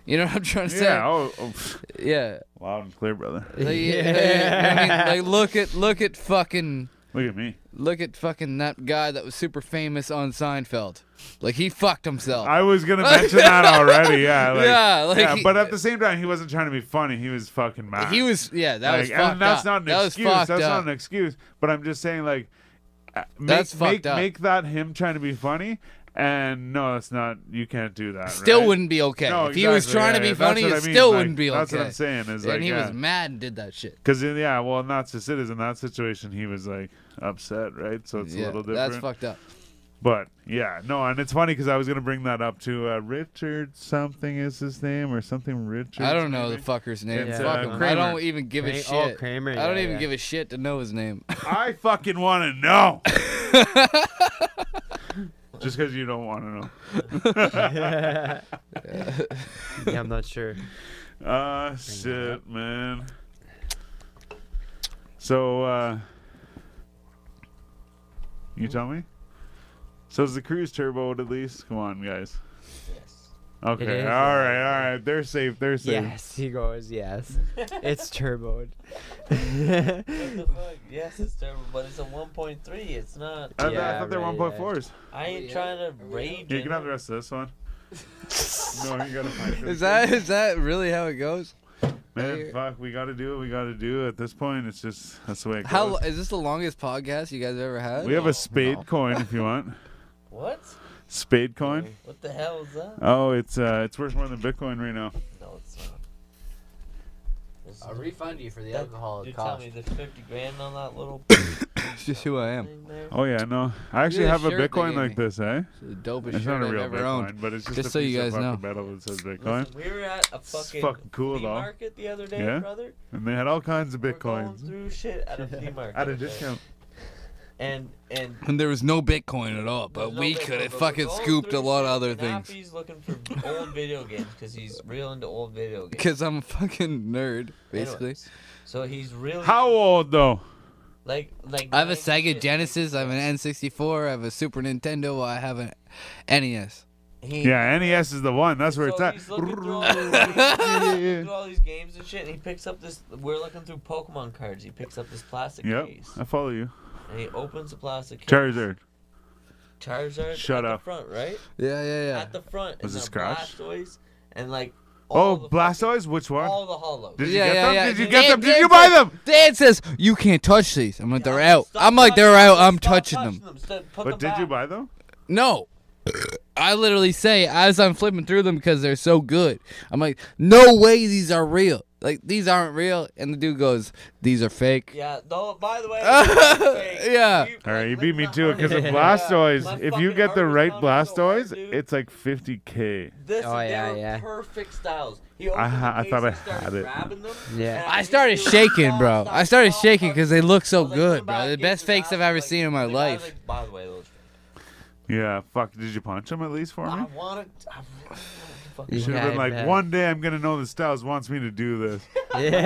S4: You know what I'm trying to
S2: Yeah, oh, oh, pff,
S4: say? Yeah.
S2: loud and clear, brother.
S4: Like, yeah. I mean, like look at look at fucking
S2: Look at me.
S4: look at fucking that guy that was super famous on Seinfeld. Like he fucked himself.
S2: I was
S4: <laughs>
S2: gonna mention that already. Yeah, like,
S4: Yeah, like he-
S2: but at the same time, he wasn't trying to be funny. He was fucking mad.
S4: he was yeah, that
S2: like,
S4: was fucked
S2: and that's
S4: up.
S2: not an
S4: that was
S2: excuse.
S4: fucked
S2: that's
S4: up.
S2: not an excuse. But I'm just saying, like, uh, make,
S4: That's fucked
S2: make,
S4: up.
S2: make that him trying to be funny, and no, that's not. You can't do that.
S4: still
S2: right?
S4: wouldn't be okay.
S2: No,
S4: if he was
S2: exactly,
S4: trying
S2: yeah,
S4: to be
S2: that's
S4: funny,
S2: what I
S4: it
S2: mean,
S4: still
S2: like,
S4: wouldn't be okay.
S2: That's what I'm saying. Is
S4: and
S2: like,
S4: he
S2: yeah.
S4: was mad and did that shit.
S2: Because yeah, well, and that's just it. Is in that situation, he was like upset, right? So it's a
S4: Yeah,
S2: little different.
S4: that's fucked up.
S2: But yeah, no, and it's funny because I was gonna bring that up to uh, Richard something is his name or something Richard.
S4: I don't know the fucker's name.
S2: It's,
S4: Fuck
S2: uh,
S4: him. I
S2: Kramer.
S4: don't even give a
S3: Kra-
S4: shit.
S3: oh, Kramer,
S4: I don't
S3: yeah,
S4: even
S3: yeah.
S4: give a shit to know
S3: <laughs>
S4: his name.
S2: <laughs> I fucking want to know. <laughs> Just because you don't want to <laughs>
S3: <laughs> Yeah, I'm not sure.
S2: know. Ah, shit, man. So, uh, you tell me. So is the cruise turboed at least? Come on, guys. Okay.
S3: It is,
S2: all right. All right. They're safe. They're safe.
S3: Yes, he goes.
S2: <laughs>
S3: Yes, it's turboed.
S5: What the fuck? Yes, it's terrible, but it's a 1.3. It's not.
S2: I, I
S3: Yeah,
S2: thought they were
S3: right,
S2: 1.4s.
S5: I ain't trying to rage.
S2: Uh, You can have the rest of this
S4: <laughs>
S2: one. no, you gotta fight. for
S4: is
S2: the
S4: that is that really how it goes?
S2: Man, fuck, we gotta do what we gotta do at this point. It's just that's the way it goes.
S4: How lo- is this the longest podcast you guys have ever had?
S2: we have a spade coin if you
S4: <laughs>
S2: want.
S5: What?
S2: Spade coin.
S5: What the hell is that?
S2: Oh, it's uh, it's worth more than Bitcoin right now.
S5: No, it's not. This
S11: I'll
S5: is-
S11: refund you for the
S5: that-
S11: alcohol it
S5: Dude, tell
S11: cost.
S5: me, there's 50 grand on that
S2: <coughs>
S5: little
S4: <laughs> It's just who I am.
S5: thing there.
S2: Oh yeah, no, I actually
S4: the
S2: have a
S4: shirt they
S2: Bitcoin
S4: gave
S2: like
S4: me.
S2: this, eh?
S4: It's the dopest
S2: It's
S4: shirt
S2: not a
S4: I've
S2: real
S4: ever
S2: Bitcoin,
S4: owned.
S2: but it's just,
S4: Just
S2: a
S4: so
S2: piece
S4: you guys
S2: of
S4: know.
S2: fucking metal that says Bitcoin,
S5: Listen, we were at a fucking,
S2: fucking cool,
S5: flea
S2: though.
S5: market the other day,
S2: Yeah.
S5: brother.
S2: and they had all kinds of
S5: We're going
S2: bitcoins
S5: through shit at
S2: <laughs>
S5: a flea market.
S2: at a
S5: okay?
S2: discount.
S5: And and
S4: And there was no Bitcoin at all, but
S5: There's
S4: we
S5: no way,
S4: could have
S5: but we're
S4: fucking
S5: going
S4: scooped
S5: through
S4: a lot of
S5: shit,
S4: other
S5: and
S4: things.
S5: Appy's looking for old video games because he's real into old
S4: <laughs>
S5: video games.
S4: Because I'm a fucking nerd, basically.
S5: Anyways, so he's really
S2: How old though?
S5: like like.
S4: I have a
S5: 90 shit,
S4: Sega
S5: like,
S4: Genesis, I have an N64, I have a Super Nintendo, I have an E NES.
S5: He,
S2: Yeah, NES is the one. That's where it's
S5: so
S2: at.
S5: he's
S4: <laughs>
S5: looking through all these- he's looking through all these games and shit, and he picks up this. We're looking through Pokemon cards. He picks up this plastic
S2: Yep,
S5: case,
S2: I follow you.
S5: and he opens the plastic case.
S2: Charizard.
S5: Charizard.
S2: Shut
S5: at
S2: up.
S5: The front, right?
S4: Yeah, yeah, yeah.
S5: At the front
S2: Was
S5: is
S2: it
S5: a
S2: scratched?
S5: Blastoise, and like
S2: Oh,
S5: the
S2: Blastoise, which one?
S5: all the hollows.
S2: Did you
S4: yeah,
S2: get
S4: yeah,
S2: them?
S4: yeah.
S2: Did you get them?
S4: Dan-
S2: Did you buy
S4: Dan says-
S2: them?
S4: Dan says you can't touch these. I'm like they're out.
S5: Stop
S4: I'm like
S5: touching
S4: they're out. I'm
S5: Stop
S4: touching them.
S5: Stop- put
S2: But
S5: them
S2: did you
S5: back.
S2: buy them?
S4: No. I literally say as I'm flipping through them because they're so good. I'm like, no way these are real. Like these aren't real. And the dude goes, these are fake.
S5: Yeah. Though,
S4: <laughs>
S5: by the way. fake.
S4: Yeah.
S5: You-
S2: All right, you
S5: like,
S2: beat me
S5: let's
S2: to it
S5: not
S2: because
S5: harness-
S2: of
S5: Yeah.
S2: Blastoise.
S5: Let's
S2: If you
S5: fucking
S2: get the
S5: harness
S2: right
S5: on us, all right,
S2: Blastoise,
S5: dude?
S2: it's like 50k.
S5: This,
S3: Oh,
S5: they
S3: yeah,
S5: were
S3: yeah.
S5: Perfect styles. He
S2: I
S5: opened
S2: ha-
S5: the
S2: I
S5: case
S2: thought
S5: and
S2: I
S5: started
S2: had it.
S5: grabbing them,
S3: Yeah.
S5: and
S4: I started
S5: knew-
S4: shaking, bro. I started shaking because they look so
S5: Like,
S4: good,
S5: come back,
S4: bro. The
S5: give
S4: best
S5: us
S4: fakes I've
S5: that,
S4: ever
S5: like,
S4: seen in my
S5: like, I was
S4: life.
S5: like, By the way, those.
S2: Yeah, fuck. Did you punch them at least for <laughs>
S5: I
S2: me?
S5: wanted. I really fucking
S3: Yeah,
S2: Should have
S3: I
S2: been like,
S3: bet.
S2: one day I'm gonna know the Styles wants me to do this.
S4: <laughs>
S3: Yeah.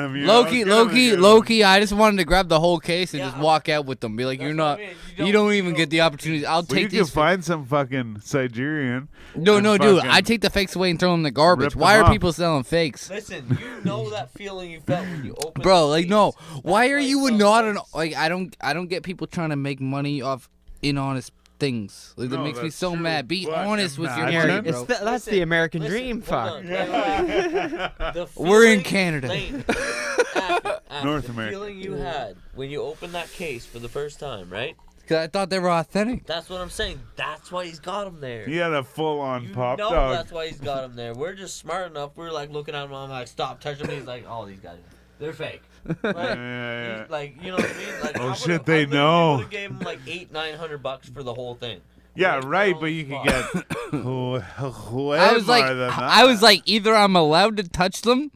S2: Wham! you know,
S4: Loki,
S2: get 'em
S4: Loki,
S2: again.
S4: Loki. I just wanted to grab the whole case and
S5: Yeah,
S4: just
S5: I'm-
S4: walk out with them. Be like, you're
S5: what I
S4: not.
S5: mean.
S4: You don't, even get the opportunity. I'll
S2: Well, you
S4: take
S2: can
S4: these.
S2: find some fucking Sigerian.
S4: no,
S2: and
S4: no, dude. I
S2: fucking-
S4: take the fakes away and throw them in the garbage.
S2: them
S4: Why are
S2: up.
S4: people selling fakes?
S5: Listen, you know that feeling you felt when you opened.
S4: bro
S5: the
S4: like
S5: case.
S4: no
S5: That's
S4: why are
S5: it's
S4: you
S5: so
S4: not an
S5: nice.
S4: like i don't i don't get people trying to make money off inhonest things like that
S2: No,
S4: makes me
S2: that's
S4: so
S2: true,
S4: mad be
S2: but
S4: honest with your
S2: imagine-
S4: money
S3: It's
S4: bro
S3: the, that's the
S5: Listen,
S3: American
S5: listen,
S3: dream.
S5: hold
S3: Fuck.
S5: on, wait, wait, wait. The
S4: <laughs> We're in
S5: feeling-
S4: Canada. <laughs>
S5: Lane, after- after
S2: North
S5: the
S2: America.
S5: feeling you had when you opened that case for the first time, right?
S4: 'Cause i thought they were authentic
S5: That's what I'm saying. That's why he's got him there.
S2: He had a full-on
S5: You
S2: pop
S5: know
S2: dog.
S5: that's why he's got him there. We're just smart enough. We're like looking at him. I'm like, stop touching me. He's like, oh, these guys, they're fake. Like,
S2: Yeah, yeah, yeah.
S5: he's like, you know what I mean? Like,
S2: Oh,
S5: I would've-
S2: shit,
S5: I
S2: they
S5: literally
S2: know.
S5: would've gave him like eight, nine hundred bucks for the whole thing.
S2: Yeah,
S5: Like,
S2: right.
S5: oh,
S2: But you could
S5: fuck.
S2: get wh- wh-
S4: i was like
S2: way more than
S4: i was
S2: that.
S4: like either i'm allowed to touch them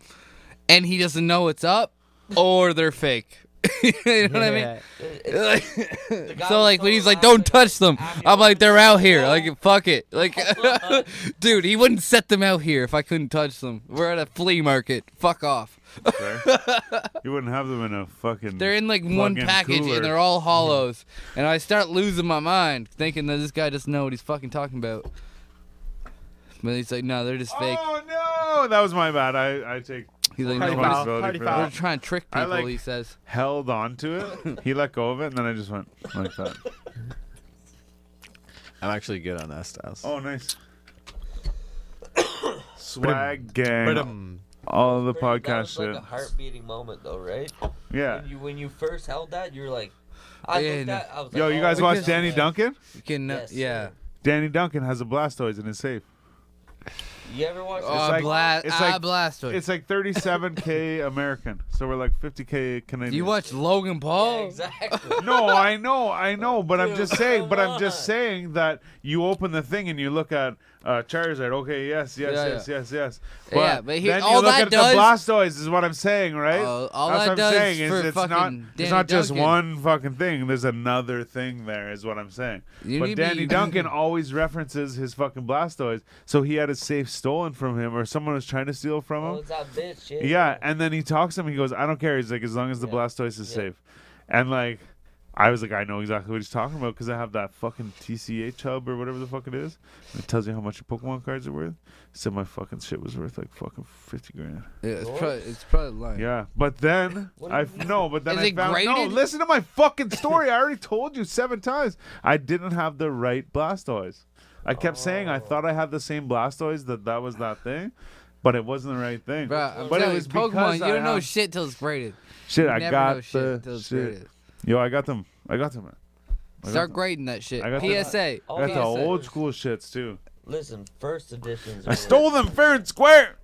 S4: and he doesn't know it's up or they're fake <laughs> you know
S3: Yeah.
S4: what i mean
S5: The
S4: Like,
S5: guy
S4: so
S5: was
S4: like
S5: so
S4: when he's like
S5: relaxed,
S4: don't touch them
S5: after-
S4: i'm like they're out here like fuck it like <laughs> dude he wouldn't set them out here if i couldn't touch them we're at a flea market fuck off
S2: you wouldn't have them in a fucking.
S4: They're in like one
S2: plug-in
S4: package
S2: cooler.
S4: and they're all hollows. and I start losing my mind thinking that this guy doesn't know what he's fucking talking about. But he's like, no, they're just fake.
S2: Oh no, that was my bad. I I take
S4: He's like,
S3: Party
S4: no,
S3: foul,
S4: they're,
S2: responsibility
S3: party
S2: for
S3: foul.
S4: they're
S2: that.
S4: trying to trick
S2: Uh, I
S4: people,
S2: like-
S4: he says.
S2: Held on to it. He let go of it, and then I just went like that.
S1: I'm actually good on that, Styles.
S2: Oh, nice. Swag gang.
S1: Ba-dum.
S2: All of the
S5: that
S2: podcast
S5: was like a
S2: shit.
S5: heart beating moment though, right?
S2: Yeah.
S5: When you when you first held that, you were like, I
S4: Yeah,
S5: looked
S4: no.
S5: at, I was
S2: Yo,
S5: like,
S2: you
S5: oh,
S2: guys
S5: my
S2: watch
S5: God.
S2: Danny Duncan?
S4: You can,
S5: Yes,
S4: yeah.
S5: sir.
S2: Danny Duncan has a Blastoise in his safe.
S5: You ever watch?
S4: Oh,
S2: like-
S4: blast,
S2: it's
S4: ah,
S2: like-
S4: Blastoise.
S2: It's like 37k American, so we're like 50k Canadian.
S4: you watch Logan
S5: Yeah,
S2: <laughs>
S4: Paul?
S5: exactly.
S2: No, I know, I know, but I'm
S5: Dude,
S2: just saying. But I'm
S5: come
S2: just
S5: on.
S2: saying that you open the thing and you look at uh, Charizard. Okay, yes, yes,
S4: Yeah,
S2: yes, yes, yes. But
S4: Yeah, but he-
S2: then
S4: all
S2: you look
S4: that
S2: at
S4: does-
S2: the Blastoise is what I'm saying, right?
S4: Uh, all
S2: That's
S4: that
S2: what I'm
S4: does
S2: saying is
S4: for
S2: it's not
S4: fucking
S2: it's
S4: Danny
S2: not just
S4: Duncan.
S2: one fucking thing. There's another thing there, is what I'm saying.
S4: You
S2: but
S4: need
S2: Danny
S4: me- <laughs>
S2: Duncan always references his fucking Blastoise, so he had his safe stolen from him, or someone was trying to steal from him.
S5: Oh, it's that bitch. Yeah.
S2: Yeah, and then he talks to him. He goes, "I don't care." He's like, "As long as the
S5: Yeah.
S2: Blastoise is
S5: Yeah.
S2: safe," and like, I was like, "I know exactly what he's talking about because I have that fucking TCH hub or whatever the fuck it is. And it tells you how much your Pokemon cards are worth." He said my fucking shit was worth like fucking fifty grand.
S4: Yeah, it's, probably, it's probably lying.
S2: Yeah, but
S4: <laughs>
S2: then
S5: What do
S2: I
S5: you
S2: f- no, but then
S4: Is
S2: I
S4: it
S2: found no.
S4: graded?
S2: Listen to my fucking story. I
S4: <laughs>
S2: already told you seven times. I didn't have the right Blastoise. I kept saying I thought I had the same Blastoise that that was that thing, but it wasn't the right thing.
S4: Bruh, I'm
S2: but
S4: telling
S2: it
S4: you,
S2: was
S4: Pokemon,
S2: because
S4: you
S2: I
S4: don't know
S2: had-
S4: shit till it's graded.
S2: Shit,
S4: You
S2: I
S4: never
S2: got
S4: know shit till
S2: the
S4: it's
S2: shit.
S4: graded.
S2: Yo, I got them. I got them. I got
S4: Start
S2: them.
S4: grading that shit.
S2: I got the-
S4: PSA.
S5: Oh,
S2: I got the
S5: yeah,
S4: PSA.
S2: old school shits too.
S5: Listen, first editions.
S2: I stole them fair and square.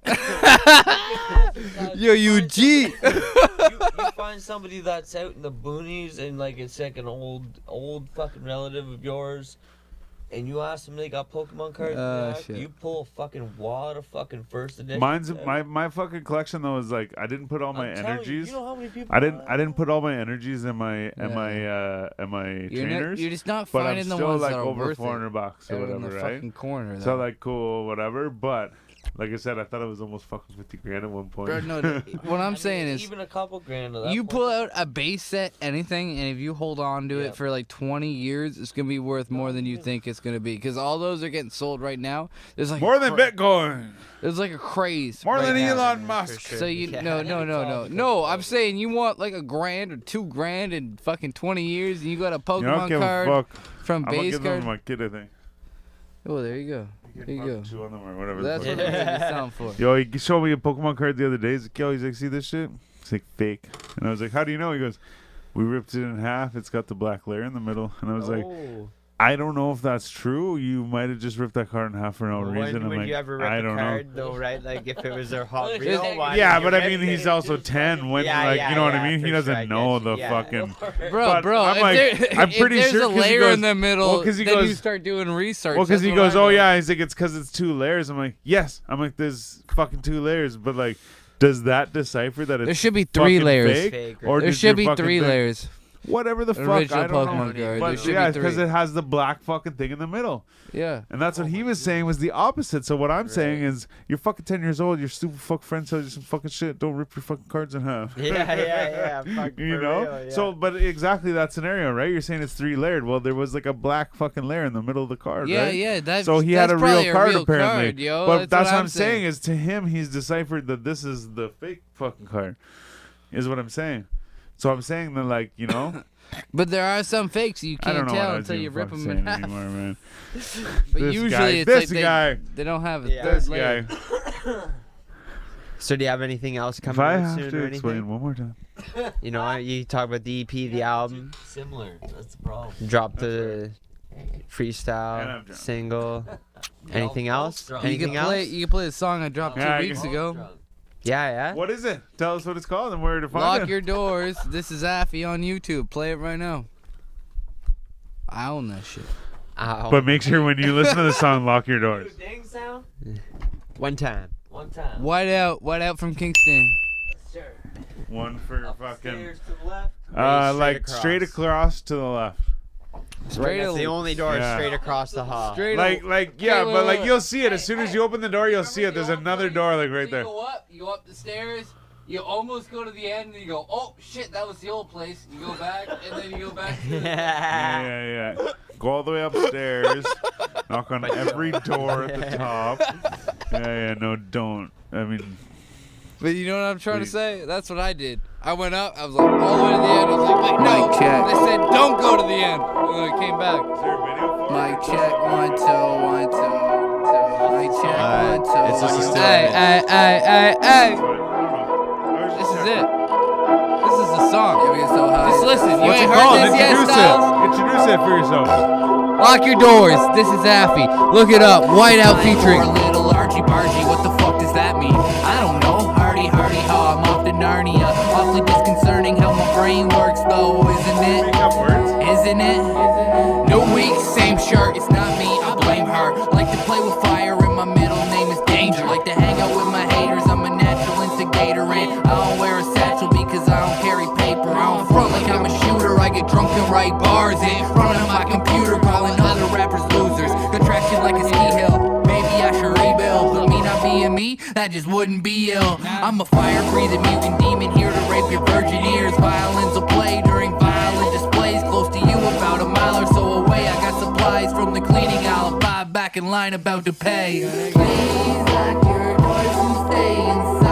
S4: Yo, you G.
S5: you, you find somebody that's out in the boonies and like it's like an old old fucking relative of yours and you ask them they got Pokemon cards,
S4: Ah,
S5: yeah,
S4: shit.
S5: you pull a fucking wad of fucking first edition.
S2: Mine's my my fucking collection though is like I didn't put all my energies.
S5: You, you know how many people
S2: I didn't I didn't put all my energies in my in
S4: Yeah.
S2: my uh in my
S4: You're, not-
S2: trainers.
S4: you're just not
S2: but
S4: finding
S2: I'm
S4: the
S2: still
S4: ones
S2: like
S4: that are
S2: over
S4: worth
S2: four
S4: it.
S2: hundred bucks or
S4: Out in
S2: whatever,
S4: the
S2: right?
S4: fucking corner.
S2: So
S4: though.
S2: like cool, whatever. But like I said, I thought it was almost fucking fifty grand at one point.
S4: Bro, no, no, what I'm saying is,
S5: even a couple grand of that
S4: you
S5: point.
S4: pull out a base set, anything, and if you hold on to
S5: Yeah.
S4: it for like 20 years, it's gonna be worth more than you think it's gonna be. Because all those are getting sold right now. There's like
S2: <laughs>
S4: a
S2: More than
S4: cra-
S2: Bitcoin.
S4: There's like a craze.
S2: More
S4: right
S2: than
S4: now.
S2: Elon Musk.
S4: So you
S3: Yeah.
S4: no no no no no. I'm saying you want like a grand or two grand in fucking 20 years, and you got a
S2: You know, I don't
S4: Pokemon
S2: give a
S4: card
S2: fuck.
S4: from
S2: I'm gonna
S4: base
S2: give them
S4: card.
S2: to my kid, I think.
S4: Oh, there you go. There you go.
S2: Chew on them or whatever. the
S4: That's
S2: fuck.
S4: what I'm making sound for.
S2: Yo, he showed me a Pokemon card the other day. He's like, yo, he's like, see this shit? It's like fake. And I was like, how do you know? He goes, we ripped it in half. It's got the black layer in the middle. And I was like,
S3: Oh.
S2: I don't know if that's true. You might have just ripped that card in half for no
S3: Would,
S2: reason. I'm
S3: would
S2: like,
S3: you ever rip
S2: I
S3: a
S2: don't know.
S3: card though, right? Like if it was their
S5: Well, <laughs>
S3: hot
S5: it's
S3: real
S5: just-
S3: why
S2: Yeah,
S3: did you
S2: but I
S3: rip
S2: mean,
S3: it?
S2: he's also 10 when,
S3: Yeah,
S2: like,
S3: yeah,
S2: you know what
S3: yeah,
S2: I mean?
S3: for
S2: He
S3: sure,
S2: doesn't
S3: I
S2: know
S3: get
S2: the
S3: you. Yeah. <laughs>
S2: fucking.
S4: Bro,
S2: But
S4: bro,
S2: I'm
S4: if,
S2: like-
S4: there,
S2: I'm pretty
S4: if there's
S2: sure
S4: a
S2: 'cause he
S4: layer
S2: goes-
S4: in the middle,
S2: well, 'cause he
S4: then you
S2: goes-
S4: start doing research.
S2: Well, because
S4: That's
S2: he
S4: what I
S2: goes, oh
S4: know.
S2: yeah, he's like, it's because it's two layers. I'm like, yes. I'm like, there's fucking two layers, but like, does that decipher that it's
S4: There should be three
S2: fucking
S4: layers.
S2: fake?
S3: Fake or-
S2: or
S4: There
S2: does
S4: should
S2: your
S4: be
S2: fucking
S4: three
S2: thing-
S4: layers.
S2: Whatever the fuck,
S4: Original
S2: I don't know.
S4: Pokemon card. There
S2: But
S4: should
S2: yeah,
S4: be
S2: because
S4: three.
S2: it has the black fucking thing in the middle,
S4: Yeah.
S2: and that's
S3: Oh
S2: what he was saying was the opposite. So what I'm saying is, you're fucking ten years old. Your stupid fuck friend tells you some fucking shit. Don't rip your fucking cards in half.
S3: <laughs> <laughs> Yeah, yeah, yeah.
S2: <laughs>
S3: Fuck,
S2: You
S3: for
S2: know,
S3: real, yeah.
S2: so but exactly that scenario, right? You're saying it's three layered. Well, there was like a black fucking layer in the middle of the card,
S4: Yeah,
S2: right?
S4: yeah. That's,
S2: so he had
S4: that's
S2: a real
S4: probably
S2: card
S4: real
S2: apparently.
S4: Card, yo.
S2: But
S4: that's,
S2: that's,
S4: what
S2: I'm saying is to him he's deciphered that this is the fake fucking card. Is what I'm saying. So I'm saying that like, you
S4: <coughs>
S2: know,
S4: But there are some fakes you
S2: I don't
S4: can't
S2: know what
S4: tell
S2: I was
S4: until you
S2: even
S4: rip
S2: fucking
S4: them
S2: saying
S4: in half.
S2: anymore, man.
S4: But
S2: This
S4: usually
S2: guy,
S4: it's
S2: this
S4: like they,
S2: guy,
S4: they don't have a
S3: Yeah.
S4: <laughs> third
S2: this
S4: layer.
S2: guy.
S3: So do you have anything else
S2: If
S3: coming
S2: I
S3: out
S2: have
S3: soon
S2: to
S3: or
S2: explain
S3: anything?
S2: one more time.
S3: You know, you talk about the EP, the album,
S5: Similar. That's the problem.
S3: drop the
S2: And I'm
S3: freestyle
S2: drunk. <laughs>
S3: single. Anything
S5: Y'all both
S3: else?
S5: drunk.
S4: You
S3: Anything
S4: can play.
S3: else?
S4: You can play the song I dropped two
S2: Yeah, I
S4: weeks
S2: can-
S4: ago.
S3: Yeah, yeah.
S2: What is it? Tell us what it's called and where to find
S4: Lock
S2: it.
S4: your doors. This is Affy on YouTube. Play it right now. I own that shit.
S3: Ow.
S2: but make sure
S4: <laughs>
S2: when you listen to the song, lock your doors.
S5: Dang sound?
S3: One time.
S5: One time.
S4: White out. White out from Kingston.
S5: Sure.
S2: One for fucking
S5: Stairs to the left.
S2: uh,
S3: Straight
S2: like
S3: across.
S2: straight across to the left.
S4: Straight
S3: That's the
S4: al-
S3: only door
S2: Yeah.
S3: straight across the hall.
S4: Straight
S2: Like,
S4: al-
S2: like, yeah,
S4: wait,
S2: but
S4: wait,
S2: like
S4: wait.
S2: you'll see it as soon as you open the door. You'll see it. There's another door like right
S12: So
S2: there.
S12: You go up, you go up the stairs, you almost go to the end, and you go, oh shit, that was the old place. You go back, and then you go back. To the-
S2: Yeah,
S3: yeah.
S2: yeah, yeah. Go all the way upstairs. knock on every door at the top. Yeah, yeah. No, don't. I mean,
S4: But you know what I'm trying to
S2: Please.
S4: say? That's what I did. I went up. I was like all the way to the end. I was like, wait, no. They said don't go to the end. And then I came back.
S2: is there a video for
S4: Mic check, one, two, one, two, two. Mic check,
S1: Alright,
S4: one, two.
S1: it's just a still
S4: Hey,
S1: image.
S4: hey, hey, hey, hey.
S2: it?
S4: This is it. This is the song. Just listen. You
S2: What's it
S4: ain't
S2: called?
S4: heard this yet,
S2: Introduce
S4: Styles?
S2: it. Introduce it for yourself.
S4: Lock your doors. This is Affy. Look it up. Whiteout featuring.
S10: Or little argy bargy, what the fuck does that mean? I don't know. Hardy hardy ha, I'm off to Narnia. Awfully disconcerting how my brain works though, isn't it?
S2: Make up words.
S10: Isn't it? No week, same shirt, it's not me, I blame her. Like to play with fire and my middle name is danger. Like to hang out with my haters, I'm a natural instigator and I don't wear a satchel because I don't carry paper. I don't front like I'm a shooter, I get drunk and write bars in front of my computer, calling other rappers losers. Contraction like a ski hill. Maybe I should rebuild, but me not being me, that just wouldn't be ill. I'm a fire breathing mutant demon here to rape your virgin ears. Violins will play during violent displays close to you, about a mile or so away. I got supplies from the cleaning aisle, five back in line about to pay. Please lock your doors and stay inside.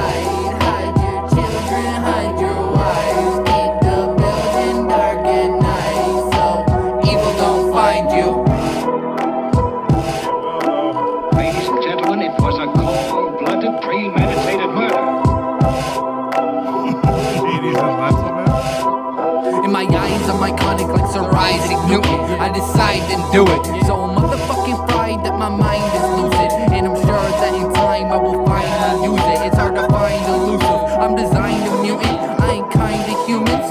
S10: Hide your children, hide your wives. Keep the building dark at night so evil don't find you.
S13: Ladies and gentlemen, it was a cold blooded, premeditated murder.
S2: Ladies and gentlemen.
S10: In my eyes, I'm iconic like Sir Isaac Newton. I decide and do it. So motherfucking fried that my mind is lucid. And I'm sure that in time I will finally use it. It's hard to find elusive. I'm designed a mutant. I ain't kind to humans.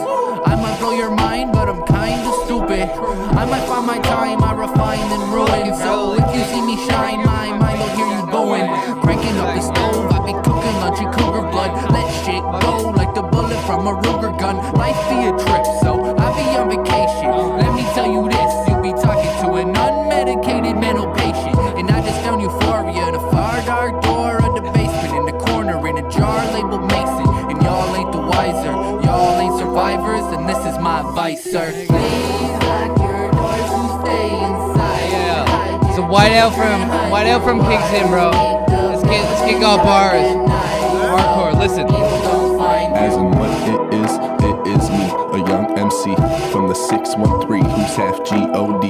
S10: I might blow your mind, but I'm kinda stupid. I might find my time, I refine and ruin. So if you see me shine, my mind will hear you going. Cranking up the stove, I be cooking lunch in cougar blood. Let shit go like the bullet from a Ruger gun. Life be a trip, so I be on vacation. Let me tell you this, you be talking to an unmedicated mental patient. And I just found euphoria in a far dark door of the basement. In the corner in a jar labeled Mason. And y'all ain't the wiser, y'all ain't survivors, and this is my advice, sir. Please lock your doors and stay inside.
S4: Yeah. So white out from white out from Kingston, bro. Let's get let's get all bars. Hardcore. Listen.
S14: As in what it is, it is me, a young MC from the 613 who's half G-O-D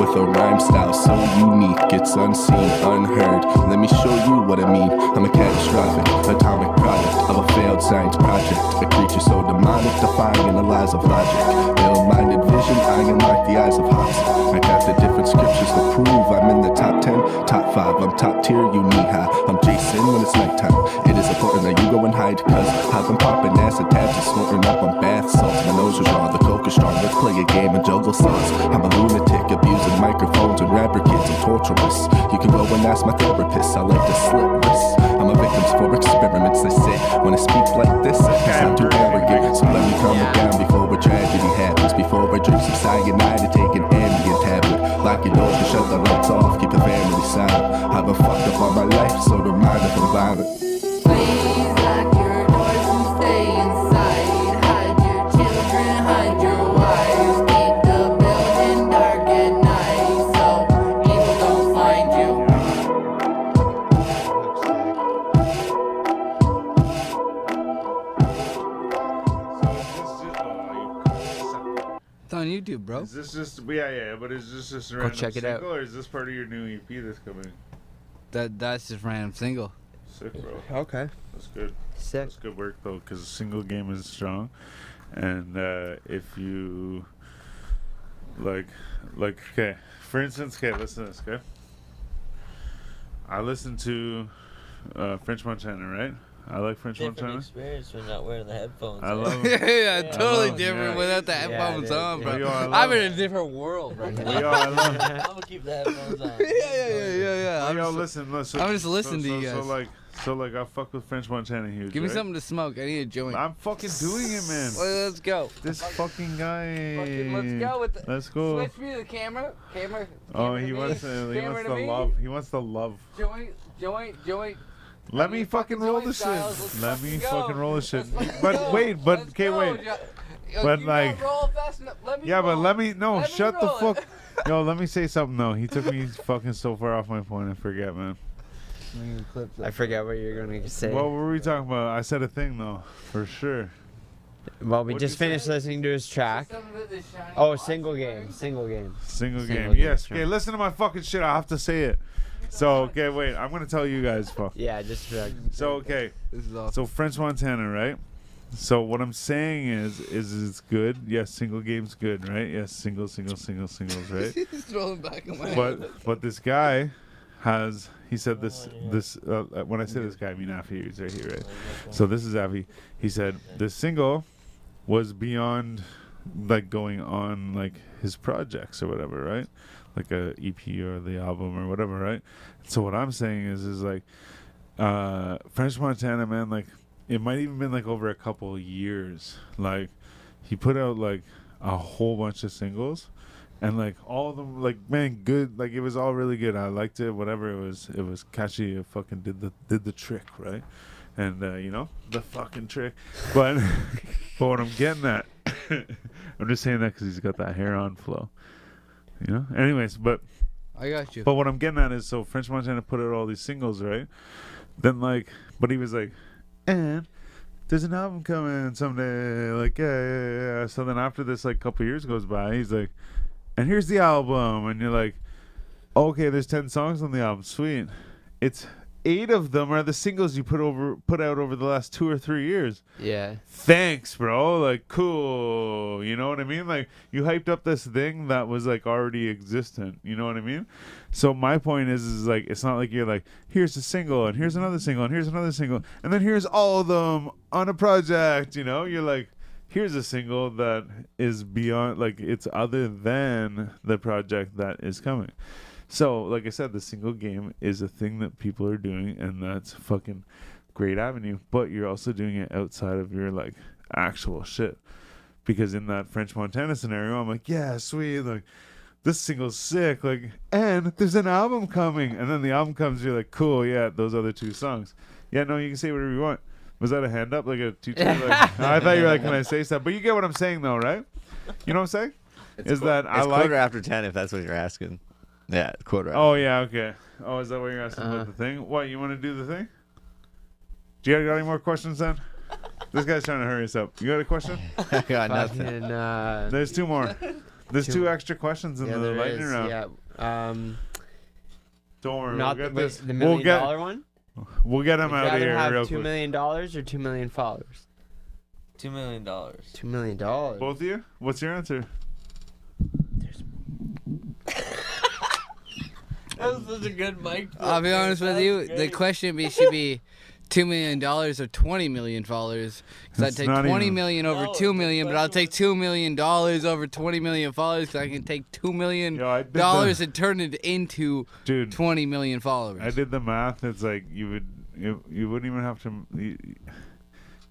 S14: with a rhyme style so unique, it's unseen, unheard. Let me show you what I mean. I'm a catastrophic, atomic product of a failed science project. A creature so demonic, defying the lies of logic. Ill-minded vision, I unlock the eyes of Hobbes. I got the different scriptures to prove I'm in the top ten, top five. I'm top tier, you knee high. I'm Jason when it's nighttime. It is important that you go and hide, cause I've been popping acid tabs and snorting up on bath salts. My nose is raw, the coke is strong. Let's play a game and juggle songs. I'm a lunatic, abusing microphones and rapper kids and torturers. You can go and ask my therapist. I like to slip wrists. I'm a victim for experiments. They say when I speak like this, I sound too arrogant. So let me calm it down before a tragedy happens. Before I drink some cyanide to take an ambient tablet. Lock your doors and shut the lights off. Keep the family silent. I've been fucked up all my life, so don't mind if I'm violent.
S10: It's on YouTube, bro.
S2: Is this just yeah yeah? But is this just a random
S10: check it out.
S2: single, or is this part of your new EP that's coming?
S10: That that's just random single.
S2: Sick, bro.
S3: Okay.
S2: That's good.
S3: Sick.
S2: That's good work though, because a single game is strong, and uh, if you like, like okay, for instance, okay, listen to this, okay. I listen to uh, French Montana, right? I like French
S5: Different
S2: Montana.
S5: experience when not wearing the headphones.
S2: I
S5: <laughs>
S2: love.
S10: <laughs> <laughs> yeah,
S5: Yeah.
S10: totally
S2: Oh,
S10: different
S2: yeah.
S10: without the
S5: Yeah,
S10: headphones
S5: dude,
S10: on,
S5: yeah.
S10: bro.
S2: We all
S10: I'm
S2: love
S10: in a different world <laughs> right now.
S2: We all I love.
S5: I'm gonna keep the
S4: <laughs>
S5: headphones on.
S10: yeah, yeah, yeah, yeah, yeah.
S2: Yo,
S10: <laughs> I'm just-
S2: listen, listen.
S10: I'm just listening
S2: so,
S10: to you
S2: so,
S10: guys.
S2: So like, so like, I fuck with French Montana huge.
S10: Give me
S2: right?
S10: something to smoke. I need a joint.
S2: I'm fucking doing it, man.
S10: Let's go.
S2: This fucking guy.
S4: Fucking let's go with the-
S2: Let's go.
S4: Switch me to the camera. Camera.
S2: Oh,
S4: camera
S2: he
S4: to me,
S2: wants the he
S4: camera
S2: wants
S4: to
S2: the
S4: me.
S2: love. He wants the love.
S4: Joint, joint, joint.
S2: Let me fucking roll
S4: Joey
S2: this shit.
S4: Styles,
S2: Let
S4: let's
S2: me
S4: go.
S2: fucking roll this shit.
S4: Let's fucking go.
S2: But wait, but
S4: Let's
S2: okay,
S4: go,
S2: wait.
S4: Jo- Yo,
S2: But,
S4: you
S2: like-
S4: don't roll fast enough. Let me
S2: Yeah, but
S4: roll.
S2: let me no.
S4: Let me
S2: shut the
S4: roll it. <laughs>
S2: fuck. Yo, let me say something though. He took me fucking so far off my point. I forget, man.
S3: <laughs> I forgot what you were gonna say.
S2: What were we talking about? I said a thing though, for sure.
S3: well, we
S2: what'd you
S3: just
S2: say?
S3: finished listening to his track.
S4: Something that this shiny
S3: Oh,
S4: box
S3: single
S4: is
S3: game,
S4: wearing.
S3: single game.
S2: Single
S3: Single
S2: game.
S3: game,
S2: Yes.
S3: sure.
S2: Okay, listen to my fucking shit. I have to say it. So okay, wait. I'm gonna tell you guys. Fuck.
S3: Yeah, just like,
S2: <laughs> So okay.
S10: This is awesome.
S2: So French Montana, right? So what I'm saying is, is it's good. Yes, single game's good, right? Yes, single, single, single, singles,
S10: <laughs>
S2: right?
S10: He's rolling back in my head.
S2: but but this guy has he said this this uh, uh, when I say this guy, I mean Afi. He's right here, right? So this is Afi. He said this single was beyond like going on like his projects or whatever, right? Like a EP or the album or whatever, right? So what I'm saying is is like uh French Montana man like it might even been like over a couple years like he put out like a whole bunch of singles and like all of them like man good like it was all really good i liked it whatever it was it was catchy it fucking did the did the trick right and uh, you know the fucking trick but <laughs> but what i'm getting at <coughs> i'm just saying that because he's got that hair on flow you know anyways but
S10: I got you.
S2: but what I'm getting at is, so French Montana put out all these singles, right? Then like, but he was like, and there's an album coming someday. Like, yeah, yeah, yeah. So then after this, like, couple years goes by, he's like, and here's the album, and you're like, okay, there's ten songs on the album. Sweet. It's eight of them are the singles you put over put out over the last two or three years
S3: yeah.
S2: thanks, bro. Like, cool. You know what I mean? Like, you hyped up this thing that was like already existent. You know what I mean? So my point is, is like, it's not like you're like, here's a single, and here's another single, and here's another single, and then here's all of them on a project. You know, you're like. Here's a single that is beyond, like, it's other than the project that is coming. So, like I said, the single game is a thing that people are doing, and that's fucking great avenue. But you're also doing it outside of your like actual shit. Because in that French Montana scenario, I'm like, yeah, sweet, like this single's sick, like, and there's an album coming, and then the album comes, you're like, cool, yeah, those other two songs. Yeah, no, you can say whatever you want. Was that a hand up, like a two? two like, I thought you were like, can I say stuff? But you get what I'm saying, though, right? You know what I'm saying? is that I
S1: it's
S2: like
S1: quarter after ten if that's what you're asking. Yeah, quarter. After.
S2: Oh yeah, okay. Oh, is that what you're asking
S3: Uh-huh.
S2: about the thing? What you want to do the thing? Do you got any more questions then? this guy's trying to hurry us up. You got a question?
S1: I <laughs> got nothing.
S3: Fucking, uh,
S2: There's two more. There's
S3: Two.
S2: two extra questions in
S3: yeah,
S2: the
S3: there
S2: lightning
S3: is,
S2: round.
S3: Yeah. Um,
S2: Don't worry.
S3: Not
S2: we'll
S3: the,
S2: get
S3: wait,
S2: this.
S3: the million
S2: we'll get,
S3: dollar one.
S2: We'll get him out of
S3: rather
S2: here
S3: have
S2: real
S3: two
S2: quick.
S3: million dollars or two million followers.
S5: Two million dollars.
S3: Two million dollars.
S2: Both of you? What's your answer?
S5: That was such a
S4: <laughs>
S5: good mic.
S4: I'll be honest with you. The question be, should be two million dollars or twenty million followers. Because
S15: That's
S4: I'd take
S15: not
S4: twenty
S15: even-
S4: million over two million, but I'll take two million dollars over twenty million followers. Because I can take two million
S2: Yo, I did the-
S4: dollars and turn it into
S2: Dude.
S4: twenty million followers.
S2: I did the math. It's like you would you, you wouldn't even have to you, you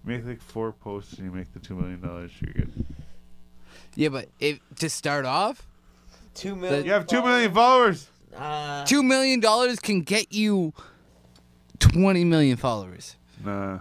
S2: make like four posts and you make the two million dollars. You're good.
S4: yeah, but if to start off,
S5: Two
S4: million
S2: You have two million followers.
S5: Uh,
S4: two million dollars can get you twenty million followers
S2: Nah.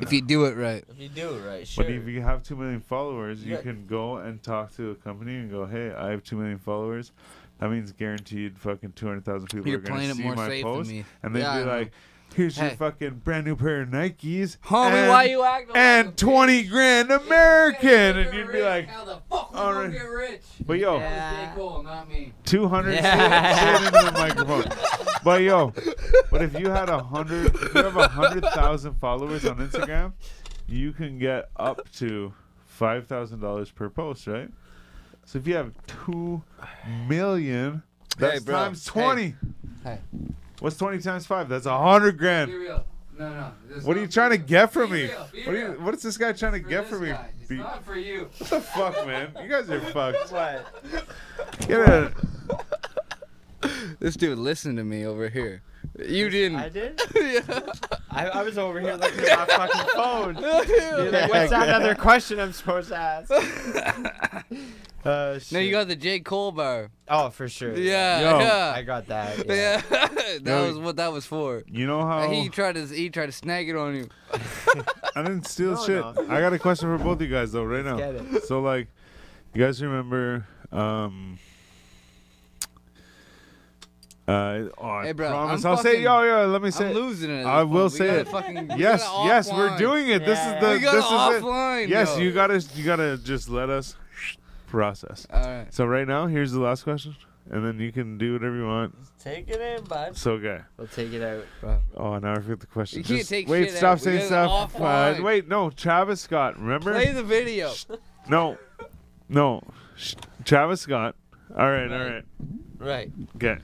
S4: if you do it right.
S5: if you do it right, sure.
S2: But if you have two million followers, you
S5: Yeah.
S2: can go and talk to a company and go, "Hey, I have two million followers." That means guaranteed fucking two hundred thousand people
S4: You're
S2: are gonna
S4: playing it
S2: see
S4: more
S2: my
S4: safe than
S2: post,
S4: me.
S2: and they'd
S4: Yeah, I
S2: be
S4: know.
S2: like, "Here's your
S4: Hey.
S2: fucking brand new pair of Nikes,
S4: Homie,
S2: and,
S4: why you acting like
S2: and
S4: a bitch?
S2: twenty grand American," and you'd be
S10: rich,
S2: like,
S10: how the fuck we
S2: all
S10: gonna
S2: right.
S10: get rich?
S2: "But yo,
S10: That was J. Cole, not me.
S2: two hundred
S3: Yeah.
S2: into the microphone." But yo, but if you had a hundred, if you have a hundred thousand followers on Instagram, you can get up to five thousand dollars per post, right? So if you have two million, that's
S1: bro.
S2: times twenty.
S4: Hey.
S2: What's twenty times five? That's a hundred
S10: Be
S2: grand.
S10: real. No, no. this is
S2: What are you
S10: not
S2: trying
S10: for
S2: to get from me?
S10: Be real, be
S2: What, are you,
S10: real.
S2: what is this guy trying to
S10: For
S2: get
S10: this
S2: from me?
S10: guy. It's
S2: Be-
S10: not for you.
S2: What the fuck, man? You guys are fucked.
S3: What?
S2: Get out.
S4: This dude listened to me over here. You
S3: <laughs>
S4: didn't.
S3: I did.
S4: Yeah.
S3: I, I was over here looking <laughs> at my fucking phone. You're like, what's that other question I'm supposed to ask? <laughs> Uh, shit.
S4: No, you got the J. Cole bar.
S3: Oh, for sure.
S4: Yeah,
S2: Yo.
S4: yeah.
S3: I got that. Yeah.
S4: Yeah, <laughs> that
S2: No.
S4: was what that was for.
S2: You know how
S4: And He tried to he tried to snag it on you.
S2: I didn't steal
S3: No,
S2: shit.
S3: no.
S2: <laughs> I got a question for both you guys though, right now.
S3: Let's get
S2: So like, you guys remember? um uh, oh, I
S4: Hey, bro,
S2: promise
S4: I'm
S2: I'll say
S4: fucking-
S2: yo yo. Let me
S4: I'm
S2: say. it.
S4: losing it. at
S2: I
S4: this
S2: will
S4: point. We
S2: say
S4: gotta
S2: it.
S4: fucking- we gotta
S2: yes, yes,
S4: offline.
S2: we're doing it. this is
S3: Yeah,
S2: the.
S4: We gotta
S2: this is it.
S4: offline.
S2: Yes,
S4: yo.
S2: you gotta you gotta just let us process.
S4: All right.
S2: So right now, here's the last question, and then you can do whatever you want.
S5: Take it in, bud.
S2: So okay.
S3: We'll take it out.
S2: Oh, now I forget the question.
S4: You can't
S2: Just-
S4: take
S2: wait,
S4: shit
S2: stop
S4: out. We
S2: saying
S4: gotta
S2: stuff.
S4: offline.
S2: Uh, wait, no, Travis Scott. Remember?
S4: Play the video.
S2: No, no, Sh- Travis Scott. All right, all right.
S5: Right.
S2: Okay.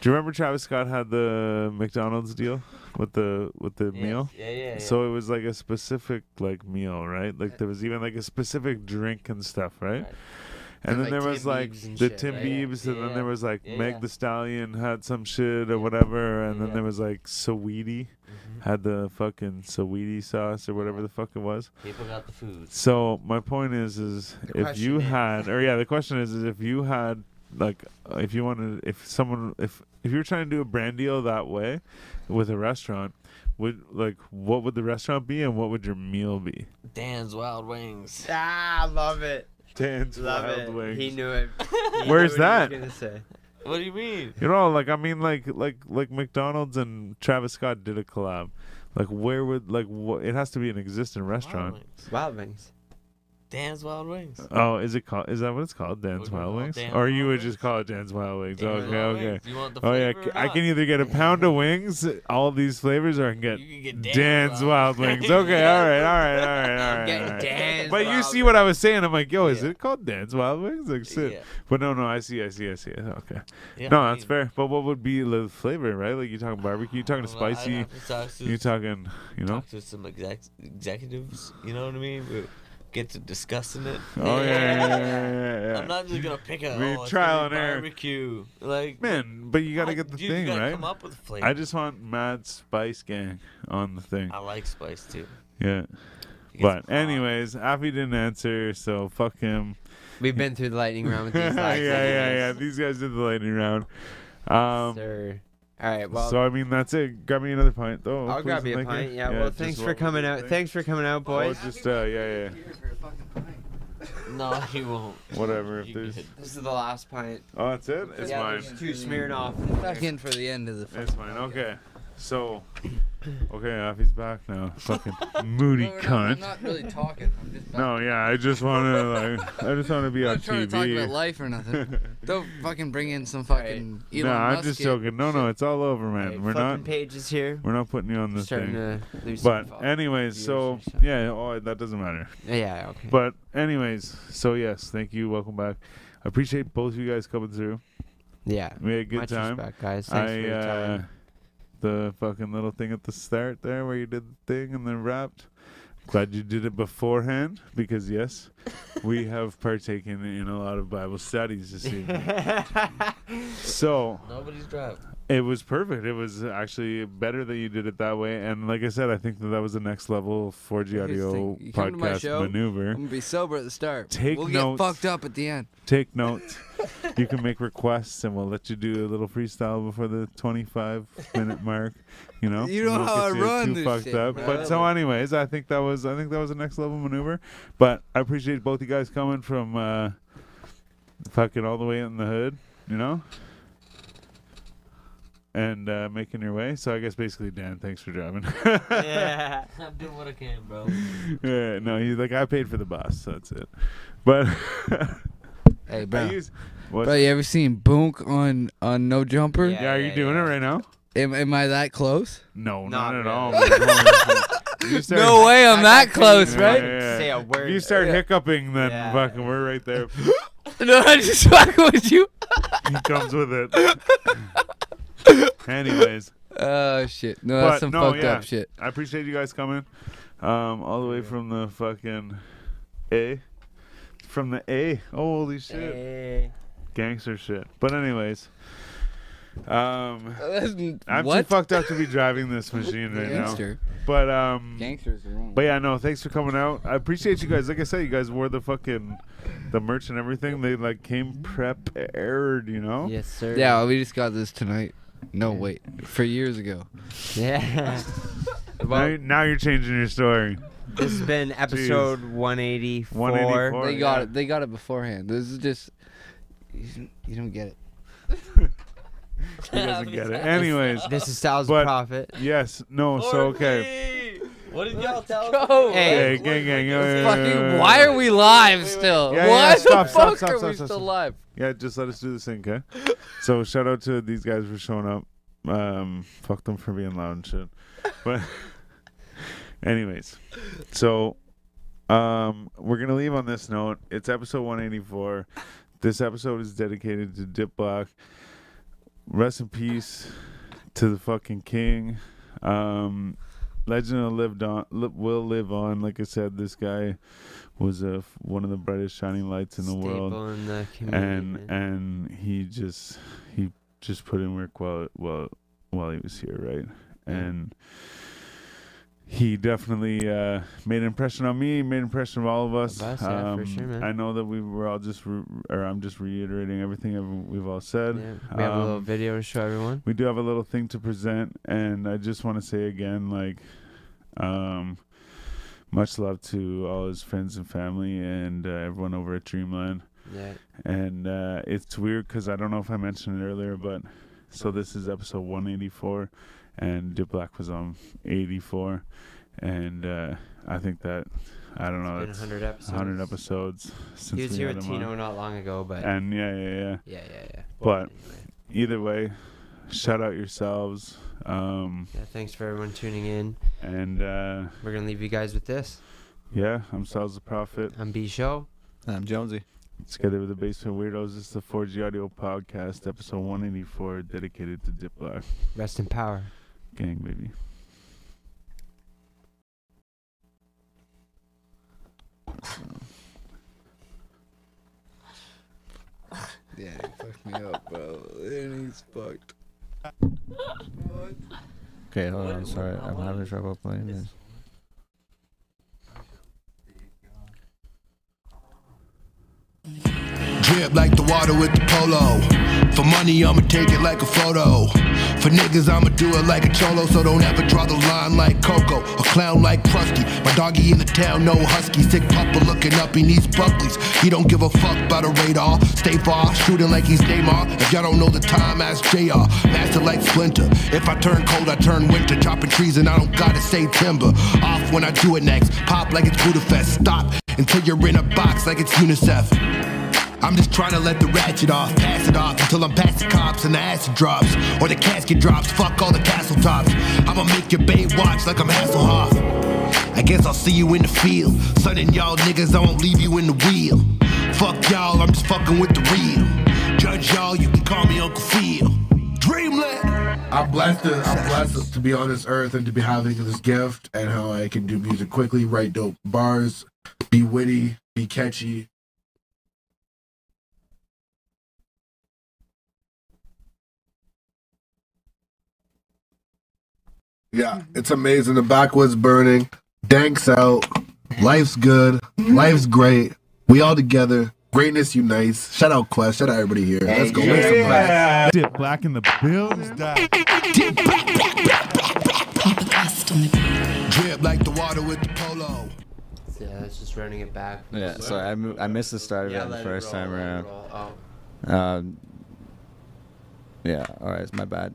S2: Do you remember Travis Scott had the McDonald's deal with the with the
S5: Yeah.
S2: meal?
S5: Yeah, yeah, yeah.
S2: So it was like a specific like meal, right? Like there was even like a specific drink and stuff, right?
S5: Right.
S2: And, then
S3: And, like,
S2: there
S3: Tim
S2: was like
S3: Biebs and
S2: the
S3: shit,
S2: Tim
S5: right? Yeah.
S2: Biebs, and then
S5: Yeah.
S2: there was like
S5: Yeah,
S2: Meg
S5: yeah.
S2: the Stallion had some shit or whatever, and then
S5: Yeah. Mm-hmm.
S2: there was like Saweetie had the fucking Saweetie sauce or whatever the fuck it was.
S5: People got the food.
S2: So my point is, is if you
S3: question is-
S2: had, or yeah, the question is, is if you had, like, uh, if you wanted, if someone, if if you're trying to do a brand deal that way, with a restaurant, would like, what would the restaurant be, and what would your meal be?
S5: Dan's Wild Wings.
S3: Ah, love it.
S2: Dan's
S3: Love it. He knew <laughs> it. He
S2: Where's
S3: knew what
S2: that?
S3: he was gonna say.
S5: What do you mean?
S2: You know, like I mean, like like like McDonald's and Travis Scott did a collab. Like where would like what? It has to be an existing
S5: Wild
S2: restaurant.
S5: Wings.
S3: Wild Wings.
S5: Dan's Wild Wings.
S2: Oh, is it called? Is that what it's called? Dan's
S5: We're gonna
S2: Wild
S5: call it
S2: Wings,
S5: Dan's
S2: or you
S5: Wild
S2: would
S5: Wings.
S2: just call it Dan's Wild Wings?
S5: Dan's
S2: okay,
S5: Wild
S2: okay.
S5: Wings. You want the
S2: Oh
S5: flavor
S2: yeah,
S5: or
S2: I
S5: not?
S2: can either get a pound of wings, all these flavors, or I can get,
S5: You can get Dan's
S2: Dan's
S5: Wild
S2: Wild
S5: Wings.
S2: Wings. Okay, all right, all right, all right, all
S5: <laughs>
S2: right.
S3: Getting
S2: all right.
S3: Dan's
S2: But you
S3: Wild
S2: see what I was saying? I'm like, yo, is
S5: Yeah.
S2: it called Dan's Wild Wings? Like, shit.
S5: Yeah.
S2: But no, no, I see, I see, I see. Okay,
S5: Yeah,
S2: no,
S5: I
S2: that's
S5: mean,
S2: fair. But what would be the flavor, right? Like, you talking barbecue, you talking
S5: well, I'd
S2: spicy,
S5: have to talk to-
S2: you talking, you
S5: <laughs>
S2: know?
S5: talk to some exec- executives. You know what I mean? We get to discussing it.
S2: Oh yeah, yeah, yeah, yeah, yeah, yeah.
S5: I'm not just gonna pick a
S2: We
S5: oh, it's
S2: trial
S5: gonna be
S2: and error.
S5: barbecue. Like
S2: Man, but you gotta
S5: I-
S2: get the
S5: dude,
S2: thing
S5: you gotta
S2: right.
S5: Come up with a flavor.
S2: I just want Mad Spice Gang on the thing.
S5: I like spice too.
S2: Yeah.
S5: It gets
S2: But
S5: hot. <laughs>
S2: anyways, Avi didn't answer, so fuck
S3: <laughs>
S2: him.
S3: We've been through the lightning round with <laughs>
S2: yeah,
S3: these
S2: yeah,
S3: last
S2: yeah. These guys did the lightning round. Um,
S3: Sir. All right. Well,
S2: so I mean, that's it. Grab me another pint, though.
S3: I'll
S2: Oh, please,
S3: grab you a
S2: thank
S3: pint. Yeah. well,
S2: just
S3: thanks for
S2: what-
S3: coming out.
S2: thank-
S3: Thanks for coming out,
S2: Well,
S3: boys.
S2: just uh, yeah,
S10: Here for a fucking pint.
S5: No, you won't.
S2: yeah. Whatever. If
S5: You
S2: there's...
S5: good.
S3: This is the last pint.
S2: Oh, that's it. It's
S3: yeah,
S2: mine.
S3: there's two smearing off.
S2: <laughs>
S4: Back in for the end of the.
S2: It's mine. Okay. So, Okay, Offie's back now.
S3: <laughs>
S2: Fucking moody
S4: No, we're not-
S2: cunt.
S4: I'm not really talking. I'm just
S2: no, yeah, I just want to like, I just want to be
S4: I'm
S2: on
S4: not trying
S2: TV.
S4: to talk
S2: <laughs>
S4: about life or nothing. Don't fucking bring in some fucking Elon
S2: no, I'm
S4: Musk
S2: just
S4: kid.
S2: joking. No, no, it's all over, man.
S3: Right,
S2: we're
S3: fucking
S2: not
S3: Paige is here.
S2: We're not putting you on this
S3: Starting
S2: thing.
S3: to lose some
S2: but
S3: fol-
S2: anyways, so yeah, oh, that doesn't matter.
S3: Yeah, okay.
S2: But anyways, so yes, thank you. Welcome back. I appreciate both of you guys coming through.
S3: Yeah,
S2: we had a good
S3: much
S2: time,
S3: respect, guys. Thanks for
S2: I,
S3: your
S2: Uh, <laughs> the fucking little thing at the start there, where you did the thing and then wrapped. Glad you did it beforehand because yes,
S3: <laughs>
S2: we have partaken in a lot of Bible studies this
S3: <laughs>
S2: evening. so
S5: Nobody's driving. <laughs>
S2: it was perfect. It was actually better that you did it that way. And like I said, I think that that was the next level 4G
S16: Here's the
S2: audio
S16: thing. You come to my
S2: podcast
S16: show,
S2: maneuver.
S16: I'm gonna be sober at the start.
S2: Take
S16: we'll
S2: notes.
S16: get fucked up at the end.
S2: Take notes. you can make requests, and we'll let you do a little freestyle before the 25 minute mark. You know,
S16: You know
S2: We'll
S16: how
S2: get
S16: I
S2: you
S16: run
S2: too
S16: this
S2: fucked
S16: shit,
S2: up.
S16: bro.
S2: But so, anyways, I think that was I think that was the next level maneuver. But I appreciate both you guys coming from uh, fucking all the way in the hood. You know. And uh, making your way, so I guess basically, Dan, thanks for driving. <laughs>
S5: yeah, I'm doing what I can, bro.
S2: Yeah, no, he's like, I paid for the bus. so That's it. But <laughs>
S16: Hey, bro.
S2: I use, what's-
S16: Bro, Oh, you ever seen Boonk on on No Jumper?
S2: yeah, are you doing it right now?
S16: Am, am I that close?
S2: No, not, at all. <laughs> You start-
S16: No way, I'm
S3: I
S16: that
S3: couldn't
S16: close,
S3: even
S16: right?
S3: say a
S2: If
S3: word.
S2: You
S3: <laughs>
S2: start
S3: Yeah.
S2: hiccuping, then
S3: Yeah.
S2: fucking we're right there.
S16: No, I <laughs> just fucking with you.
S2: he comes with it. Anyways,
S16: Oh shit! No,
S2: but
S16: that's some
S2: no,
S16: fucked
S2: yeah,
S16: up shit.
S2: I appreciate you guys coming, um, all the way from the fucking A, from the A. Holy shit,
S5: Hey.
S2: gangster shit. But anyways, um.
S16: That's-
S2: I'm too
S16: what?
S2: fucked up to be driving this machine right
S16: Gangster.
S2: now. But um,
S16: Gangsters are wrong.
S2: But yeah, no, thanks for coming out. I appreciate you guys. Like I said, you guys wore the fucking, the merch and everything. They like came prepared, you know.
S3: Yes, sir.
S16: Yeah, we just got this tonight. No, wait, for years ago.
S3: <laughs>
S2: <laughs>
S3: Yeah.
S2: Now, you- now you're changing your story.
S3: this has been episode 184.
S2: 184.
S16: They got
S2: Oh, yeah.
S16: it. They got it beforehand. This is just you you don't get it.
S5: <laughs>
S2: He doesn't get it. Anyways,
S3: This is Sal's
S2: But-
S3: Prophet.
S2: yes, no. So okay.
S5: What did y'all tell
S16: Go.
S5: us?
S2: Hey,
S3: Hey.
S2: gang, gang. yeah, yeah, yeah, yeah, yeah.
S16: Fucking, why are we live still?
S2: Yeah, yeah,
S16: why
S2: yeah, stop,
S16: the
S2: stop,
S16: fuck
S2: stop,
S16: are
S2: stop,
S16: we
S2: stop,
S16: still
S2: stop.
S16: live?
S2: Yeah, just let us do this thing, okay? so shout out to these guys for showing up. Um, fuck them for being loud and shit. But <laughs> anyways, so um, we're gonna leave on this note. It's episode 184. This episode is dedicated to Dip Block. Rest in peace to the fucking king. Um, legend will lived on, li- will live on. Like I said, this guy was a, one of the brightest shining lights in the world
S3: Staple in the
S2: and
S3: community. man.
S2: and he just he just put in work while while while he was here, right? And he definitely uh, made an impression on me, made an impression of all of us. Um,
S3: Of us, yeah, for sure, man.
S2: I know that we were all just, re- or I'm just reiterating everything ev- we've all said.
S3: Yeah, we have a little
S2: Um,
S3: video to show everyone.
S2: we do have a little thing to present and i just want to say again like um much love to all his friends and family and uh, everyone over at dreamland
S3: Yeah.
S2: and uh it's weird because i don't know if i mentioned it earlier but so this is episode 184 and Dip Black was on 84 and uh i think that i don't know
S3: Been
S2: it's
S3: 100 episodes.
S2: 100 episodes since
S3: He was
S2: we
S3: here
S2: had
S3: with
S2: him on.
S3: Tino not long ago, but
S2: and yeah yeah yeah
S3: yeah, yeah, yeah.
S2: but
S3: Anyway.
S2: either way shout out yourselves um
S3: Yeah, thanks for everyone tuning in.
S2: and uh
S3: We're gonna leave you guys with this.
S2: yeah i'm Sal's the prophet
S3: I'm B Show.
S1: I'm Jonesy.
S2: together with the basement weirdos this is the 4g audio podcast episode 184 dedicated to diplo
S3: Rest in power.
S2: gang baby
S16: Yeah, you fucked me up, bro. And he's fucked.
S1: Okay, hold on. I'm sorry. I'm having trouble playing this.
S17: Drip like the water with the polo. For money, I'ma take it like a photo.
S14: For niggas, I'ma do it like a cholo, so don't ever draw the line like Coco, a clown like Krusty. My doggy in the town, no husky. Sick papa looking up, he needs buckleys. He don't give a fuck about a radar. Stay far, shooting like he's Neymar. If y'all don't know the time, ask JR. Master like Splinter. If I turn cold, I turn winter. Chopping trees and I don't gotta say timber. Off when I do it next. Pop like it's Budapest. Stop until you're in a box like it's UNICEF. I'm just trying to let the ratchet off, pass it off until I'm past the cops and the acid drops or the casket drops. Fuck all the castle tops. I'ma make your babe watch like I'm Hasselhoff. I guess I'll see you in the field, son and y'all niggas. I won't leave you in the wheel. Fuck y'all, I'm just fucking with the real. Judge y'all, you can call me Uncle Phil. Dreamland.
S10: I'm blessed. To, I'm blessed to be on this earth and to be having this gift and how I can do music quickly, write dope bars, be witty, be catchy, Yeah, it's amazing. The backwoods burning. Danks out. Life's good. Life's great. We all together. Greatness unites. Shout out Quest. Shout out everybody here. Let's go. Make some blast.
S2: Dip black in the building.
S14: Drip like the water with the polo.
S3: Yeah, that's just running it back.
S1: Yeah, so I, mo- I missed the start of
S3: Yeah,
S1: it
S3: let
S1: the
S3: it
S1: first
S3: roll,
S1: time
S3: let it
S1: around.
S3: roll. Oh,
S1: Um, yeah, all right, it's my bad.